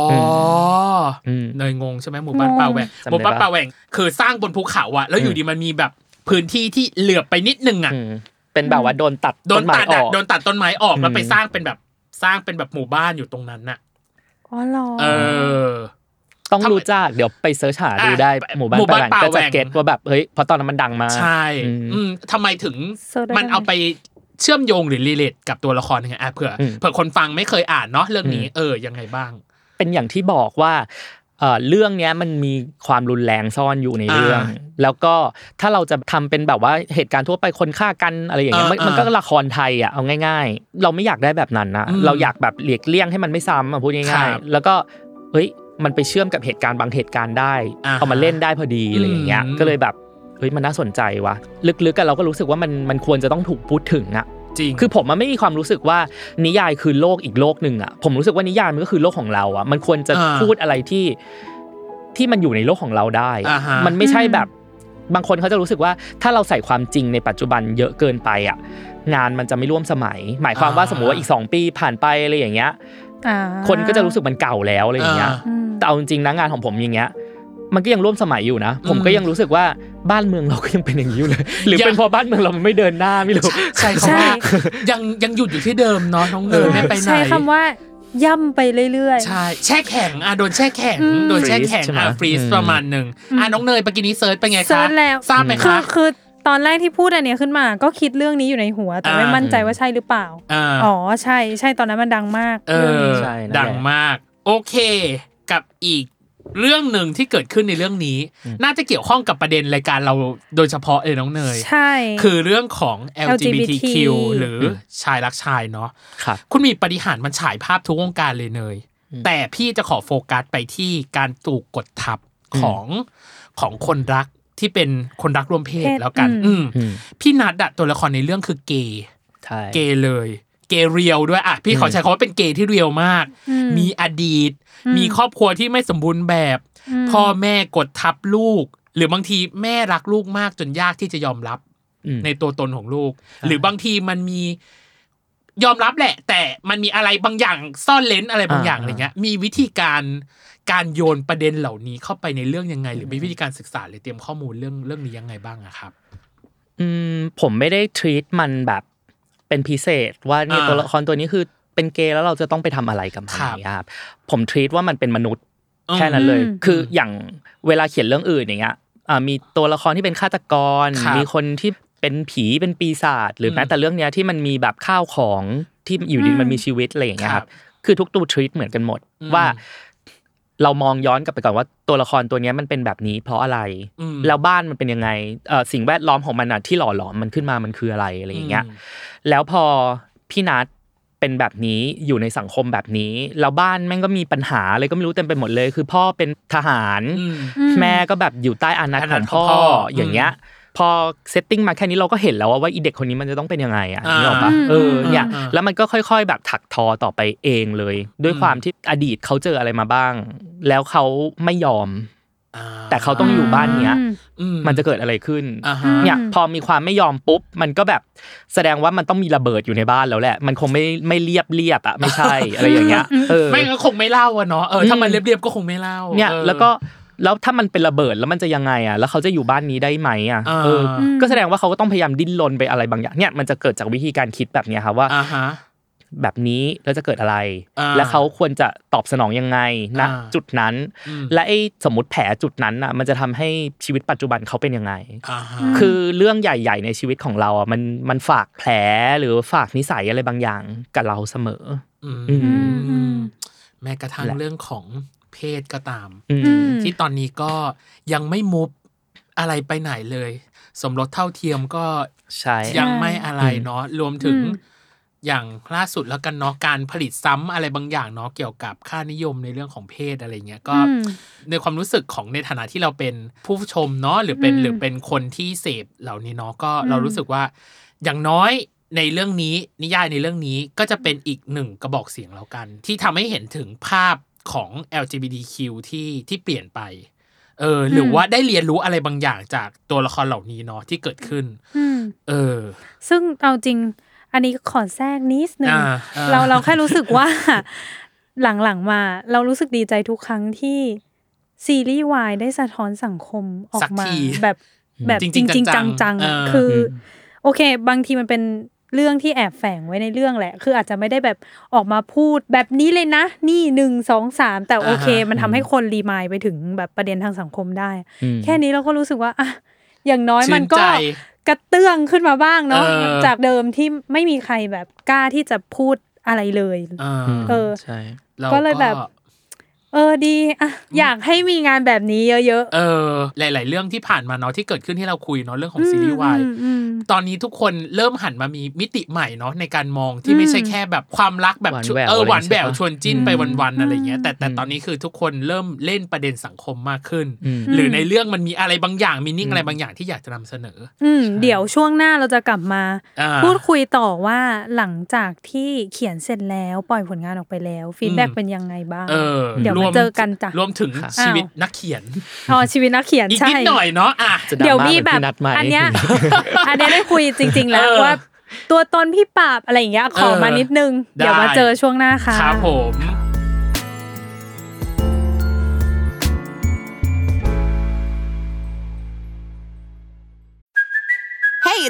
Speaker 1: อ
Speaker 3: ม
Speaker 1: เนยงงใช่ไหมหมู่บ้านป่าแหวง
Speaker 3: จำได้ปะ
Speaker 1: หมู่บ้านป่าแหวงคือสร้างบนภูเขาอะแล้วอยู่
Speaker 3: อืม
Speaker 1: ดีมันมีแบบพื้นที่ที่เหลือบไปนิดนึงอะ
Speaker 3: อืมเป็นแบบว่าโดนตัด
Speaker 1: โดนตัดอะ
Speaker 3: ต้ไม้ออก
Speaker 1: โดนตัดต้นไม้ออกแล้ว
Speaker 3: อืม
Speaker 1: ไปสร้างเป็นแบบสร้างเป็นแบบหมู่บ้านอยู่ตรงนั้นน่ะ
Speaker 2: อ๋อเหรอ
Speaker 1: เออ
Speaker 3: ต้องรู้จักเดี๋ยวไปเสิร์ชหาดูได้
Speaker 1: อ่ะ
Speaker 3: หมู่บ้าน
Speaker 1: หมู่
Speaker 3: ป่า
Speaker 1: บ้าน
Speaker 3: แหวง
Speaker 1: ป่า
Speaker 3: ก็จะ
Speaker 1: แหว่ง
Speaker 3: เก็ตว่าแบบเฮ้ยเพราะตอนนั้นมันดังมาก
Speaker 1: ใช่
Speaker 3: อืม
Speaker 1: อืมทำไมถึง
Speaker 2: โซดา
Speaker 1: มันเอาไปเชื่อมโยงหรือรีเลทกับตัวละครยังไงอ่ะเผื่ออ
Speaker 3: ม
Speaker 1: เผื่อคนฟังไม่เคยอ่านเนาะเรื่องนี้ เออยังไงบ้าง
Speaker 3: เป็นอย่างที่บอกว่าเอ่อเรื่องเนี้ยมันมีความรุนแรงซ่อนอยู่ในเรื่อง
Speaker 1: อ่
Speaker 3: แล้วก็ถ้าเราจะทำเป็นแบบว่าเหตุการณ์ทั่วไปคนฆ่ากันอะไรอย่างเงี้ย
Speaker 1: อ่ามั
Speaker 3: มันมันก็ละครไทยอ่ะเอาง่าย ๆ เราไม่อยากได้แบบนั้นนะ
Speaker 1: อืม
Speaker 3: เราอยากแบบเลียกเลี่ยงให้มันไม่ซ้ำอ่ะพูด
Speaker 1: ครั
Speaker 3: ง่าย
Speaker 1: บ
Speaker 3: ๆ แล้วก็เฮ้ยมันไปเชื่อมกับเหตุการณ์บางเหตุการณ์ได้
Speaker 1: อ่า
Speaker 3: เอามาเล่นได้พอดีอะไรอย่างเงี้ย
Speaker 1: อืม
Speaker 3: ก็เลยแบบเฮ้ยมันน่าสนใจว่ะลึกๆกันเราก็รู้สึกว่ามันมันควรจะต้องถูกพูดถึงอ่ะ
Speaker 1: จริง
Speaker 3: คือผมมันไม่มีความรู้สึกว่านิยายคือโลกอีกโลกหนึ่งอ่ะผมรู้สึกว่านิยายมันก็คือโลกของเราอ่ะมันควรจะ
Speaker 1: อ่า
Speaker 3: พูดอะไรที่ที่มันอยู่ในโลกของเราได้
Speaker 1: อ่าฮะ
Speaker 3: มันไม่ใช่
Speaker 2: อืม
Speaker 3: แบบ บางคนเขาจะรู้สึกว่าถ้าเราใส่ความจริงในปัจจุบันเยอะเกินไปอ่ะงานมันจะไม่ร่วมสมัย หมายความว่าสมมติว่าอีก 2 ปีผ่านไปอะไรอย่างเงี้ย
Speaker 2: อ่า
Speaker 3: คนก็จะรู้สึกมันเก่าแล้วอะไรอย่างเงี้ย
Speaker 1: อ่า
Speaker 2: อืม
Speaker 3: แต่เอาจริงๆนะงานของผมอย่างเงี้ย มันก็ยังร่วมสมัยอยู่นะ
Speaker 1: อืม
Speaker 3: ผมก็ยังรู้สึกว่าบ้านเมืองเราก็ยังเป็นอย่างนี้อยู่เลย หรือ
Speaker 1: ยัง
Speaker 3: เป็นเพราะบ้านเมืองเรามันไม่เดินหน้าไม่รู้
Speaker 1: ใช่
Speaker 2: ใช่
Speaker 1: คำว่ายังยังหยุดอยู่ที่เดิมเนาะน้องเนยไม่ไปไหน
Speaker 2: ใช้คำว่า ย่ำไปเรื่อย
Speaker 1: ใช่แช่แข็งอ่ะโดนแช่แข็ง
Speaker 2: อืม
Speaker 1: โดนแช่แข็ง
Speaker 3: ฟรีซใช่ไหม
Speaker 1: อ่ะฟรีซ
Speaker 3: อืม
Speaker 1: ประมาณหนึ่งอ่ะน้องเนยปกินนี้เซิร์ชไปไงคะ
Speaker 2: เซิร์ชแล้ว
Speaker 1: ทราบไหม
Speaker 2: ๆ คือ
Speaker 1: คะ
Speaker 2: คือตอนแรกที่พูดอันเนี้ยขึ้นมา ก็คิดเรื่องนี้อยู่ในหัว แต่ไม่
Speaker 1: อ่า
Speaker 2: มั่นใจว่าใช่หรือเปล่า
Speaker 1: อ่า
Speaker 2: อ๋อใช่ใช่ตอนนั้นมันดังมาก
Speaker 1: เอ
Speaker 2: เรื่อง
Speaker 1: อ
Speaker 2: นี้
Speaker 3: ใช่นั่นแหละ
Speaker 1: ดังมาก โอเคกับอีกเรื่องหนึ่งที่เกิดขึ้นในเรื่องนี้ น่าจะเกี่ยวข้องกับประเด็นรายการเราโดยเฉพาะเลยน้องเนย
Speaker 2: ใช่
Speaker 1: คือเรื่องของ LGBTQ
Speaker 2: LGBTQ
Speaker 1: หรือชายรักชายเนาะ
Speaker 3: ครับ
Speaker 1: คุณมีปฏิหารย์มันฉายภาพทุกวงการเลยเนย
Speaker 3: อืม
Speaker 1: แต่พี่จะขอโฟกัสไปที่การถูกกดทับของของคนรักที่เป็นคนรักร่วมเพศ
Speaker 2: เพศ
Speaker 1: แล้วกัน
Speaker 2: อื
Speaker 1: อืม
Speaker 2: ม
Speaker 3: อืม
Speaker 1: พี่นัดอะตัวละครในเรื่องคือเกย์
Speaker 3: ใช่
Speaker 1: เกย์เลย เกย์เรียวด้วยอะพี่ขอใช้คำว่าเป็นเกย์ที่เรียวมาก
Speaker 2: อืม
Speaker 1: มีอดีต
Speaker 2: อืม
Speaker 1: มีครอบครัวที่ไม่สมบูรณ์แบบ
Speaker 2: ม
Speaker 1: พ่อแม่กดทับลูก หรือบางทีแม่รักลูกมากจนยากที่จะยอมรับ
Speaker 3: อืม
Speaker 1: ในตัวตนของลูก หรือบางทีมันมียอมรับแหละ แต่มันมีอะไรบางอย่างซ่อนเลนอะไรบางอย่าง
Speaker 3: อ่า
Speaker 1: อะไรเงี้ย มีวิธีการการโยนประเด็นเหล่านี้เข้าไปในเรื่องยังไง หรือมีวิธีการศึกษาหรือเตรียมข้อมูลเรื่องเรื่องนี้ยังไงบ้างอะครับ
Speaker 3: อืมผมไม่ได้ treat มันแบบเป็นพิเศษ ว่าเนี่ย
Speaker 1: อ่า
Speaker 3: ตัวละครตัวนี้คือเป็นเกย์แล้วเราจะต้องไปทำอะไรกับมัน
Speaker 1: ครับ
Speaker 3: อย่างเงี้ยครับผม treat ว่ามันเป็นมนุษย์แค่
Speaker 1: อืม
Speaker 3: นั้นเลย
Speaker 2: อืม
Speaker 3: คืออย่างเวลาเขียนเรื่องอื่นอย่างเงี้ยอ่ามีตัวละครที่เป็นฆาตกร
Speaker 1: ครับ
Speaker 3: มีคนที่เป็นผีเป็นปีศาจหรืออ
Speaker 1: ม
Speaker 3: แม้แต่เรื่องเนี้ยที่มันมีแบบข้าวของที่อยู่ดี
Speaker 2: อืม
Speaker 3: มันมีชีวิตอะไรอย่างเงี้ยค
Speaker 1: ครั
Speaker 3: รั
Speaker 1: บบ
Speaker 3: คือทุกตัว treat เหมือนกันหมด
Speaker 1: อืม
Speaker 3: ว่า เรามองย้อนกลับไปก่อนว่าตัวละครตัวเนี้ยมันเป็นแบบนี้ เพราะอะไร
Speaker 1: อืม
Speaker 3: แล้วบ้านมันเป็นยังไงเอ่อสิ่งแวดล้อมของมันอ่ะที่หล่อหลอมมันขึ้นมามันคืออะไรอะไรอย่างเงี้ย แล้วพอพี่นัทเป็นแบบนี้อยู่ในสังคมแบบนี้ แล้วบ้านแม่งก็มีปัญหาอะไรก็ไม่รู้เต็มไปหมดเลย คือพ่อเป็นทหาร
Speaker 1: อืม
Speaker 2: อื
Speaker 3: แม่ก็แบบอยู่ใต้อานัต
Speaker 1: อานัต
Speaker 3: ของพ่อ
Speaker 1: ของพ่ออ
Speaker 3: อย่างเงี้ย พอเซตติ้งมาแค่นี้เราก็เห็นแล้วว่าว่าอีเด็กคนนี้มันจะต้องเป็นยังไงอ่ะ
Speaker 1: อ่า
Speaker 3: นึกออกปะเออเนี่ย
Speaker 1: อ่า
Speaker 3: แล้วมันก็ค่อย ๆ แบบถักทอต่อไปเองเลย ด้วยความที่อดีตเขาเจออะไรมาบ้าง แล้วเขาไม่ยอม
Speaker 1: อ่
Speaker 3: แต่เขาต้องอยู่บ้านเนี้ย
Speaker 2: อืม
Speaker 1: อื
Speaker 3: มันจะเกิดอะไรขึ้น
Speaker 1: อ่าฮะ
Speaker 3: เนี่ย
Speaker 2: อืม
Speaker 3: พอมีความไม่ยอมปุ๊บ มันก็แบบแสดงว่ามันต้องมีระเบิดอยู่ในบ้านแล้วแหละ มันคงไม่ไม่เรียบเรียบๆอ่ะไม่ใช่ อะไรอย่างเงี้ยเออ
Speaker 1: ไม่ก็คงไม่เล่าอะเนาะเอออ
Speaker 3: ม
Speaker 1: ถ้ามันเรียบๆก็คงไม่เล่า
Speaker 3: เนี่ย
Speaker 1: ออ
Speaker 3: แล้วก็แล้วถ้ามันเป็นระเบิดแล้วมันจะยังไงอ่ะแล้วเขาจะอยู่บ้านนี้ได้ไหมอ่ะ
Speaker 1: อ่า
Speaker 3: เออก็แสดงว่าเขาก็ต้องพยายามดิ้นรนไปอะไรบางอย่างเนี่ยมันจะเกิดจากวิธีการคิดแบบเนี้ยครับว่า
Speaker 1: อ่าฮะ
Speaker 3: แบบนี้แล้วจะเกิดอะไร
Speaker 1: อ่า
Speaker 3: และเขาควรจะตอบสนองยังไงณ
Speaker 1: อ่า
Speaker 3: จุดนั้น
Speaker 1: อืม
Speaker 3: และไอ้สมมติแผลจุดนั้นอ่ะมันจะทำให้ชีวิตปัจจุบันเขาเป็นยังไง
Speaker 1: อ่าฮะ
Speaker 2: ม
Speaker 3: คือเรื่องใหญ่ ๆ ในชีวิตของเราอ่ะมันมันฝากแผลหรือฝากนิสัยอะไรบางอย่างกับเราเสมอ
Speaker 1: อืม
Speaker 3: อืม
Speaker 2: อืม
Speaker 1: แม้กระทั่ง
Speaker 3: แหละ
Speaker 1: เรื่องของเพศก็ตาม
Speaker 3: อืม
Speaker 2: ม
Speaker 1: ที่ตอนนี้ก็ยังไม่มุบอะไรไปไหนเลย สมรสเท่าเทียมก็
Speaker 3: ใช่
Speaker 1: ยังไม่อะไรเนาะรวมถึง
Speaker 2: อืม
Speaker 1: อย่างล่าสุดแล้วกันเนาะการผลิตซ้ำอะไรบางอย่างเนาะเกี่ยวกับค่านิยมในเรื่องของเพศอะไรเงี้ยก็
Speaker 2: อืม
Speaker 1: ในความรู้สึกของในฐานะที่เราเป็นผู้ชมเนาะหรือเป็น
Speaker 2: อืม
Speaker 1: หรือเป็นคนที่เสพเหล่านี้เนาะก็
Speaker 2: อืม
Speaker 1: เรารู้สึกว่า อย่างน้อยในเรื่องนี้นิยายในเรื่องนี้ก็จะเป็นอีกหนึ่งกระบอกเสียงแล้วกัน ที่ทำให้เห็นถึงภาพของ LGBTQ ที่ที่เปลี่ยนไปเออหรือว่าได้เรียนรู้อะไรบางอย่างจากตัวละครเหล่านี้เนาะที่เกิดขึ้น
Speaker 2: อืม
Speaker 1: เออ
Speaker 2: ซึ่งเอาจริง อันนี้ขอแทรกนิดนึง
Speaker 1: อ่าอ่า
Speaker 2: เราเราแค่รู้สึกว่า หลังๆมา เรารู้สึกดีใจทุกครั้งที่ซีรีส์วายได้สะท้อนสังคมออ
Speaker 1: สั
Speaker 2: ก
Speaker 1: ก
Speaker 2: มา
Speaker 1: ที
Speaker 2: แบบแบบ
Speaker 1: จ
Speaker 2: จ
Speaker 1: ริงๆ
Speaker 2: ริง ๆ
Speaker 1: จั
Speaker 2: จั
Speaker 1: ง
Speaker 2: ง
Speaker 1: ๆ
Speaker 2: ๆอะ
Speaker 1: เออ
Speaker 2: คืออ
Speaker 3: ม
Speaker 2: โอเค บางทีมันเป็นเรื่องที่แอบแฝงไว้ในเรื่องแหละ คืออาจจะไม่ได้แบบออกมาพูดแบบนี้เลยนะ นี่หนึ่งสองสามแต่โอเค มันทำให้คนรีมายด์ไปถึงแบบประเด็นทางสังคมได้
Speaker 3: อืม
Speaker 2: แค่นี้เราก็รู้สึกว่าอ่ะอย่างน้อย
Speaker 1: ชื่น
Speaker 2: มันก็
Speaker 1: ใจ
Speaker 2: กระเตื้องขึ้นมาบ้างเนาะ
Speaker 1: เออ
Speaker 2: จากเดิมที่ไม่มีใครแบบกล้าที่จะพูดอะไรเลย
Speaker 1: อ่า
Speaker 2: เออ
Speaker 3: ใช่
Speaker 1: รา
Speaker 2: ก็เลยแบบ เออดีอ่ะอยากให้มีงานแบบนี้เยอะ
Speaker 1: เออหลาย ๆ เรื่องที่ผ่านมาเนาะที่เกิดขึ้นที่เราคุยเนาะเรื่อง
Speaker 2: ๆ
Speaker 1: ของซีรีส์วาย
Speaker 2: อืมอืม
Speaker 1: ตอนนี้ทุกคนเริ่มหันมามีมิติใหม่เนาะในการมองที่ไม่ใช่แค่แบบความรักแบบ
Speaker 3: หวาน
Speaker 1: ชวน
Speaker 3: แหวว
Speaker 1: เออหวาน
Speaker 3: อะไรอย่างงี้
Speaker 1: แหวว
Speaker 3: ใช่ปะ
Speaker 1: ชวนจิ้นไปวัน ๆ อะไรอย่างเงี้ยแต่แต่
Speaker 3: อืม
Speaker 1: ตอนนี้คือทุกคนเริ่มเล่นประเด็นสังคมมากขึ้น
Speaker 3: อืม
Speaker 1: หรือในเรื่องมันมีอะไรบางอย่างมีนิ่ง
Speaker 3: อืม
Speaker 1: อะไรบางอย่างที่อยากจะนำเสนอ
Speaker 2: อืมเดี๋ยวช่วงหน้าเราจะกลับมา
Speaker 1: อ่า
Speaker 2: พูดคุยต่อว่าหลังจากที่เขียนเสร็จแล้วปล่อยผลงานออกไปแล้วฟีดแบ็
Speaker 1: อืม
Speaker 2: เป็นยังไงบ้าง
Speaker 1: เออ
Speaker 2: เดี๋ยว
Speaker 1: ร
Speaker 2: มาว
Speaker 1: ม
Speaker 2: เจอกันจ้ะ
Speaker 1: รวมถึง
Speaker 3: ค่ะ
Speaker 1: ชีวิต
Speaker 2: อ้าว
Speaker 1: นักเขียน
Speaker 2: อ๋อชีวิตนักเขียน
Speaker 1: อีก
Speaker 2: ใช่
Speaker 1: นิดหน่อยเนาะอ่ะ
Speaker 3: จะดราม่า
Speaker 2: เดี๋ยวมี
Speaker 3: เห
Speaker 2: แบ
Speaker 3: มือบ นพี่นัดไหม
Speaker 2: อันเนี้ ย อันเนี้ยได้คุยจริง ๆ แล้ว
Speaker 1: เออ
Speaker 2: ว่า ตัวตนพี่ปราบอะไรอย่างเงี้ยขอมานิดนึง
Speaker 1: ได้
Speaker 2: เดี๋ยวมาเจอช่วงหน้าค่ะ
Speaker 1: ครับผม
Speaker 4: Hey,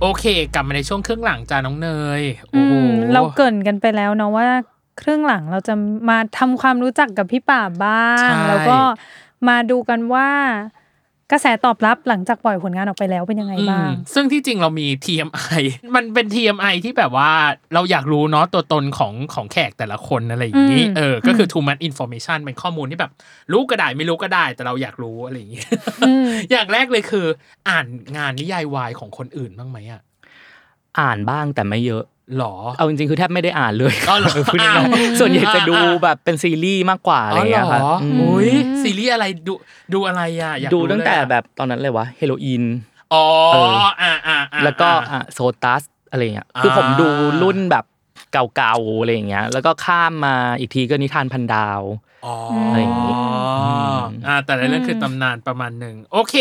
Speaker 1: โอเค กลับมาในช่วงเครื่องหลังจ้าน้องเนยโอ้
Speaker 2: อื
Speaker 1: โห
Speaker 2: มเราเกรินกันไปแล้วเนาะว่าเครื่องหลังเราจะมาทำความรู้จักกับพี่ป่าบบ้าง
Speaker 1: ใช่
Speaker 2: แล้วก็มาดูกันว่า กระแสตอบรับหลังจากปล่อยผลงานออกไปแล้วเป็นยังไง
Speaker 1: อืม
Speaker 2: บ้าง
Speaker 1: ซึ่งที่จริงเรามี TMI มันเป็น TMI ที่แบบว่าเราอยากรู้เนาะตัวตนของของแขกแต่ละคนอะไรอย่างนี้
Speaker 2: อืม
Speaker 1: เออ ก็คือ too much information เป็นข้อมูลที่แบบ รู้ก็ได้ไม่รู้ก็ได้ แต่เราอยากรู้อะไรอย่างนี้
Speaker 2: อืม
Speaker 1: อย่างแรกเลยคือ อ่านงานนิยายวายของคนอื่นบ้างไหมอะ
Speaker 3: อ่านบ้างแต่ไม่เยอะ
Speaker 1: หรอ
Speaker 3: เอาจริงๆ คือแทบไม่ได้อ่าน เลย
Speaker 1: อ๋อเหรอ
Speaker 3: พูดง่ายๆ
Speaker 1: อ่า
Speaker 3: ส่วนใหญ่จะดู
Speaker 1: อ่า
Speaker 3: แบบเป็นซีรีส์มากกว่าอะไร
Speaker 1: อ๋อ
Speaker 3: อย่าง
Speaker 1: เหรอ
Speaker 3: เงี้ยค่ะอืม
Speaker 1: อุ้ยซีรีส์อะไรดูดูอะไรอะอยาก
Speaker 3: ดู
Speaker 1: รู้
Speaker 3: ตั้ง
Speaker 1: เลยอะ
Speaker 3: แต่แบบตอนนั้นเลยวะเฮโรอีน
Speaker 1: อ๋อ
Speaker 3: เออ
Speaker 1: อ่าอ่าอ่า
Speaker 3: แล้วก็โซตัสอะไรเงี้ย คือผมดูรุ่นแบบเก่าๆอะไรอย่างเงี้ย แล้วก็ข้ามมาอีกทีก็นิทานพันดาว
Speaker 1: อ๋อ
Speaker 3: อะไรอย่างงี้ม
Speaker 1: อ่าแต่ละเรื่องคือ
Speaker 2: ม
Speaker 1: ตำนานประมาณหนึ่งโอเค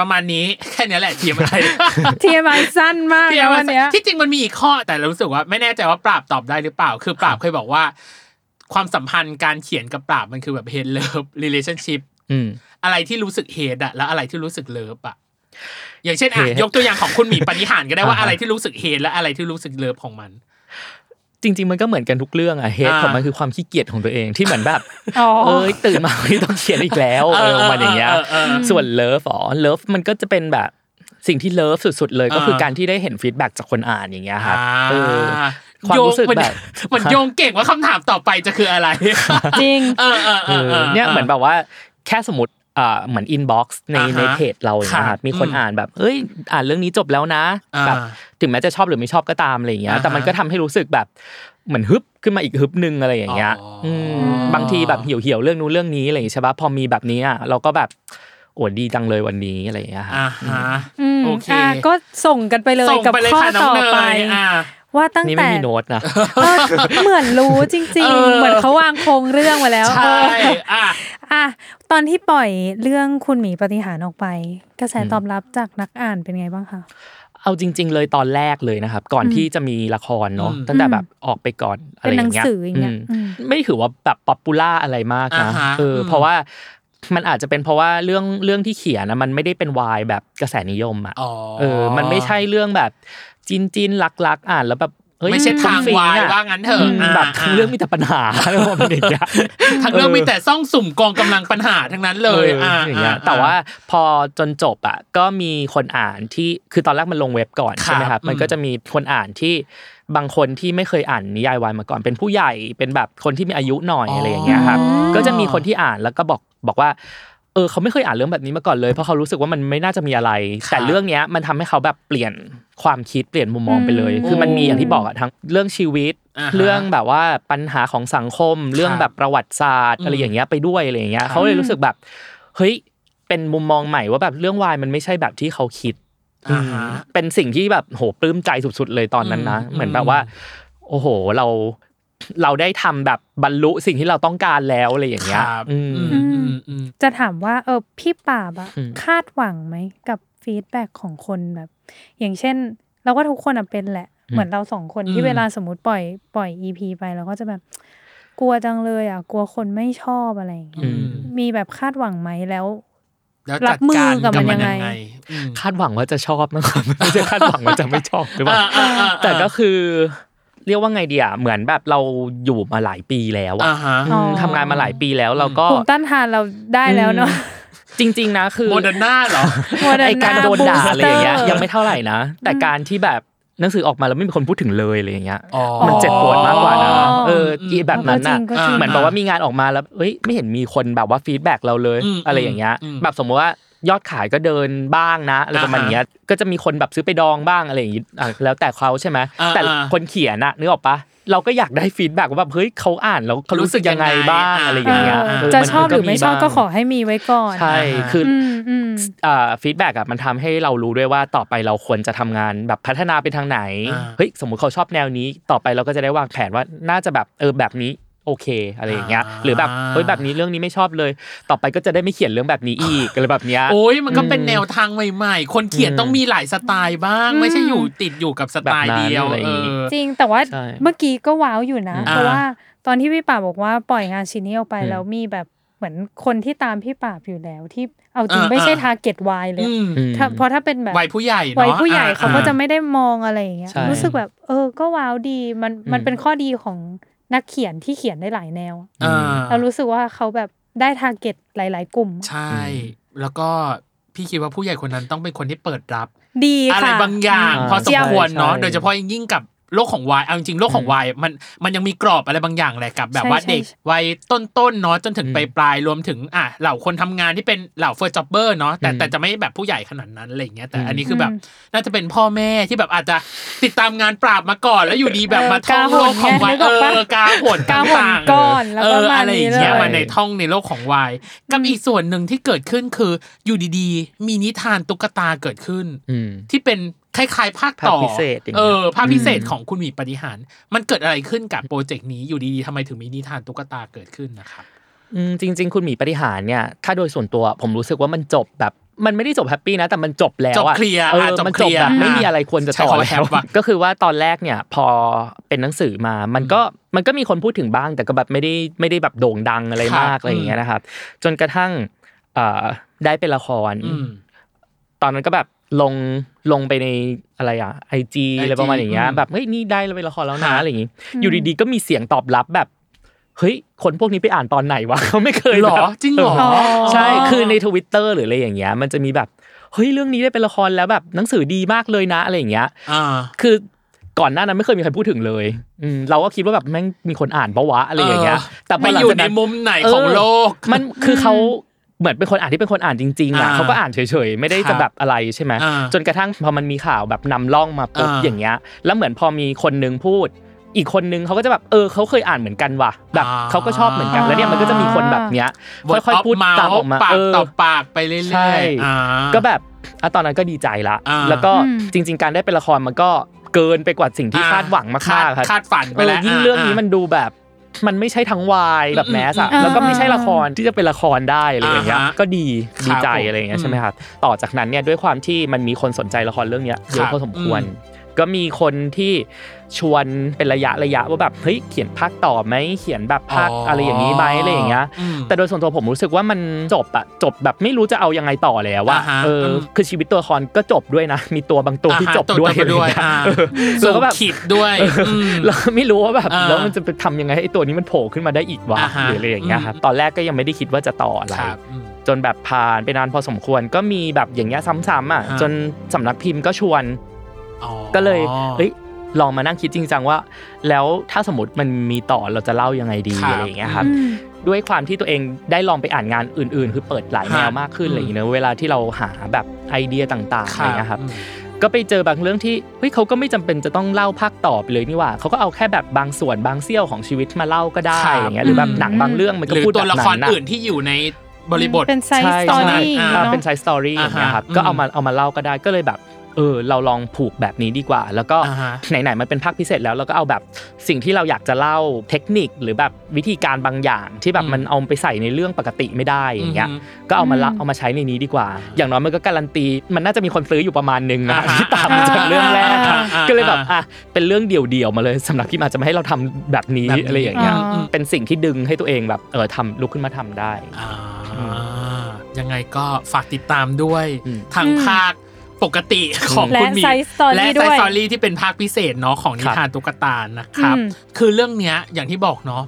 Speaker 1: ประมาณนี้ แค่เนี้ยแหละทีมอะไร
Speaker 2: TMI สั้นมาก
Speaker 1: ทีม
Speaker 2: นะ
Speaker 1: อะ
Speaker 2: วัน
Speaker 1: ไร
Speaker 2: เนี้ย
Speaker 1: ที่จริงมันมีอีกข้อแต่เรารู้สึกว่าไม่แน่ใจว่าปราบตอบได้หรือเปล่า คือปราบเคยบอกว่า ความสัมพันธ์การเขียนกับปราบมันคือแบบเฮดเลิฟรีเลชั่นชิพ
Speaker 3: อืม
Speaker 1: อะไรที่รู้สึกเฮดอะแล้วอะไรที่รู้สึกเลิฟอะอย่างเช่นอ่ะ
Speaker 3: hate
Speaker 1: ยกตัวอย่างของคุณหมีปณิหารก็ได้ว่า
Speaker 3: อ่าฮะ
Speaker 1: อะไรที่รู้สึกเฮดและอะไรที่รู้สึกเลิฟของมัน
Speaker 3: จริง ๆ มันก็เหมือนกันทุกเรื่องอะเฮด
Speaker 1: อ่า
Speaker 3: ของมันคือความขี้เกียจของตัวเองที่เหมือนแบบ
Speaker 2: อ๋อ
Speaker 3: เอ้ยตื่นมาไม่ต้องเขียนอีกแล้วเออมันอย่างเงี้ย
Speaker 1: ออออเออ
Speaker 3: ส่วนเลิฟอ๋อเลิฟมันก็จะเป็นแบบสิ่งที่เลิฟสุดๆเลยก็คือการที่ได้เห็นฟีดแบ็จากคนอ่านอย่างเงี้ยครับเออ
Speaker 1: อ่า
Speaker 3: ความรู้สึก
Speaker 1: โยง
Speaker 3: แบบ
Speaker 1: เหมือนโยงเก่งว่าคำถามต่อไปจะคืออะไร
Speaker 2: จริง
Speaker 1: เออเออ
Speaker 3: เอ
Speaker 1: เอออ
Speaker 3: อ
Speaker 1: อ
Speaker 3: เนี่ยเหมือนแบบว่าแค่สมมติอ่าเหมือนอินบ็อกซ์ใน
Speaker 1: อ่าฮะ
Speaker 3: ในเพจเราอย่างเงี้ยครับ
Speaker 1: ค่ะ
Speaker 3: มีคน
Speaker 1: อืม
Speaker 3: อ่านแบบเอ้ยอ่านเรื่องนี้จบแล้วนะ
Speaker 1: อ่า
Speaker 3: แบบถึงแม้จะชอบหรือไม่ชอบก็ตามอะไรอย่างเงี้ย
Speaker 1: อ่าฮะ
Speaker 3: แต่มันก็ทำให้รู้สึกแบบเหมือนฮึบขึ้นมาอีกฮึบหนึ่งอะไรอย่างเงี้ย
Speaker 1: อ๋ออื
Speaker 3: ืมบางทีแบบเหี่ยวเหี่ยวๆเรื่องนู้นเรื่องนี้อะไรอย่างเงี้ยใช่ปะพอมีแบบนี้อ่ะเราก็แบบโอ้ดีจังเลยวันนี้อะไรอย่างเงี้ยครับ
Speaker 1: อ่าฮะ
Speaker 2: อืม
Speaker 1: โอเค
Speaker 2: อ่ะก็ส่งกันไปเลย
Speaker 1: ส่ง
Speaker 2: กับ
Speaker 1: ไปเลย
Speaker 2: ข้อ
Speaker 1: ค่ะน้อง
Speaker 2: ต่อ
Speaker 1: เน
Speaker 2: ไป
Speaker 1: ยอ่า
Speaker 2: ว่าตั้ง
Speaker 3: นี่
Speaker 2: แต่
Speaker 3: ไม่มีโน้ตนะ
Speaker 2: เออเหมือนรู้จริง
Speaker 1: เออ
Speaker 2: ๆ เหมือนเขาวางโครงเรื่องไว้แล้ว
Speaker 1: ใช่
Speaker 2: เออ
Speaker 1: อ่ะ
Speaker 2: อ่ะตอนที่ปล่อยเรื่องคุณหมีปฏิหารย์ออกไป กระแสตอบรับจากนักอ่านเป็นไงบ้างคะ
Speaker 3: เอาจริง ๆ เลยตอนแรกเลยนะครับ ก่อนที่จะมีละครเนาะ
Speaker 1: อืม
Speaker 3: ตั้งแต่แบบออกไปก่อนอะไรอย่างเงี้ย
Speaker 2: เป็นหนังสืออย่างเงี้ย
Speaker 3: ม
Speaker 2: อืม
Speaker 3: ไม่ถือว่าแบบป๊อปปูล่าอะไรมากนะ
Speaker 1: อ่าฮะ
Speaker 3: เอออ
Speaker 1: ม
Speaker 3: เพราะว่ามันอาจจะเป็นเพราะว่าเรื่องเรื่องที่เขียนนะมันไม่ได้เป็นวายแบบกระแสนิยมอ่ะ
Speaker 1: อ๋อ
Speaker 3: เออ มันไม่ใช่เรื่องแบบจินจินๆรักๆ อ่านแล้วแบบอ้ย
Speaker 1: ไม่ใช่ทางวาย
Speaker 3: ฟุ้งฟิ้งอะ
Speaker 1: ว่างั้นเถอะ
Speaker 3: ม
Speaker 1: อ่า
Speaker 3: แบบทั้งเรื่อง
Speaker 1: อ่ามี
Speaker 3: มีแต่ปัญหา อะไรประมาณอย่างเงี้ย
Speaker 1: ทั้งเรื่องมีแต่ซ่องสุ่มกองกำลังปัญหาทั้งนั้นเลย
Speaker 3: อออ
Speaker 1: อ่า
Speaker 3: ย่างเงี้ย
Speaker 1: อ่
Speaker 3: แต่ว่าพอจนจบอ่ะก็มีคนอ่านที่คือตอนแรกมันลงเว็บก่อน
Speaker 1: ครับ
Speaker 3: ใช่ไหมครับ มัน
Speaker 1: อืม
Speaker 3: ก็จะมีคนอ่านที่บางคนที่ไม่เคยอ่านนิยายวายมาก่อน เป็นผู้ใหญ่เป็นแบบคนที่มีอายุหน่อย
Speaker 1: อ๋ออ
Speaker 3: อะไรอย่างเงี้ยครับ
Speaker 1: อืม
Speaker 3: ก็จะมีคนที่อ่านแล้วก็บอกบอกว่าเออเขาไม่เคยอ่านเรื่องแบบนี้มาก่อนเลย เพราะเขารู้สึกว่ามันไม่น่าจะมีอะไร
Speaker 1: ครับ
Speaker 3: แต่เรื่องเนี้ยมันทำให้เขาแบบเปลี่ยนความคิดเปลี่ยนมุมมองไปเลย คือมันมีอย่างที่บอกอะทั้งเรื่องชีวิต
Speaker 1: อ่าฮะ
Speaker 3: เรื่องแบบว่าปัญหาของสังคม เรื่อง
Speaker 1: ครับ
Speaker 3: แบบประวัติศาสตร์อะไร
Speaker 1: อืม
Speaker 3: อย่างเงี้ยไปด้วยอะไรอย่างเงี้ย เขาเลยรู้สึกแบบเฮ้ยเป็นมุมมองใหม่ว่าแบบเรื่องวายมันไม่ใช่แบบที่เขาคิด
Speaker 1: อ่าฮะ
Speaker 3: เป็นสิ่งที่แบบโหปลื้มใจสุดๆเลยตอนนั้นนะ
Speaker 1: อืม
Speaker 3: เหมือนแบบว่า โอ้โหเราเราได้ทำแบบบรรลุสิ่งที่เราต้องการแล้วอะไรอย่างเงี้ย
Speaker 1: ครับ
Speaker 3: อืม
Speaker 1: อืมอืมอืม
Speaker 2: จะถามว่าเออพี่ป่าบอะ
Speaker 3: อืม
Speaker 2: คาดหวังไหมกับฟีดแบ็ของคนแบบ อย่างเช่น เราก็ทุกคนอะเป็นแหละ เหมือนเราสองคน
Speaker 1: อืม
Speaker 2: ที่เวลาสมมติปล่อยปล่อยอีพีไปเราก็จะแบบ กลัวจังเลยอ่ะ กลัวคนไม่ชอบอะไรอย่างเงี้ย
Speaker 1: อืม
Speaker 2: มีแบบคาดหวังไหมแล้ว
Speaker 1: แล้ว
Speaker 2: รั
Speaker 1: จั
Speaker 2: บ
Speaker 1: ด
Speaker 2: มือ
Speaker 1: การ
Speaker 2: กับมัน
Speaker 1: มั
Speaker 2: ยังไง
Speaker 1: อืม
Speaker 3: คาดหวังว่าจะชอบนะครับ ไม่ใช่คาดหวังว่าจะไม่ชอบหรือเปล่า
Speaker 1: อ่าอ่าอ่า
Speaker 3: แต่ก็คือ เรียกว่าไงดีอะเหมือนแบบเราอยู่มาหลายปีแล้วอะ
Speaker 1: อ่าฮะ
Speaker 3: อืมทำงานมาหลายปีแล้วเราก็
Speaker 2: ภูมิต้านทานเราได้แล้วเนาะ
Speaker 3: จริง ๆ นะคือ
Speaker 1: โมเดอร์นาเหรอ
Speaker 2: Moderna
Speaker 3: ไอการโดนด่า
Speaker 2: Booster
Speaker 3: อะไรอย่างเงี้ยยังไม่เท่าไหร่นะ แต่การที่แบบหนังสือออกมาแล้วไม่มีคนพูดถึงเลยอะไรอย่างเงี้ย
Speaker 1: อ๋อ
Speaker 3: มันเจ็บปวดมากกว่านะเออ
Speaker 1: อืม
Speaker 3: อีแบบนั้นน่ะ
Speaker 2: ก็จริงก็จริง
Speaker 3: เหมือนแบบว่ามีงานออกมาแล้วเอ้ยไม่เห็นมีคนแบบว่าฟีดแบ็กเราเลย
Speaker 1: อืม
Speaker 3: อะไรอย่างเงี้ย
Speaker 1: อืม
Speaker 3: แบบสมมติว่ายอดขายก็เดินบ้างนะอะไรประมาณเนี้ยก็จะมีคนแบบซื้อไปดองบ้างอะไรอย่างงี้อ่ะแล้วแต่เขาใช่ไหม
Speaker 1: อ่า
Speaker 3: แต่
Speaker 1: อ่า
Speaker 3: คนเขียนน่ะนึกออกปะเราก็อยากได้ฟีดแบ็กว่าแบบเฮ้ยเขาอ่านแล้วเขารู้สึกยังไงบ้างอะไรอย่างเงี้ย
Speaker 1: อ่า
Speaker 3: เ
Speaker 2: จะชอบ
Speaker 3: น
Speaker 2: ห
Speaker 3: ก็
Speaker 2: รือไม่ชอบก็
Speaker 3: าง
Speaker 2: ขอให้มีไว้ก่อน
Speaker 3: ใช่คืออ
Speaker 2: อืมอืม
Speaker 3: ฟีดแบ็กอ่ะมันทำให้เรารู้ด้วยว่าต่อไปเราควรจะทำงานแบบพัฒนาไปทางไหน
Speaker 1: อ่า
Speaker 3: เฮ้ยสมมุติเขาชอบแนวนี้ ต่อไปเราก็จะได้วางแผนว่าน่าจะแบบเออแบบนี้ โอเคอะไรอย่างเงี้ย
Speaker 1: อ่า
Speaker 3: หรือแบบเฮ้ยแบบนี้เรื่องนี้ไม่ชอบเลย ต่อไปก็จะได้ไม่เขียนเรื่องแบบนี้อี กอะไรแบบเนี้ย
Speaker 1: โอ้ยมันก็เป็น
Speaker 3: อืม
Speaker 1: แนวทางใหม่ๆ คนเขียน
Speaker 3: อืม
Speaker 1: ต้องมีหลายสไตล์บ้าง ไม่ใช่อยู่ติดอยู่กับสไตล์
Speaker 3: แบบนั้น
Speaker 1: เดียว
Speaker 3: อะไรอ
Speaker 1: เอย่าง
Speaker 3: งี้
Speaker 1: อ
Speaker 2: จริงแต่ว่า
Speaker 3: ใช่
Speaker 2: เมื่อกี้ก็ว้าวอยู่นะ
Speaker 1: อ่า
Speaker 2: เพราะว่าตอนที่พี่ป่าบบอกว่าปล่อยงานชิ้นนี้ออกไป
Speaker 3: อืม
Speaker 2: แล้วมีแบบเหมือนคนที่ตามพี่ป่าบอยู่แล้วที่เอาจริงไม่ใช่ทาร์เก็ตวายเลย
Speaker 1: อืม
Speaker 3: อืม
Speaker 2: ถ้าเพราะถ้าเป็นแบบ
Speaker 1: วัยผู้ใหญ่เนาะ
Speaker 2: วัยผู้ใหญ่
Speaker 1: อ่
Speaker 2: เขาก็จะไม่ได้มองอะไรอย่างเงี้ย
Speaker 3: ใช่
Speaker 2: รู้สึกแบบ เออ ก็ว้าวดีมันมัน
Speaker 3: อืม
Speaker 2: เป็นข้อดีของนักเขียนที่เขียนได้หลายแนว
Speaker 1: อ่า
Speaker 2: เรารู้สึกว่าเขาแบบได้ทาร์เก็ตหลาย ๆ กลุ่ม
Speaker 1: ใช่ แล้วก็พี่คิดว่าผู้ใหญ่คนนั้นต้องเป็นคนที่เปิดรับ
Speaker 2: ดีค่ะ
Speaker 1: อะไรบางอย่าง
Speaker 3: อืม
Speaker 1: พอสมควรเนาะ
Speaker 3: ใช่ใช่
Speaker 1: โดยเฉพาะยิ่งกับโลกของวายเอาจริงๆโลกของวายมันมันยังมีกรอบอะไรบางอย่างแหละกับ แบบ
Speaker 2: ใช่
Speaker 1: ว่า
Speaker 2: ใช่
Speaker 1: เด็กวัยต้นๆเนาะจนถึง
Speaker 3: อืม
Speaker 1: ปลายๆรวมถึงอ่ะเหล่าคนทำงานที่เป็นเหล่าเฟิร์สจ็อบเบอร์เนาะแต่
Speaker 3: อืม
Speaker 1: แต่จะไม่แบบผู้ใหญ่ขนาดนั้นอะไรอย่างเงี้ยแต่
Speaker 3: อืม
Speaker 1: อันนี้คือแบบ
Speaker 2: อืม
Speaker 1: น่าจะเป็นพ่อแม่ที่แบบอาจจะติดตามงานปราบมาก่อน แล้วอยู่ดีแบบ
Speaker 2: เออ
Speaker 1: มาท่องโลกของวาย
Speaker 2: กา
Speaker 1: เอ
Speaker 2: หนไงนึกออกปะ
Speaker 1: อกาหน
Speaker 2: กาหน
Speaker 1: ต่างๆ
Speaker 2: ก่อนแล้ว
Speaker 1: เอ
Speaker 2: ก็
Speaker 1: อ
Speaker 2: มา
Speaker 1: อะไรอย่างเงี้ย
Speaker 2: นี่เลย
Speaker 1: มาในท่องในโลกของวายกับอีกส่วนหนึ่งที่เกิดขึ้นคืออยู่ดีๆ มีนิทานตุ๊กตาเกิดขึ้น
Speaker 3: อืม
Speaker 1: ที่เป็นคล้ายๆ ภาคต่อ
Speaker 3: ภาคพิเศษอย่างเงี้ย
Speaker 1: เออภาคพิเศษของคุณหมีปฏิหาร มันเกิดอะไรขึ้นกับโปรเจกต์นี้อยู่ดีๆทำไมถึงมีนิทานตุ๊กตาเกิดขึ้นนะครับ
Speaker 3: อืมจริง ๆ คุณหมีปฏิหารเนี่ยถ้าโดยส่วนตัวผมรู้สึกว่ามันจบแบบมันไม่ได้จบแฮปปี้นะ แต่มันจบแล้ว
Speaker 1: จบ
Speaker 3: อะ
Speaker 1: เคลียร์
Speaker 3: เออ
Speaker 1: อ่ะจบ
Speaker 3: มัน
Speaker 1: เค
Speaker 3: จ
Speaker 1: ลี
Speaker 3: บ
Speaker 1: ยร์
Speaker 3: แบบไม่มีอะไรควรจะ
Speaker 1: ใช้
Speaker 3: ต่อ
Speaker 1: คำว่า
Speaker 3: แล้ว
Speaker 1: happy ว่ะ
Speaker 3: ก็คือว่าตอนแรกเนี่ยพอเป็นหนังสือมามันก็มันก็มีคนพูดถึงบ้าง แต่ก็แบบไม่ได้ไม่ได้แบบโด่งดังอะไรมาก
Speaker 1: ครับ
Speaker 3: อะไรอย่างเงี้ยนะครับ จนกระทั่งเอ่อได้เป็นละคร
Speaker 1: อืม
Speaker 3: ตอนนั้นก็แบบลงลงไปในอะไรอ่ะไอจี
Speaker 1: IG
Speaker 3: อะไรประมาณอย่างเงี้ย
Speaker 1: อืม
Speaker 3: แบบเฮ้ยนี่ได้เราไปนละครแล้วนะ
Speaker 1: ฮะ
Speaker 3: อะไรอย่างงี้ อยู่ดีๆก็มีเสียงตอบรับแบบเฮ้ยคนพวกนี้ไปอ่านตอนไหนวะ เขาไม่เคย
Speaker 1: หรอ
Speaker 3: แบบ
Speaker 1: จริงเหรอ
Speaker 3: ใช่คือในทวิตเตอร์หรืออะไรอย่างเงี้ยมันจะมีแบบเฮ้ยเรื่องนี้ได้เป็นละครแล้วแบบหนังสือดีมากเลยนะอะไรอย่างเงี้ย
Speaker 1: อ่า
Speaker 3: คือก่อนหน้านั้นไม่เคยมีใครพูดถึงเลยอืมเราก็คิดว่าแบบแม่งมีคนอ่านปะวะอะไรอย่างเงี้ย
Speaker 1: เออ
Speaker 3: แต่พหลัง
Speaker 1: มันอยู่
Speaker 3: จาก
Speaker 1: ในมุมไหนของ
Speaker 3: เ
Speaker 1: โลก
Speaker 3: มันคือเขาเหมือนเป็นคนอ่านที่เป็นคนอ่านจริงๆอ่ะ
Speaker 1: อ่า
Speaker 3: เขาก็อ่านเฉยๆไม่ได้จะแบบอะไรใช่ไหม
Speaker 1: อ่า
Speaker 3: จนกระทั่งพอมันมีข่าวแบบนำล่องมาปุ๊บ
Speaker 1: อ่า
Speaker 3: อย่างเงี้ย แล้วเหมือนพอมีคนนึงพูด อีกคนนึงเขาก็จะแบบเออเขาเคยอ่านเหมือนกันว่ะแบบ
Speaker 1: อ่า
Speaker 3: เขาก็ชอบเหมือนกันแล้วเนี่ยมันก็จะมีคนแบบเนี้ย
Speaker 1: ค่
Speaker 3: ค่
Speaker 1: อ
Speaker 3: อย
Speaker 1: ๆ
Speaker 3: ยๆ
Speaker 1: พู
Speaker 3: พู
Speaker 1: ด
Speaker 3: ด
Speaker 1: ตา
Speaker 3: ตาม ม
Speaker 1: อ
Speaker 3: อ
Speaker 1: อ
Speaker 3: อก ก
Speaker 1: มา
Speaker 3: มา
Speaker 1: ปาก
Speaker 3: เออ
Speaker 1: ต่อปากไปเรื่
Speaker 3: ใช่
Speaker 1: อยๆอ่า
Speaker 3: ก็แบบอะตอนนั้นก็ดีใจละ
Speaker 1: อ่า
Speaker 3: แล้วก็
Speaker 2: อืม
Speaker 3: จริง ๆ การได้เป็นละครมันก็เกินไปกว่าสิ่งที่
Speaker 1: อ่
Speaker 3: คาดหวังมากๆค
Speaker 1: ค
Speaker 3: รั
Speaker 1: ด
Speaker 3: บ
Speaker 1: คาดฝันไป
Speaker 3: เออ
Speaker 1: แล้ว
Speaker 3: ยิ่ง
Speaker 1: า
Speaker 3: เรื่องนี้มันดูแบบ มันไม่ใช่ทั้งวายแบบแมสอะ
Speaker 2: อืมอืม
Speaker 3: แล้วก็ไม่ใช่
Speaker 2: อ่า
Speaker 3: ละครที่จะเป็นละครได้อะไรอย่างเงี้ย
Speaker 1: อ่าฮะ
Speaker 3: ก็ดี
Speaker 1: ครับ
Speaker 3: ดีใจ
Speaker 1: ผม
Speaker 3: อะไรอย่างเงี้
Speaker 1: อืม
Speaker 3: ยใช่ไหมครับต่อจากนั้นเนี่ยด้วยความที่มันมีคนสนใจละครเรื่องเนี้ย
Speaker 1: ค
Speaker 3: เยอะ
Speaker 1: รับ
Speaker 3: พอสมควร
Speaker 1: อืม
Speaker 3: ก็มีคนที่ชวนเป็นระยะระยะว่าแบบเฮ้ยเขียนภาคต่อไหมเขียนแบบภาคอะไรอย่างนี้ไหมอะไรอย่างเงี้ย
Speaker 1: ม
Speaker 3: แต่โดยส่วนตัวผมรู้สึกว่ามันจบอะจบแบบไม่รู้จะเอายังไงต่อแล้วว่า
Speaker 1: อ่าฮะ
Speaker 3: เอออ
Speaker 1: ม
Speaker 3: คือชีวิตตัวละครก็จบด้วยนะ มีตัวบางตัวที่
Speaker 1: อ่าฮะ
Speaker 3: จบด้วย
Speaker 1: จบด้วย
Speaker 3: อะ
Speaker 1: อ่า
Speaker 3: ไรอย่างเงี้ยเออ
Speaker 1: สู
Speaker 3: แล้ว
Speaker 1: ง
Speaker 3: ก็แบบ
Speaker 1: ขีดด้วยอืม
Speaker 3: เราไม่รู้ว่าแบบ
Speaker 1: อ่า
Speaker 3: แล้วมันจะไปทำยังไงให้ไอ้ตัวนี้มันโผล่ขึ้นมาได้อีกวะ
Speaker 1: อ่าฮะ
Speaker 3: หรืออะไรอย่างเงี้ยครับ
Speaker 1: อืม
Speaker 3: ตอนแรกก็ยังไม่ได้คิดว่าจะต่ออะไร
Speaker 1: ครับอืม
Speaker 3: จนแบบผ่านไปนานพอสมควรก็มีแบบอย่างเงี้ยซ้ำๆอ่ะ
Speaker 1: อ่า
Speaker 3: จนสำนักพิมพ์ก็ชวน
Speaker 1: อ๋อ
Speaker 3: ก็เลยเอ้ย ลองมานั่งคิดจริงจังว่า แล้วถ้าสมมติมันมีต่อเราจะเล่ายังไงดี
Speaker 1: ครับ
Speaker 3: อะไรอย่างเงี้ยครับ
Speaker 2: อืม
Speaker 3: ด้วยความที่ตัวเองได้ลองไปอ่านงานอื่น ๆ คือเปิดหลายแนวมากขึ้น
Speaker 1: ฮะ
Speaker 3: อะไรอย่างเงี้ยเวลาที่เราหาแบบไอเดียต่างๆอะไรเงี้ยครับ
Speaker 1: อืม
Speaker 3: ก็ไปเจอบางเรื่องที่เฮ้ยเขาก็ไม่จำเป็นจะต้องเล่าภาคต่อไปเลยนี่หว่าเขาก็เอาแค่แบบบางส่วนบางเสี้ยวของชีวิตมาเล่าก็ได้
Speaker 1: ครับ
Speaker 3: อย่างเงี้ยหรือแบบหนังบางเรื่องมันก็
Speaker 1: หรือ
Speaker 3: พูด
Speaker 1: ตั
Speaker 3: แบ
Speaker 1: ว
Speaker 3: บ
Speaker 1: ละคร
Speaker 3: นั้น
Speaker 1: อื่น
Speaker 3: น่ะ
Speaker 1: ที่อยู่ในบริบท
Speaker 2: เป็นไซส์
Speaker 3: ใช่
Speaker 2: สตอรี่
Speaker 1: ใช่
Speaker 2: อย่างงี้
Speaker 3: อ่า
Speaker 2: เนาะ
Speaker 3: เป็นไซส์สตอรี่อย่างเงี้ยครับ
Speaker 1: อ่าฮะ
Speaker 3: ก็เอามาเอามาเล่าก็ได้ก็เลยแบบเออเราลองผูกแบบนี้ดีกว่า แล้วก็
Speaker 1: อ่าฮะ
Speaker 3: ไหนๆมันเป็นภาคพิเศษแล้วเราก็เอาแบบสิ่งที่เราอยากจะเล่าเทคนิคหรือแบบวิธีการบางอย่าง ที่แบบมันเอาไปใส่ในเรื่องปกติไม่ได้อย่างเงี้ย
Speaker 1: ม
Speaker 3: ก็เอามาละ
Speaker 2: อืม
Speaker 3: เอามาใช้ในนี้ดีกว่า อย่างน้อยมันก็การันตี มันน่าจะมีคนซื้ออยู่ประมาณหนึงนะ
Speaker 1: อ่าฮะ
Speaker 3: ที่ตามมาจากเรื่องแรกอะ
Speaker 1: อ่าฮะ
Speaker 3: ก็เลยแบบอ่ะเป็นเรื่องเดี่ยวๆมาเลยสำหรับพี่มพ์อาจจะไม่ให้เราทำแบบนี้
Speaker 1: แบบนี้
Speaker 3: อะไรอย่างเงี้ย
Speaker 2: อ๋อ
Speaker 3: เป็นสิ่งที่ดึงให้ตัวเองแบบเออทำลุกขึ้นมาทำได้
Speaker 1: อ่ายังไงก็ฝากติดตามด้วย
Speaker 3: อืม
Speaker 1: ทางภาคปกติของ
Speaker 2: และ
Speaker 1: คุณหมี
Speaker 2: Side Story
Speaker 1: และไซ
Speaker 2: ด้วย
Speaker 1: สตอรี่ที่เป็นภาคพิเศษเนาะของนิ
Speaker 3: ครับ
Speaker 1: ทานตุ๊กตานะครับ
Speaker 2: อืม
Speaker 1: คือเรื่องเนี้ยอย่างที่บอกเนาะ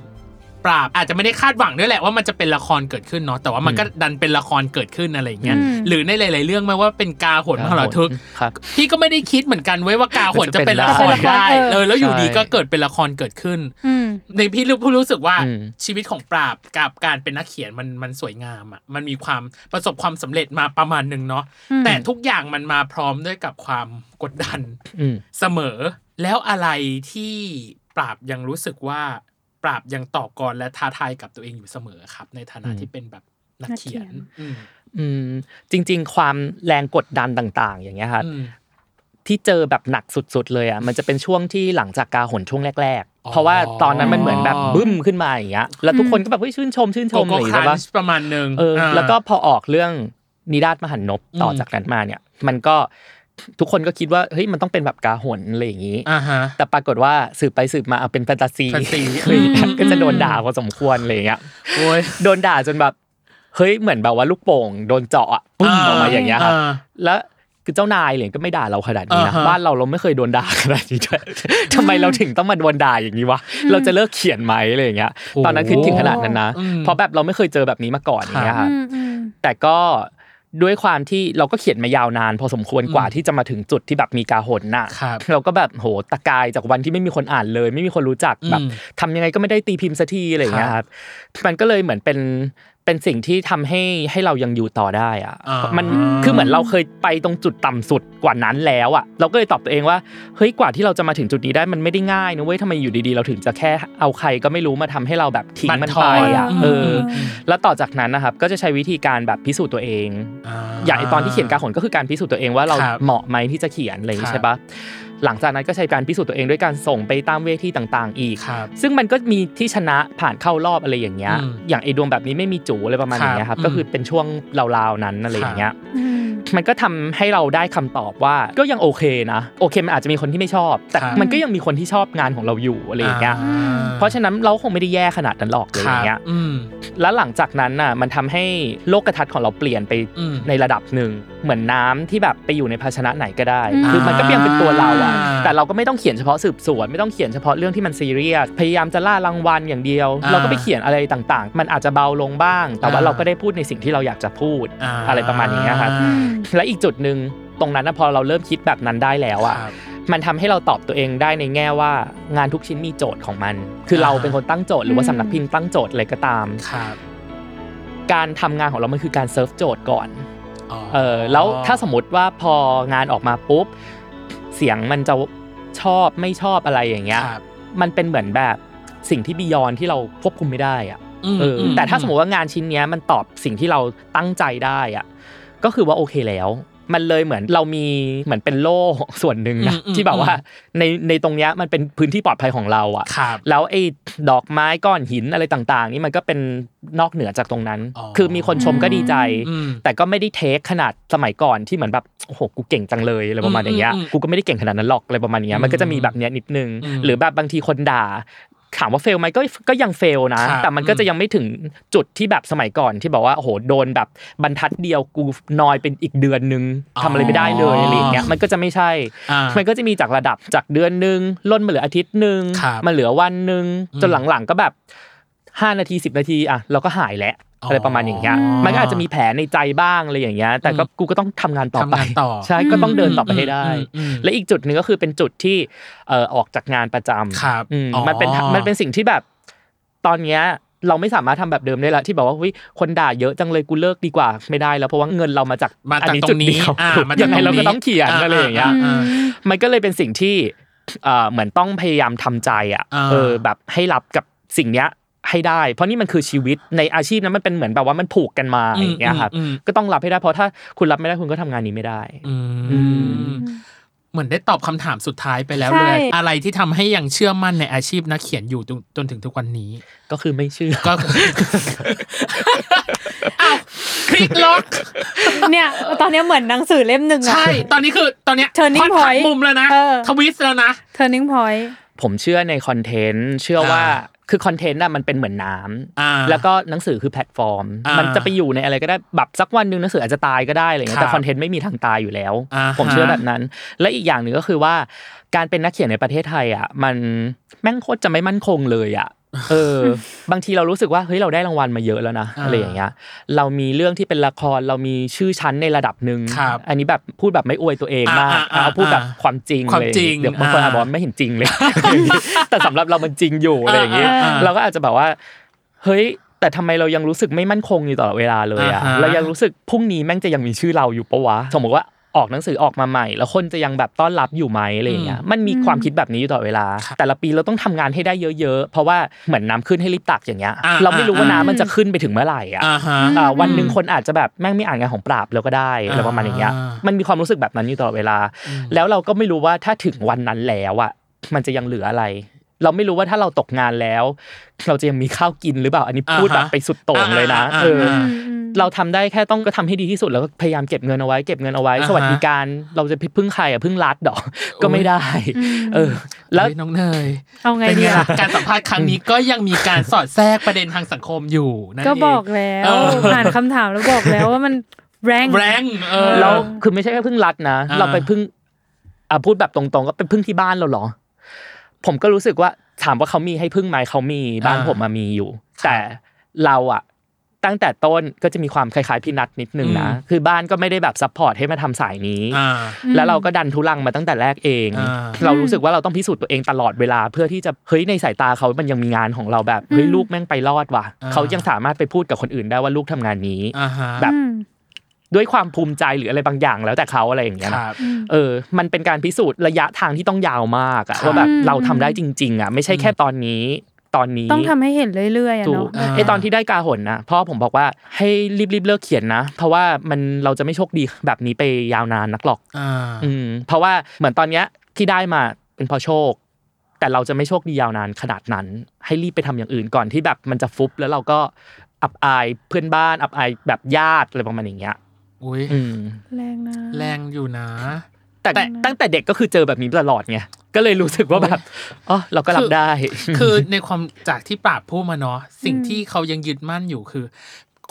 Speaker 1: ปราบอาจจะไม่ได้คาดหวังด้วยแหละว่ามันจะเป็นละครเกิดขึ้นเนาะแต่ว่ามันก็ดันเป็นละครเกิดขึ้นอะไรอย่างเงี้ย
Speaker 2: อืม
Speaker 1: หรือในหลาย ๆ เรื่องไม่ว่าเป็นกาหนมหรทึก
Speaker 3: ครับ
Speaker 1: พี่ก็ไม่ได้คิดเหมือนกันเว้ยว่ากาหนจะเป็นละคร
Speaker 2: จะเป็นละคร
Speaker 1: ได้
Speaker 2: เออ
Speaker 1: เลยแล้วอยู่ดี
Speaker 3: ใช่
Speaker 1: ก็เกิดเป็นละครเกิดขึ้น
Speaker 2: อืม
Speaker 1: ในพี่รู้รู้สึกว่า
Speaker 3: อืม
Speaker 1: ชีวิตของปราบกับการเป็นนักเขียนมันมันสวยงามอ่ะมันมีความประสบความสำเร็จมาประมาณหนึ่งเนาะ
Speaker 2: อืม
Speaker 1: แต่ทุกอย่างมันมาพร้อมด้วยกับความกดดัน
Speaker 3: อืม
Speaker 1: เสมอ แล้วอะไรที่ปราบยังรู้สึกว่า ปราบยังต่อกรและท้าทายกับตัวเองอยู่เสมอครับ ในฐานะที่เป็นแบบนักเขียนอืม
Speaker 3: อืมจริง ๆ ความแรงกดดันต่างๆ อย่างเงี้ยครับ
Speaker 1: อืม
Speaker 3: ที่เจอแบบหนักสุดๆเลยอ่ะมันจะเป็นช่วงที่หลังจากกาหนช่วงแรก เพราะว่าตอนนั้นมันเหมือนแบบบึ้มขึ้นมาอย่างเงี้ยแล้วทุกคนก็แบบเฮ้ยชื่นชมชื่นช
Speaker 1: โก
Speaker 3: ม
Speaker 1: โก้
Speaker 3: อะไรอย่าง
Speaker 1: คั
Speaker 3: เงี้
Speaker 1: น
Speaker 3: ยปะ
Speaker 1: ช์ประมาณหนึ่ง
Speaker 3: เออ
Speaker 1: อ่า
Speaker 3: แล้วก็พอออกเรื่องนิราศมหันนบต่ออ
Speaker 1: ม
Speaker 3: จากนั้นมาเนี่ย มันก็ทุกคนก็คิดว่าเฮ้ยมันต้องเป็นแบบกาหนอะไรอย่างนี้
Speaker 1: อ่าฮะ
Speaker 3: แต่ปรากฏว่าสืบไปสืบมาเอาเป็นแฟนตาซี
Speaker 1: แฟนตาซี
Speaker 3: อะไรอย่างเงี้ย ก็จะโดนด่าพอสมควรอะไรอย่างเงี้ย
Speaker 1: โอ้ย
Speaker 3: โดนด่าจนแบบเฮ้ยเหมือนแบบว่าลูกโป่งโดนเจาะอะปุ้มออกมาอย่างเงี้ยครับ
Speaker 1: า
Speaker 3: แล้วคือเจ้านายเลยก็ไม่ด่าเราขนาดนี้นะ
Speaker 1: อ่าฮะ
Speaker 3: บ้านเราเราไม่เคยโดนด่าขนาดนี้ด้วย ทำไมเราถึงต้องมาโดนด่าอย่างนี้วะเราจะเลิกเขียนไหมอะไรอย่างเงี้ย ตอนนั้นคือถึงขนาดนั้นนะ
Speaker 1: อืม
Speaker 3: เพราะแบบเราไม่เคยเจอแบบนี้มาก่อนอย่างเงี้ยครับ
Speaker 2: อืมอืม
Speaker 3: แต่ก็ด้วยความที่เราก็เขียนมายาวนาน พอสมควรกว่าที่จะมาถึงจุดที่แบบมีกาหนน่ะ
Speaker 1: ครับ
Speaker 3: เราก็แบบโหตะกายจากวันที่ไม่มีคนอ่านเลย ไม่มีคนรู้จักแบบ
Speaker 1: อืม
Speaker 3: ทำยังไงก็ไม่ได้ตีพิมพ์สักทีอะไรอย่างเงี้ยครับมันก็เลยเหมือนเป็นเป็นสิ่งที่ทำให้ให้เรายังอยู่ต่อได้อะ
Speaker 1: อ่ามั
Speaker 3: มันคือเหมือนเราเคยไปตรงจุดต่ำสุดกว่านั้นแล้วอะเราก็เลยตอบตัวเองว่าเฮ้ยกว่าที่เราจะมาถึงจุดนี้ได้มันไม่ได้ง่ายนะเว้ยทำไมอยู่ดีๆ เราถึงจะแค่เอาใครก็ไม่รู้มาทำให้เราแบบทิ้งมันไปอะ
Speaker 1: บั่นทน
Speaker 3: เออ
Speaker 2: ม
Speaker 3: แล้วต่อจากนั้นนะครับก็จะใช้วิธีการแบบพิสูจน์ตัวเอง
Speaker 1: า
Speaker 3: อย่างไอตอนที่เขียนกาขนก็คือการพิสูจน์ตัวเองว่าเรา
Speaker 1: ครับ
Speaker 3: เหมาะไหมที่จะเขียนอะไรอย่า
Speaker 1: ค
Speaker 3: ง
Speaker 1: รั
Speaker 3: นี้
Speaker 1: บ
Speaker 3: ใช่ปะหลังจากนั้นก็ใช้การพิสูจน์ตัวเองด้วยการส่งไปตามเวทีต่าง ๆ อีก
Speaker 1: ครับ
Speaker 3: ซึ่งมันก็มีที่ชนะผ่านเข้ารอบอะไรอย่างเงี้ย
Speaker 1: อืม
Speaker 3: อย่างไอดวงแบบนี้ไม่มีจูอะไรประมาณ
Speaker 1: ครับ
Speaker 3: อย่างเงี้ยครับ
Speaker 1: อืม
Speaker 3: ก็คือเป็นช่วงราวๆนั้นอะไรอย่างเงี้ย
Speaker 2: อืม
Speaker 3: มันก็ทำให้เราได้คำตอบว่าก็ยังโอเคนะโอเคมันอาจจะมีคนที่ไม่ชอบ แต่
Speaker 1: ครับ
Speaker 3: มันก็ยังมีคนที่ชอบงานของเราอยู่อะไรอย่างเงี้ย
Speaker 2: อ่า
Speaker 3: เพราะฉะนั้นเราคงไม่ได้แย่ขนาดนั้นหรอกอะไรอย่างเงี้
Speaker 1: ค
Speaker 3: ย
Speaker 1: รับอืม
Speaker 3: แล้วหลังจากนั้นน่ะมันทำให้โลกทัศน์ของเราเปลี่ยนไป
Speaker 1: อืม
Speaker 3: ในระดับหนึ่ง เหมือนน้ำที่แบบไปอยู่ในภาชนะไหนก็ได้
Speaker 2: อืม
Speaker 3: คือมันก็เพียงเป็นตัวเราอะ
Speaker 1: อ่า
Speaker 3: แต่เราก็ไม่ต้องเขียนเฉพาะสืบสวนไม่ต้องเขียนเฉพาะเรื่องที่มันซีเรียสพยายามจะล่ารางวัลอย่างเดียว
Speaker 1: อ่า
Speaker 3: เราก็ไปเขียนอะไรต่างๆ มันอาจจะเบาลงบ้าง แต่ว่า
Speaker 1: อ่า
Speaker 3: เราก็ได้พูดในสิ่งที่เราอยากจะพูด
Speaker 1: อ่า
Speaker 3: อะไรประมาณอย่างเงี้ยครับ
Speaker 2: อืม
Speaker 3: และอีกจุดหนึ่งตรงนั้นนะพอเราเริ่มคิดแบบนั้นได้แล้วอะ
Speaker 1: ครับ
Speaker 3: มันทำให้เราตอบตัวเองได้ในแง่ว่างานทุกชิ้นมีโจทย์ของมัน คือเรา
Speaker 1: อ่า
Speaker 3: เป็นคนตั้งโจทย์หรือว่า
Speaker 2: อืม
Speaker 3: สำนักพิมพ์ตั้งโจทย์อะไรก็ตาม
Speaker 1: ครับ
Speaker 3: การทำงานของเรามันคือการเซิร์ฟโจทย์ก่อน
Speaker 1: อ๋อ
Speaker 3: เออแล้วถ้าสมมติว่าพองานออกมาปุ๊บ เสียงมันจะชอบไม่ชอบอะไรอย่างเงี้ย
Speaker 1: ครับ
Speaker 3: มันเป็นเหมือนแบบสิ่งที่บียอนที่เราควบคุมไม่ได้อะ
Speaker 1: ม
Speaker 3: เอออ
Speaker 1: อื
Speaker 3: แต่ถ้าสมมติว่างานชิ้นเนี้ยมันตอบสิ่งที่เราตั้งใจได้อะก็คือว่าโอเคแล้ว มันเลยเหมือนเรามีเหมือนเป็นโล่ส่วนหนึ่งนะ
Speaker 1: อืมอืม
Speaker 3: ที่แบบว่า
Speaker 1: อื
Speaker 3: ในในตรงเนี้ยมันเป็นพื้นที่ปลอดภัยของเราอะ
Speaker 1: ครับ
Speaker 3: แล้วไอ้ดอกไม้ก้อนหินอะไรต่างๆ นี่มันก็เป็นนอกเหนือจากตรงนั้น
Speaker 1: อ๋อ
Speaker 3: คือมีคนชมก็ดีใจ
Speaker 1: อืม
Speaker 3: แต่ก็ไม่ได้เทคขนาดสมัยก่อนที่เหมือนแบบโอ้โหกูเก่งจังเลยอะไรประมาณอย่างเงี้ย
Speaker 1: อืมอืม
Speaker 3: กูก็ไม่ได้เก่งขนาดนั้นหรอกอะไรประมาณอย่างเงี้ยมันก็จะมีแบบเนี้ยนิดนึง
Speaker 1: อืม
Speaker 3: หรือแบบบางทีคนด่าถามว่าเฟลไหมก็ก็ยังเฟลนะ
Speaker 1: ครับ
Speaker 3: แต่มันก็จะยังไม่ถึงจุดที่แบบสมัยก่อนที่บอกว่าโอ้โหโดนแบบบรรทัดเดียวกูนอยเป็นอีกเดือนนึงทำอะไรไม่ได้เลยอะไรอย่างเงี้ยมันก็จะไม่ใช่
Speaker 1: อ่ามั
Speaker 3: มันก็จะมีจากระดับจากเดือนหนึ่งล่นมาเหลืออาทิตย์หนึ่ง
Speaker 1: ครับ
Speaker 3: มาเหลือวันหนึ่ง
Speaker 1: อืม
Speaker 3: จนหลังๆก็แบบห้านาทีสิบนาทีอ่ะเราก็หายแล้ว
Speaker 1: อ๋ออ
Speaker 3: อะไรประมาณอย่างเงี้ย
Speaker 1: อืม
Speaker 3: มันก็อาจจะมีแผลในใจบ้างอะไรอย่างเงี้ยแต่ก็
Speaker 1: อืม
Speaker 3: กูก็ต้องทำงานต่อไป
Speaker 1: ทำงานต่อ
Speaker 3: ใช่ก็ต้องเดินต่อไปให้ได้
Speaker 1: อืมอืมอืม
Speaker 3: และอีกจุดหนึ่งก็คือเป็นจุดที่เอ่อออกจากงานประจำ
Speaker 1: ครับ
Speaker 3: อืม
Speaker 1: อ๋อ
Speaker 3: มันเป็นมันเป็นสิ่งที่แบบตอนเนี้ยเราไม่สามารถทำแบบเดิมได้ละที่บอกว่าอุ๊ยคนด่าเยอะจังเลยกูเลิกดีกว่าไม่ได้แล้วเพราะว่าเงินเรามาจาก
Speaker 1: มา
Speaker 3: อั
Speaker 1: จาก
Speaker 3: นนี้
Speaker 1: ตร
Speaker 3: จุด
Speaker 1: งนี้
Speaker 3: เดียว
Speaker 1: อ่ามา
Speaker 3: ยั
Speaker 1: จากต
Speaker 3: งไง
Speaker 1: รงนี้
Speaker 3: เราก็ต้องเขียนอะไรอย่างเงี้ย
Speaker 1: อ่า
Speaker 3: มันก็เลยเป็นสิ่งที่เอ่อเหมือนต้องพยายามทำใจอ่ะ
Speaker 1: อ่า
Speaker 3: เออแบบให้รับกับสิ่งเนี้ยให้ได้ เพราะนี่มันคือชีวิตในอาชีพนั้นมันเป็นเหมือนแบบว่ามันผูกกันมา
Speaker 1: อืม
Speaker 3: อย่างเงี้ยครับ
Speaker 1: อืมอืม
Speaker 3: ก็ต้องรับให้ได้เพราะถ้าคุณรับไม่ได้คุณก็ทำงานนี้ไม่ได้
Speaker 1: อื
Speaker 3: อื
Speaker 1: ม
Speaker 3: ม
Speaker 1: เหมือนได้ตอบคำถามสุดท้ายไปแล้ว
Speaker 2: ใช่
Speaker 1: เลย อะไรที่ทำให้ยังเชื่อมั่นในอาชีพนักเขียนอยู่จนจนถึงทุกวันนี้
Speaker 3: ก็คือไม่เชื่อ
Speaker 1: ก็ อ้าวคลิกล็ อก
Speaker 2: เนี่ยตอนเนี้ยเหมือนหนังสือเล่มหนึ่งอะ
Speaker 1: ใช่ ตอนนี้คือตอนเนี้ย
Speaker 2: Turning
Speaker 1: ค่อนข้าง
Speaker 2: point
Speaker 1: มุมแล้วนะ
Speaker 2: เออ
Speaker 1: ทวิสต์แล้วนะ
Speaker 2: turning point
Speaker 3: ผมเชื่อในคอนเทนต์เชื่อว่า
Speaker 1: อ่า
Speaker 3: คือคอนเทนต์น่ะมันเป็นเหมือนน้ำ
Speaker 1: อ่า
Speaker 3: แล้วก็หนังสือคือแพลตฟอร์ม
Speaker 1: อ่ามั
Speaker 3: มันจะไปอยู่ในอะไรก็ได้แบบสักวันหนึ่งหนังสืออาจจะตายก็ได้อะไรเงี้
Speaker 1: ครับ
Speaker 3: ยแต่คอนเทนต์ไม่มีทางตายอยู่แล้ว
Speaker 1: อ่าฮะ
Speaker 3: ผมเชื่อแบบนั้น และอีกอย่างหนึ่งก็คือว่า การเป็นนักเขียนในประเทศไทยอ่ะมันแม่งโคตรจะไม่มั่นคงเลย อ่ะเออ บางทีเรารู้สึกว่าเฮ้ยเราได้รางวัลมาเยอะแล้วนะ
Speaker 1: อ่า
Speaker 3: อะไรอย่างเงี้ยเรามีเรื่องที่เป็นละครเรามีชื่อชั้นในระดับหนึ่ง
Speaker 1: ครับ
Speaker 3: อันนี้แบบพูดแบบไม่อวยตัวเองมาก
Speaker 1: อ่าอ่า
Speaker 3: เอาพูดแบบ
Speaker 1: อ่า
Speaker 3: ความจริง
Speaker 1: ความ
Speaker 3: เลย
Speaker 1: จริง
Speaker 3: เดี๋ยวบางคนอาจบอกว่า
Speaker 1: อ่า
Speaker 3: ไม่เห็นจริง เลย แต่สำหรับเรามันจริงอยู่อะไรอย่างเงี้ย
Speaker 1: อ่าอ่า
Speaker 3: เราก็อาจจะแบบว่า เฮ้ย แต่ทำไมเรายังรู้สึกไม่มั่นคงอยู่ตลอดเวลาเลยอ่ะ
Speaker 1: อ่าฮะ
Speaker 3: เรายังรู้สึกพรุ่งนี้แม่งจะยังมีชื่อเราอยู่ปะวะ สมมติว่าออกหนังสือออกมาใหม่ แล้วคนจะยังแบบต้อนรับอยู่ไหมอะไรอย่างเงี้ย มันมีความคิดแบบนี้อยู่ตลอดเวลา แต่ละปีเราต้องทำงานให้ได้เยอะๆ เพราะว่าเหมือนน้ำขึ้นให้รีบตักอย่างเงี้ย
Speaker 1: อ่า
Speaker 3: เราไม่รู้ว่า
Speaker 1: อ่า
Speaker 3: น้ำมันจะขึ้นไปถึงเมื่อไหร่อ่ะ
Speaker 1: อ่าฮะ
Speaker 3: อ่าวันหนึ่งคนอาจจะแบบแม่งไม่อ่านงานของปราบแล้วก็ได้อะไรประมาณอย่างเงี้ย
Speaker 1: อ่ามั
Speaker 3: มันมีความรู้สึกแบบนั้นอยู่ตลอดเวลา แล้วเราก็ไม่รู้ว่าถ้าถึงวันนั้นแล้วอ่ะมันจะยังเหลืออะไร เราไม่รู้ว่าถ้าเราตกงานแล้ว เราจะยังมีข้าวกินหรือเปล่า อันนี้พูด
Speaker 1: อ่าฮะ
Speaker 3: แบบไปสุดโต่งเลยนะ
Speaker 1: อ่า
Speaker 3: เอออ
Speaker 1: า
Speaker 3: เราทำได้แค่ต้องก็ทำให้ดีที่สุดแล้วก็พยายามเก็บเงินเอาไว้เก็บเงินเอาไว้
Speaker 1: อ่าฮะ
Speaker 3: สวัสดิการเราจะไปพึ่งใครอ่ะพึ่งรัฐดอก ก็ไม่ได้ เออ แล้ว
Speaker 1: เฮ้ยน้องเนย
Speaker 2: เอาไง
Speaker 1: เป็น
Speaker 2: ดี
Speaker 1: ไง
Speaker 2: ล่ะ
Speaker 1: ล่ะการสัมภาษณ์ครั้งนี้ก็ยังมีการสอดแทรกประเด็นทางสังคมอยู่นั่นเง
Speaker 2: ก็บอกแล้ว
Speaker 1: เออ
Speaker 2: ผ่านคำถามแล้วบอกแล้วว่ามันแรง
Speaker 1: แรงเออ
Speaker 3: เราคือไม่ใช่แค่พึ่งรัฐนะ
Speaker 1: อ่า
Speaker 3: เราไปพึ่งอ่ะพูดแบบตรงๆ ก็ไปพึ่งที่บ้านเราเหรอ ผมก็รู้สึกว่าถามว่าเขามีให้พึ่งไหมเขามีบ้านผมมามีอยู่ แต่เราอะตั้งแต่ต้นก็จะมีความคล้ายๆพี่นัทนิดนึงนะคือบ้านก็ไม่ได้แบบซัพพอร์ตให้มาทำสายนี้
Speaker 1: อ่า
Speaker 3: แล้วเราก็ดันทุลังมาตั้งแต่แรกเอง
Speaker 1: อ่า
Speaker 3: เรารู้สึกว่าเราต้องพิสูจน์ตัวเองตลอดเวลา เพื่อที่จะเฮ้ยในสายตาเขามันยังมีงานของเราแบบเฮ้ยลูกแม่งไปรอดว่ะเขายังสามารถไปพูดกับคนอื่นได้ว่าลูกทำงานนี้
Speaker 1: อ่าฮะ
Speaker 3: แบบ ด้วยความภูมิใจหรืออะไรบางอย่างแล้วแต่เขาอะไรอย่างเงี้ย
Speaker 1: ค
Speaker 3: นะ
Speaker 1: รับ
Speaker 3: เออ มันเป็นการพิสูจน์ระยะทางที่ต้องยาวมากอะ
Speaker 1: ครับ
Speaker 3: ว่าแบบเราทำได้จริง ๆอะไม่ใช่แค่ตอนนี้ตอนนี้
Speaker 2: ต้องทำให้เห็นเรื่อยๆอะ
Speaker 3: ถูก
Speaker 2: เนาะ
Speaker 1: อ่า
Speaker 3: ไอตอนที่ได้กาหนนะพ่อผมบอกว่าให้รีบๆเลิกเขียนนะ เพราะว่ามันเราจะไม่โชคดีแบบนี้ไปยาวนานนักหรอก
Speaker 1: อ่า
Speaker 3: อืมเพราะว่าเหมือนตอนเนี้ยที่ได้มาเป็นเพราะโชค แต่เราจะไม่โชคดียาวนานขนาดนั้น ให้รีบไปทำอย่างอื่นก่อนที่แบบมันจะฟุบแล้วเราก็อับอายเพื่อนบ้านอับอายแบบญาติอะไรประมาณอย่างเงี้ย
Speaker 1: อุ้ย
Speaker 3: อืม
Speaker 2: แรงนะ
Speaker 1: แรงอยู่นะ
Speaker 3: แต่
Speaker 1: แต่
Speaker 3: ตั้งแต่เด็กก็คือเจอแบบนี้ตลอดไงก็เลยรู้สึกว่าแบบอ๋อเราก็รับได้
Speaker 1: คือในความจากที่ปราบพูดมาเนาะสิ่งที่เขายังยึดมั่นอยู่คือ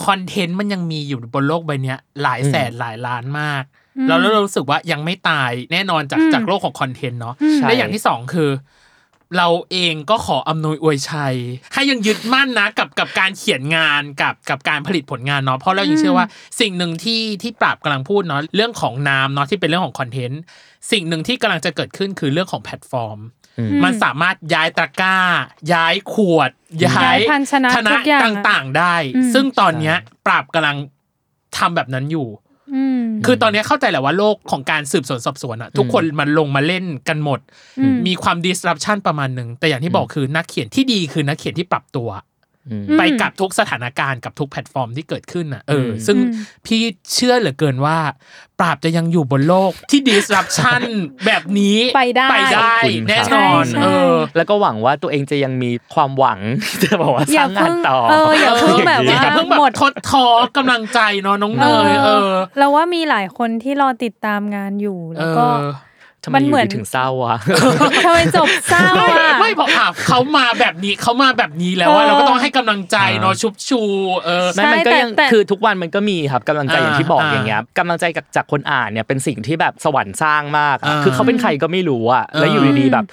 Speaker 1: คอนเทนต์มันยังมีอยู่บนโลกใบเนี้ย หลายแสนหลายล้านมาก แล้วเรารู้สึกว่ายังไม่ตายแน่นอนจาก
Speaker 2: อืม
Speaker 1: จากโลกของคอนเทนต์เนาะ
Speaker 3: ใช่
Speaker 1: และอย่างที่สองคือ เราเองก็ขออำนวยอวยชัย ให้ยังยึดมั่นนะกับกับการเขียนงานกับกับการผลิตผลงานเนาะเพราะเรายังเชื่อว่าสิ่งหนึ่งที่ที่ปราบกำลังพูดเนาะเรื่องของน้ำเนาะที่เป็นเรื่องของคอนเทนต์สิ่งหนึ่งที่กำลังจะเกิดขึ้นคือเรื่องของแพลตฟอร์ม มันสามารถย้ายตะกร้า ย้ายขวด ย้า
Speaker 2: ย้ายยภาชนะทุกอย่างอะ
Speaker 1: ต่างๆได้
Speaker 2: อืม
Speaker 1: ซึ่งตอนเนี้ยปราบกำลังทำแบบนั้นอยู่
Speaker 2: อืม
Speaker 1: คือตอนเนี้ยเข้าใจแหละว่าโลกของการสืบสวนสอบสวนอะทุกคนมันลงมาเล่นกันหมด
Speaker 2: อืม
Speaker 1: มีความ disruption ประมาณหนึ่งแต่อย่างที่บอกคือนักเขียนที่ดีคือนักเขียนที่ปรับตัว
Speaker 3: อืม
Speaker 1: ไปกับทุกสถานการณ์กับทุกแพลตฟอร์มที่เกิดขึ้นอ่ะเอออ
Speaker 3: ม
Speaker 1: ซึ่งพี่เชื่อเหลือเกินว่า ปราบจะยังอยู่บนโลกที่ disruption แบบนี้
Speaker 2: ไปได้
Speaker 1: ไปได้แน่นอน
Speaker 2: ใช่ใช่
Speaker 1: เออ
Speaker 3: แล้วก็หวังว่าตัวเองจะยังมีความหวัง จะบอกว่าส
Speaker 2: อย่า
Speaker 3: ร้าง
Speaker 2: เพิ่
Speaker 3: งาน
Speaker 2: ง
Speaker 3: ต่อ
Speaker 2: เอออย่าเพิ่งแบบว่า
Speaker 1: อย่าเพิ่งแบบ
Speaker 2: หมด
Speaker 1: ทดท้อกำลังใจเนาะน้องเนยเออ
Speaker 2: เราว่ามีหลายคนที่รอติดตามงานอยู่
Speaker 1: เอ
Speaker 2: แล้วก็
Speaker 1: อ
Speaker 3: ทำไม
Speaker 2: มัน
Speaker 3: อยู่
Speaker 2: เหมือน
Speaker 3: ดีถึงเศร้าวะ
Speaker 2: ทำไมจบเศร้า
Speaker 1: ไม่
Speaker 2: อ่ะ
Speaker 1: ไม่พออ่ะเขามาแบบนี้เขามาแบบนี้แล้วว่า
Speaker 2: เออ
Speaker 1: เราก็ต้องให้กำลังใจเนาะชุบชู เออ
Speaker 2: ใช่
Speaker 3: ไม่มันก็
Speaker 2: แต่
Speaker 3: ยัง
Speaker 2: แต่
Speaker 3: คือทุกวันมันก็มีครับกำลังใจอย่างที่บอก
Speaker 1: อ่า
Speaker 3: อย่างเงี้ยกำลังใจจากจากคนอ่านเนี่ยเป็นสิ่งที่แบบสวรรค์สร้างมากอะ
Speaker 1: อ่า
Speaker 3: คือเขาเป็นใครก็ไม่รู้อะแล้วอยู่ดีๆแบบ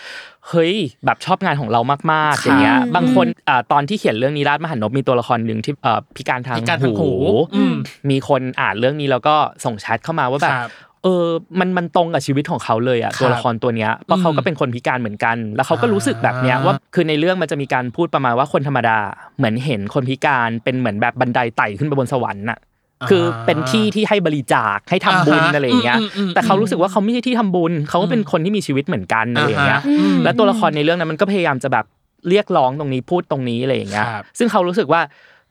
Speaker 3: เฮ้ยแบบชอบงานของเรามากๆ
Speaker 1: ค่ะ
Speaker 3: อย่างเงี้ยบางคนอ่าตอนที่เขียนเรื่องนี้ราชมหันนบมีตัวละครหนึ่งที่เอ่อพิการทาง
Speaker 1: พิการทางหูอืม
Speaker 3: มีคนอ่านเรื่องนี้แล้วก็ส่งแชทเข้ามาว่าแบบ
Speaker 1: ครับ
Speaker 3: เออมันมันตรงกับชีวิตของเขาเลยอะ
Speaker 1: ครับ
Speaker 3: ตัวละครตัวเนี้ยเพราะเขาก็เป็นคนพิการเหมือนกัน แล้วเขาก็รู้สึกแบบเนี้ย
Speaker 1: อ่า
Speaker 3: ว่า คือในเรื่องมันจะมีการพูดประมาณว่าคนธรรมดาเหมือนเห็นคนพิการเป็นเหมือนแบบบันไดไต่ขึ้นไปบนสวรรค์น่ะคือเป็นที่ที่ให้บริจาคให้ทำบุญ
Speaker 1: อ่าฮะ
Speaker 3: อะไรอย่างเงี้ย
Speaker 1: อืมอืมอืม
Speaker 3: แต่เขารู้สึกว่าเขาไม่ใช่ที่ทำบุญเขาก็เป็นคนที่มีชีวิตเหมือนกันอะไรอย่างเงี้ย
Speaker 1: อ่าฮะอืม
Speaker 3: และตัวละครในเรื่องนั้นมันก็พยายามจะแบบเรียกร้องตรงนี้พูดตรงนี้อะไรอย่างเงี้ย
Speaker 1: ครับ
Speaker 3: ซึ่งเขารู้สึกว่า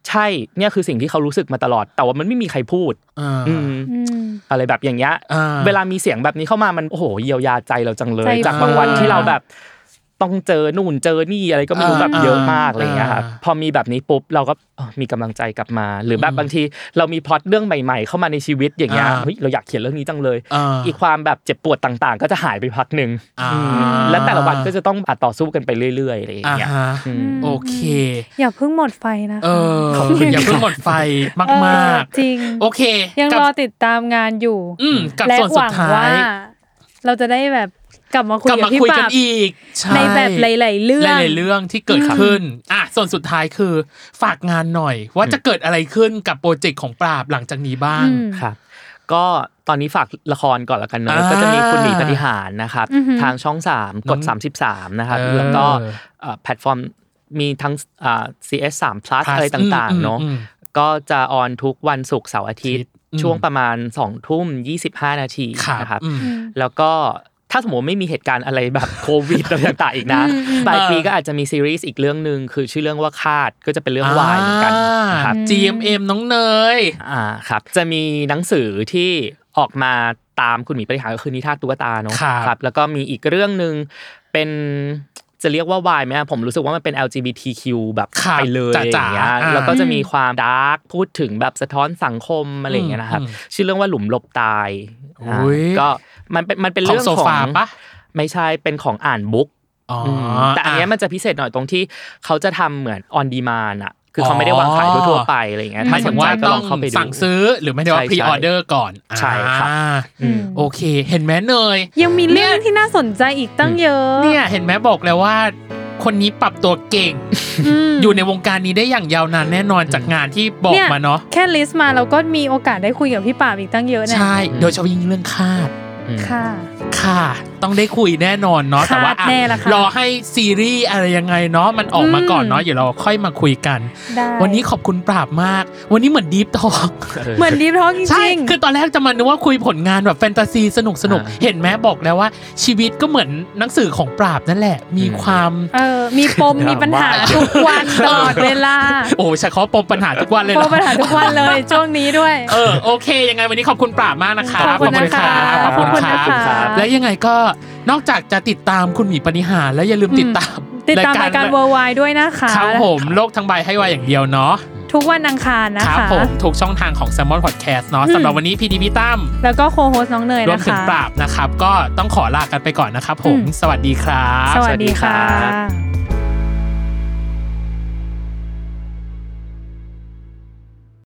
Speaker 3: ใช่เนี่ยคือสิ่งที่เขารู้สึกมาตลอด แต่ว่ามันไม่มีใครพูด
Speaker 1: อ่า
Speaker 3: อืม
Speaker 2: อืม
Speaker 3: อะไรแบบอย่างเงี้ย
Speaker 1: อ่า
Speaker 3: เวลามีเสียงแบบนี้เข้ามา มันโอ้โหเยียวยาใจเราจังเลย
Speaker 2: ใจ
Speaker 3: จากบางวัน
Speaker 1: เออ
Speaker 3: ที่เราแบบ ต้องเจอนู่นเจอนี่อะไรก็ไม่รู้
Speaker 1: อ่า
Speaker 3: แบบเยอะมากอะไรอย่างเงี้ยครับ
Speaker 1: อ่า
Speaker 3: พอมีแบบนี้ปุ๊บเราก็เออมีกำลังใจกลับมา หรือแบบบางทีเรามีพล็อตเรื่องใหม่ ๆ เข้ามาในชีวิตอย่างเงี้ย
Speaker 1: อ่า
Speaker 3: เฮ้ยเราอยากเขียนเรื่องนี้จังเลย
Speaker 1: อ่า
Speaker 3: อีกความแบบเจ็บปวดต่างๆ ก็จะหายไปพักหนึ่ง
Speaker 1: อ่า
Speaker 3: อืมและแต่ละวันก็จะต้องอ่ะต่อสู้กันไปเรื่อยๆอะไรอย่าง
Speaker 1: อ่า
Speaker 3: เงี้ย
Speaker 1: ฮะ
Speaker 3: อืม
Speaker 1: โอเค
Speaker 2: อย่าเพิ่งหมดไฟนะ
Speaker 1: เออ
Speaker 3: ขอบคุณ
Speaker 1: อย่า
Speaker 3: ครับ
Speaker 1: เพิ่งหมดไฟ
Speaker 2: เออ
Speaker 1: มาก
Speaker 2: จริง
Speaker 1: ๆ โอเค
Speaker 2: ยัง
Speaker 1: กับ
Speaker 2: รอติดตามงานอยู่
Speaker 1: อืมกับ
Speaker 2: และ
Speaker 1: ส่วน
Speaker 2: ห
Speaker 1: สุ
Speaker 2: วั
Speaker 1: ด
Speaker 2: ง
Speaker 1: ท้า
Speaker 2: ว่า
Speaker 1: ย
Speaker 2: เราจะได้แบบกลับมาคุย
Speaker 1: กลับ
Speaker 2: กับ
Speaker 1: มา
Speaker 2: พี่
Speaker 1: คุย
Speaker 2: ป
Speaker 1: กั
Speaker 2: ราน บ
Speaker 1: อีกช่
Speaker 2: ในแบบหลายๆเรื่อง
Speaker 1: หลายๆเรื่องที่เกิดขึ้นอ่ะส่วนสุดท้ายคือ ฝากงานหน่อย ว่าจะเกิดอะไรขึ้นกับโปรเจกต์ของปราบหลังจากนี้บ้าง
Speaker 2: อืม
Speaker 3: ครับก็ตอนนี้ฝากละครก่อนละกันเนอะ
Speaker 1: อ่า
Speaker 3: ก็จะมีคุณหนีปฏิหารนะครับ ทางช่อง 3 กด
Speaker 1: น้อง
Speaker 3: 33 นะครับ
Speaker 1: เออ
Speaker 3: แล้วก็เอ่อแพลตฟอร์มมีทั้งอ่า CS 3
Speaker 1: Plus
Speaker 3: plus อะไรต่าง
Speaker 1: อืม
Speaker 3: ๆเนอะ
Speaker 1: อืมอืม
Speaker 3: ก็จะออนทุกวันศุกร์เสาร์อาทิตย์
Speaker 1: อืม
Speaker 3: ช่วงประมาณ2ทุ่ม 25 นาที
Speaker 1: ครับ
Speaker 3: นะครับ
Speaker 1: อืม
Speaker 3: แล้วก็ถ้าสมมติไม่มีเหตุการณ์อะไรแบบ โควิดอะไรต่างๆอีกนะปลายปีก็อาจจะมีซีรีส์อีกเรื่องหนึ่งคือชื่อเรื่องว่าคาดก็จะเป็นเรื่องวายเหมือนกันา นะครับ
Speaker 1: GMM น้องเนย
Speaker 3: อ่าครับจะมีหนังสือที่ออกมาตามคุณหมีปริหารก็คือนิทานตุ๊กตาเนาะ
Speaker 1: ครับ
Speaker 3: แล้วก็มีอีกเรื่องหนึ่งเป็น จะเรียกว่าวายไหมอะผมรู้สึกว่ามันเป็น LGBTQ แบบ
Speaker 1: ครับ
Speaker 3: ไปเลยอ
Speaker 1: จ๋าๆ
Speaker 3: ย่างเงี้ย
Speaker 1: อ่า
Speaker 3: แล้วก็จะมีความดาร์กพูดถึงแบบสะท้อนสังคมอะไรอย่างเงี้ยนะครับ
Speaker 1: อืม
Speaker 3: ชื่อเรื่องว่าหลุมหลบตายอ่า
Speaker 1: อุ๊ย
Speaker 3: ก็มันเป็นมันเป็น
Speaker 1: ของ
Speaker 3: เรื่อง
Speaker 1: โซ
Speaker 3: ของ
Speaker 1: ฟาปะ
Speaker 3: ไม่ใช่เป็นของอ่านบุ๊ก
Speaker 1: อ๋อ
Speaker 3: แต่อันเนี้ยมันจะพิเศษหน่อยตรงที่เขาจะทำเหมือนออนดีมานอ่ะ คือ
Speaker 1: อ๋
Speaker 3: เขา
Speaker 1: อ
Speaker 3: ไม่ได้วางขายทั่วๆไปอะไรอย่างเงี้ย
Speaker 1: หมา
Speaker 3: ถ้าย ส
Speaker 1: ถึ
Speaker 3: น
Speaker 1: ง
Speaker 3: ใจ
Speaker 1: ว่า
Speaker 3: ก็ล
Speaker 1: ต้อ
Speaker 3: อง งเข้าไปดู
Speaker 1: สั่งซื้อหรือไม่ได้ว่า
Speaker 3: ใช่
Speaker 1: พรีออเดอร์ก่อน
Speaker 3: ใช่ครับ
Speaker 1: อ่า
Speaker 2: อืม
Speaker 1: โอเค เห็นไหมเนย
Speaker 2: ยังมีเรื่องที่น่าสนใจอีกตั้งเยอะ
Speaker 1: เนี่ยเห็นไหมบอกแล้วว่า คนนี้ปรับตัวเก่ง
Speaker 2: ม
Speaker 1: อยู่ในวงการนี้ได้อย่างยาวนานแน่นอนจากงานที่บอก
Speaker 2: ย
Speaker 1: มาเนาะ
Speaker 2: แค่ลิสต์มาเราก็มีโอกาสได้คุยกับพี่ป่าบอีกตั้งเยอะเนี่ย
Speaker 1: ใช่ โดยเฉพาะยิ่งเรื่องคาด
Speaker 3: อืม
Speaker 2: ค่ะ
Speaker 1: ค่ะ ต้องได้คุยแน่นอนเนาะ
Speaker 2: คาด
Speaker 1: แต่ว่าอ่ะ
Speaker 2: แน่ละค่ะ
Speaker 1: รอให้ซีรีส์อะไรยังไงเนาะมันออกมาก่อน
Speaker 2: อืม
Speaker 1: เนาะเดี๋ยวเราค่อยมาคุยกัน
Speaker 2: ได้
Speaker 1: วันนี้ขอบคุณปราบมาก วันนี้เหมือนดีฟทอ k
Speaker 2: เหมือนดีท้องจ
Speaker 1: ใช่
Speaker 2: ริงๆ
Speaker 1: คือตอนแรกจะมานึกว่าคุยผลงานแบบแฟนตาซีสนุกสนุก
Speaker 3: อ่า
Speaker 1: เห็นไหมบอกแล้วว่า ชีวิตก็เหมือนหนังสือของปราบนั่นแหละ มี
Speaker 3: อืม
Speaker 1: ความ
Speaker 2: เออ มีปม มีปัญหา
Speaker 3: ว่า
Speaker 2: ทุกวันตลอดเวลา
Speaker 1: โอ้ใช้คำว่าปมปัญหาทุกวันเลย
Speaker 2: ป
Speaker 1: เหร
Speaker 2: ม
Speaker 1: อ
Speaker 2: ปัญหาทุกวันเลยช่วงนี้ด้วย
Speaker 1: เออโอเค ยังไงวันนี้ขอบคุณปราบมากนะคะ
Speaker 2: ขอบคุณนะคะ
Speaker 1: ขอบคุณครั
Speaker 2: ขอบคุณนะคะ
Speaker 1: บและยังไงก็นอกจากจะติดตามคุณหมีปณิหาร แล้วอย่าลืมติดตาม
Speaker 2: ติดตามรายการเวอร์ไวด้วยนะคะ
Speaker 1: ครับผมโลกทั้งใบให้ไวอย่างเดียวเนาะ
Speaker 2: ทุกวันอังคารนะ
Speaker 1: ครั
Speaker 2: คะ
Speaker 1: ผมถูกช่องทางของ s ซ l m o n Podcast เนาะสำหรับวันนี้พี่ดีพี่ตั้ม
Speaker 2: แล้วก็โคโฮสต์น้องเนย
Speaker 1: รวม
Speaker 2: นะ
Speaker 1: ถึง
Speaker 2: คะ
Speaker 1: ปราบนะครับ ก็ต้องขอลากันไปก่อนนะครับผม
Speaker 2: อืม
Speaker 1: สวัสดีครับ
Speaker 2: สวัสดี
Speaker 3: สวัสดีครั
Speaker 2: ค่ะ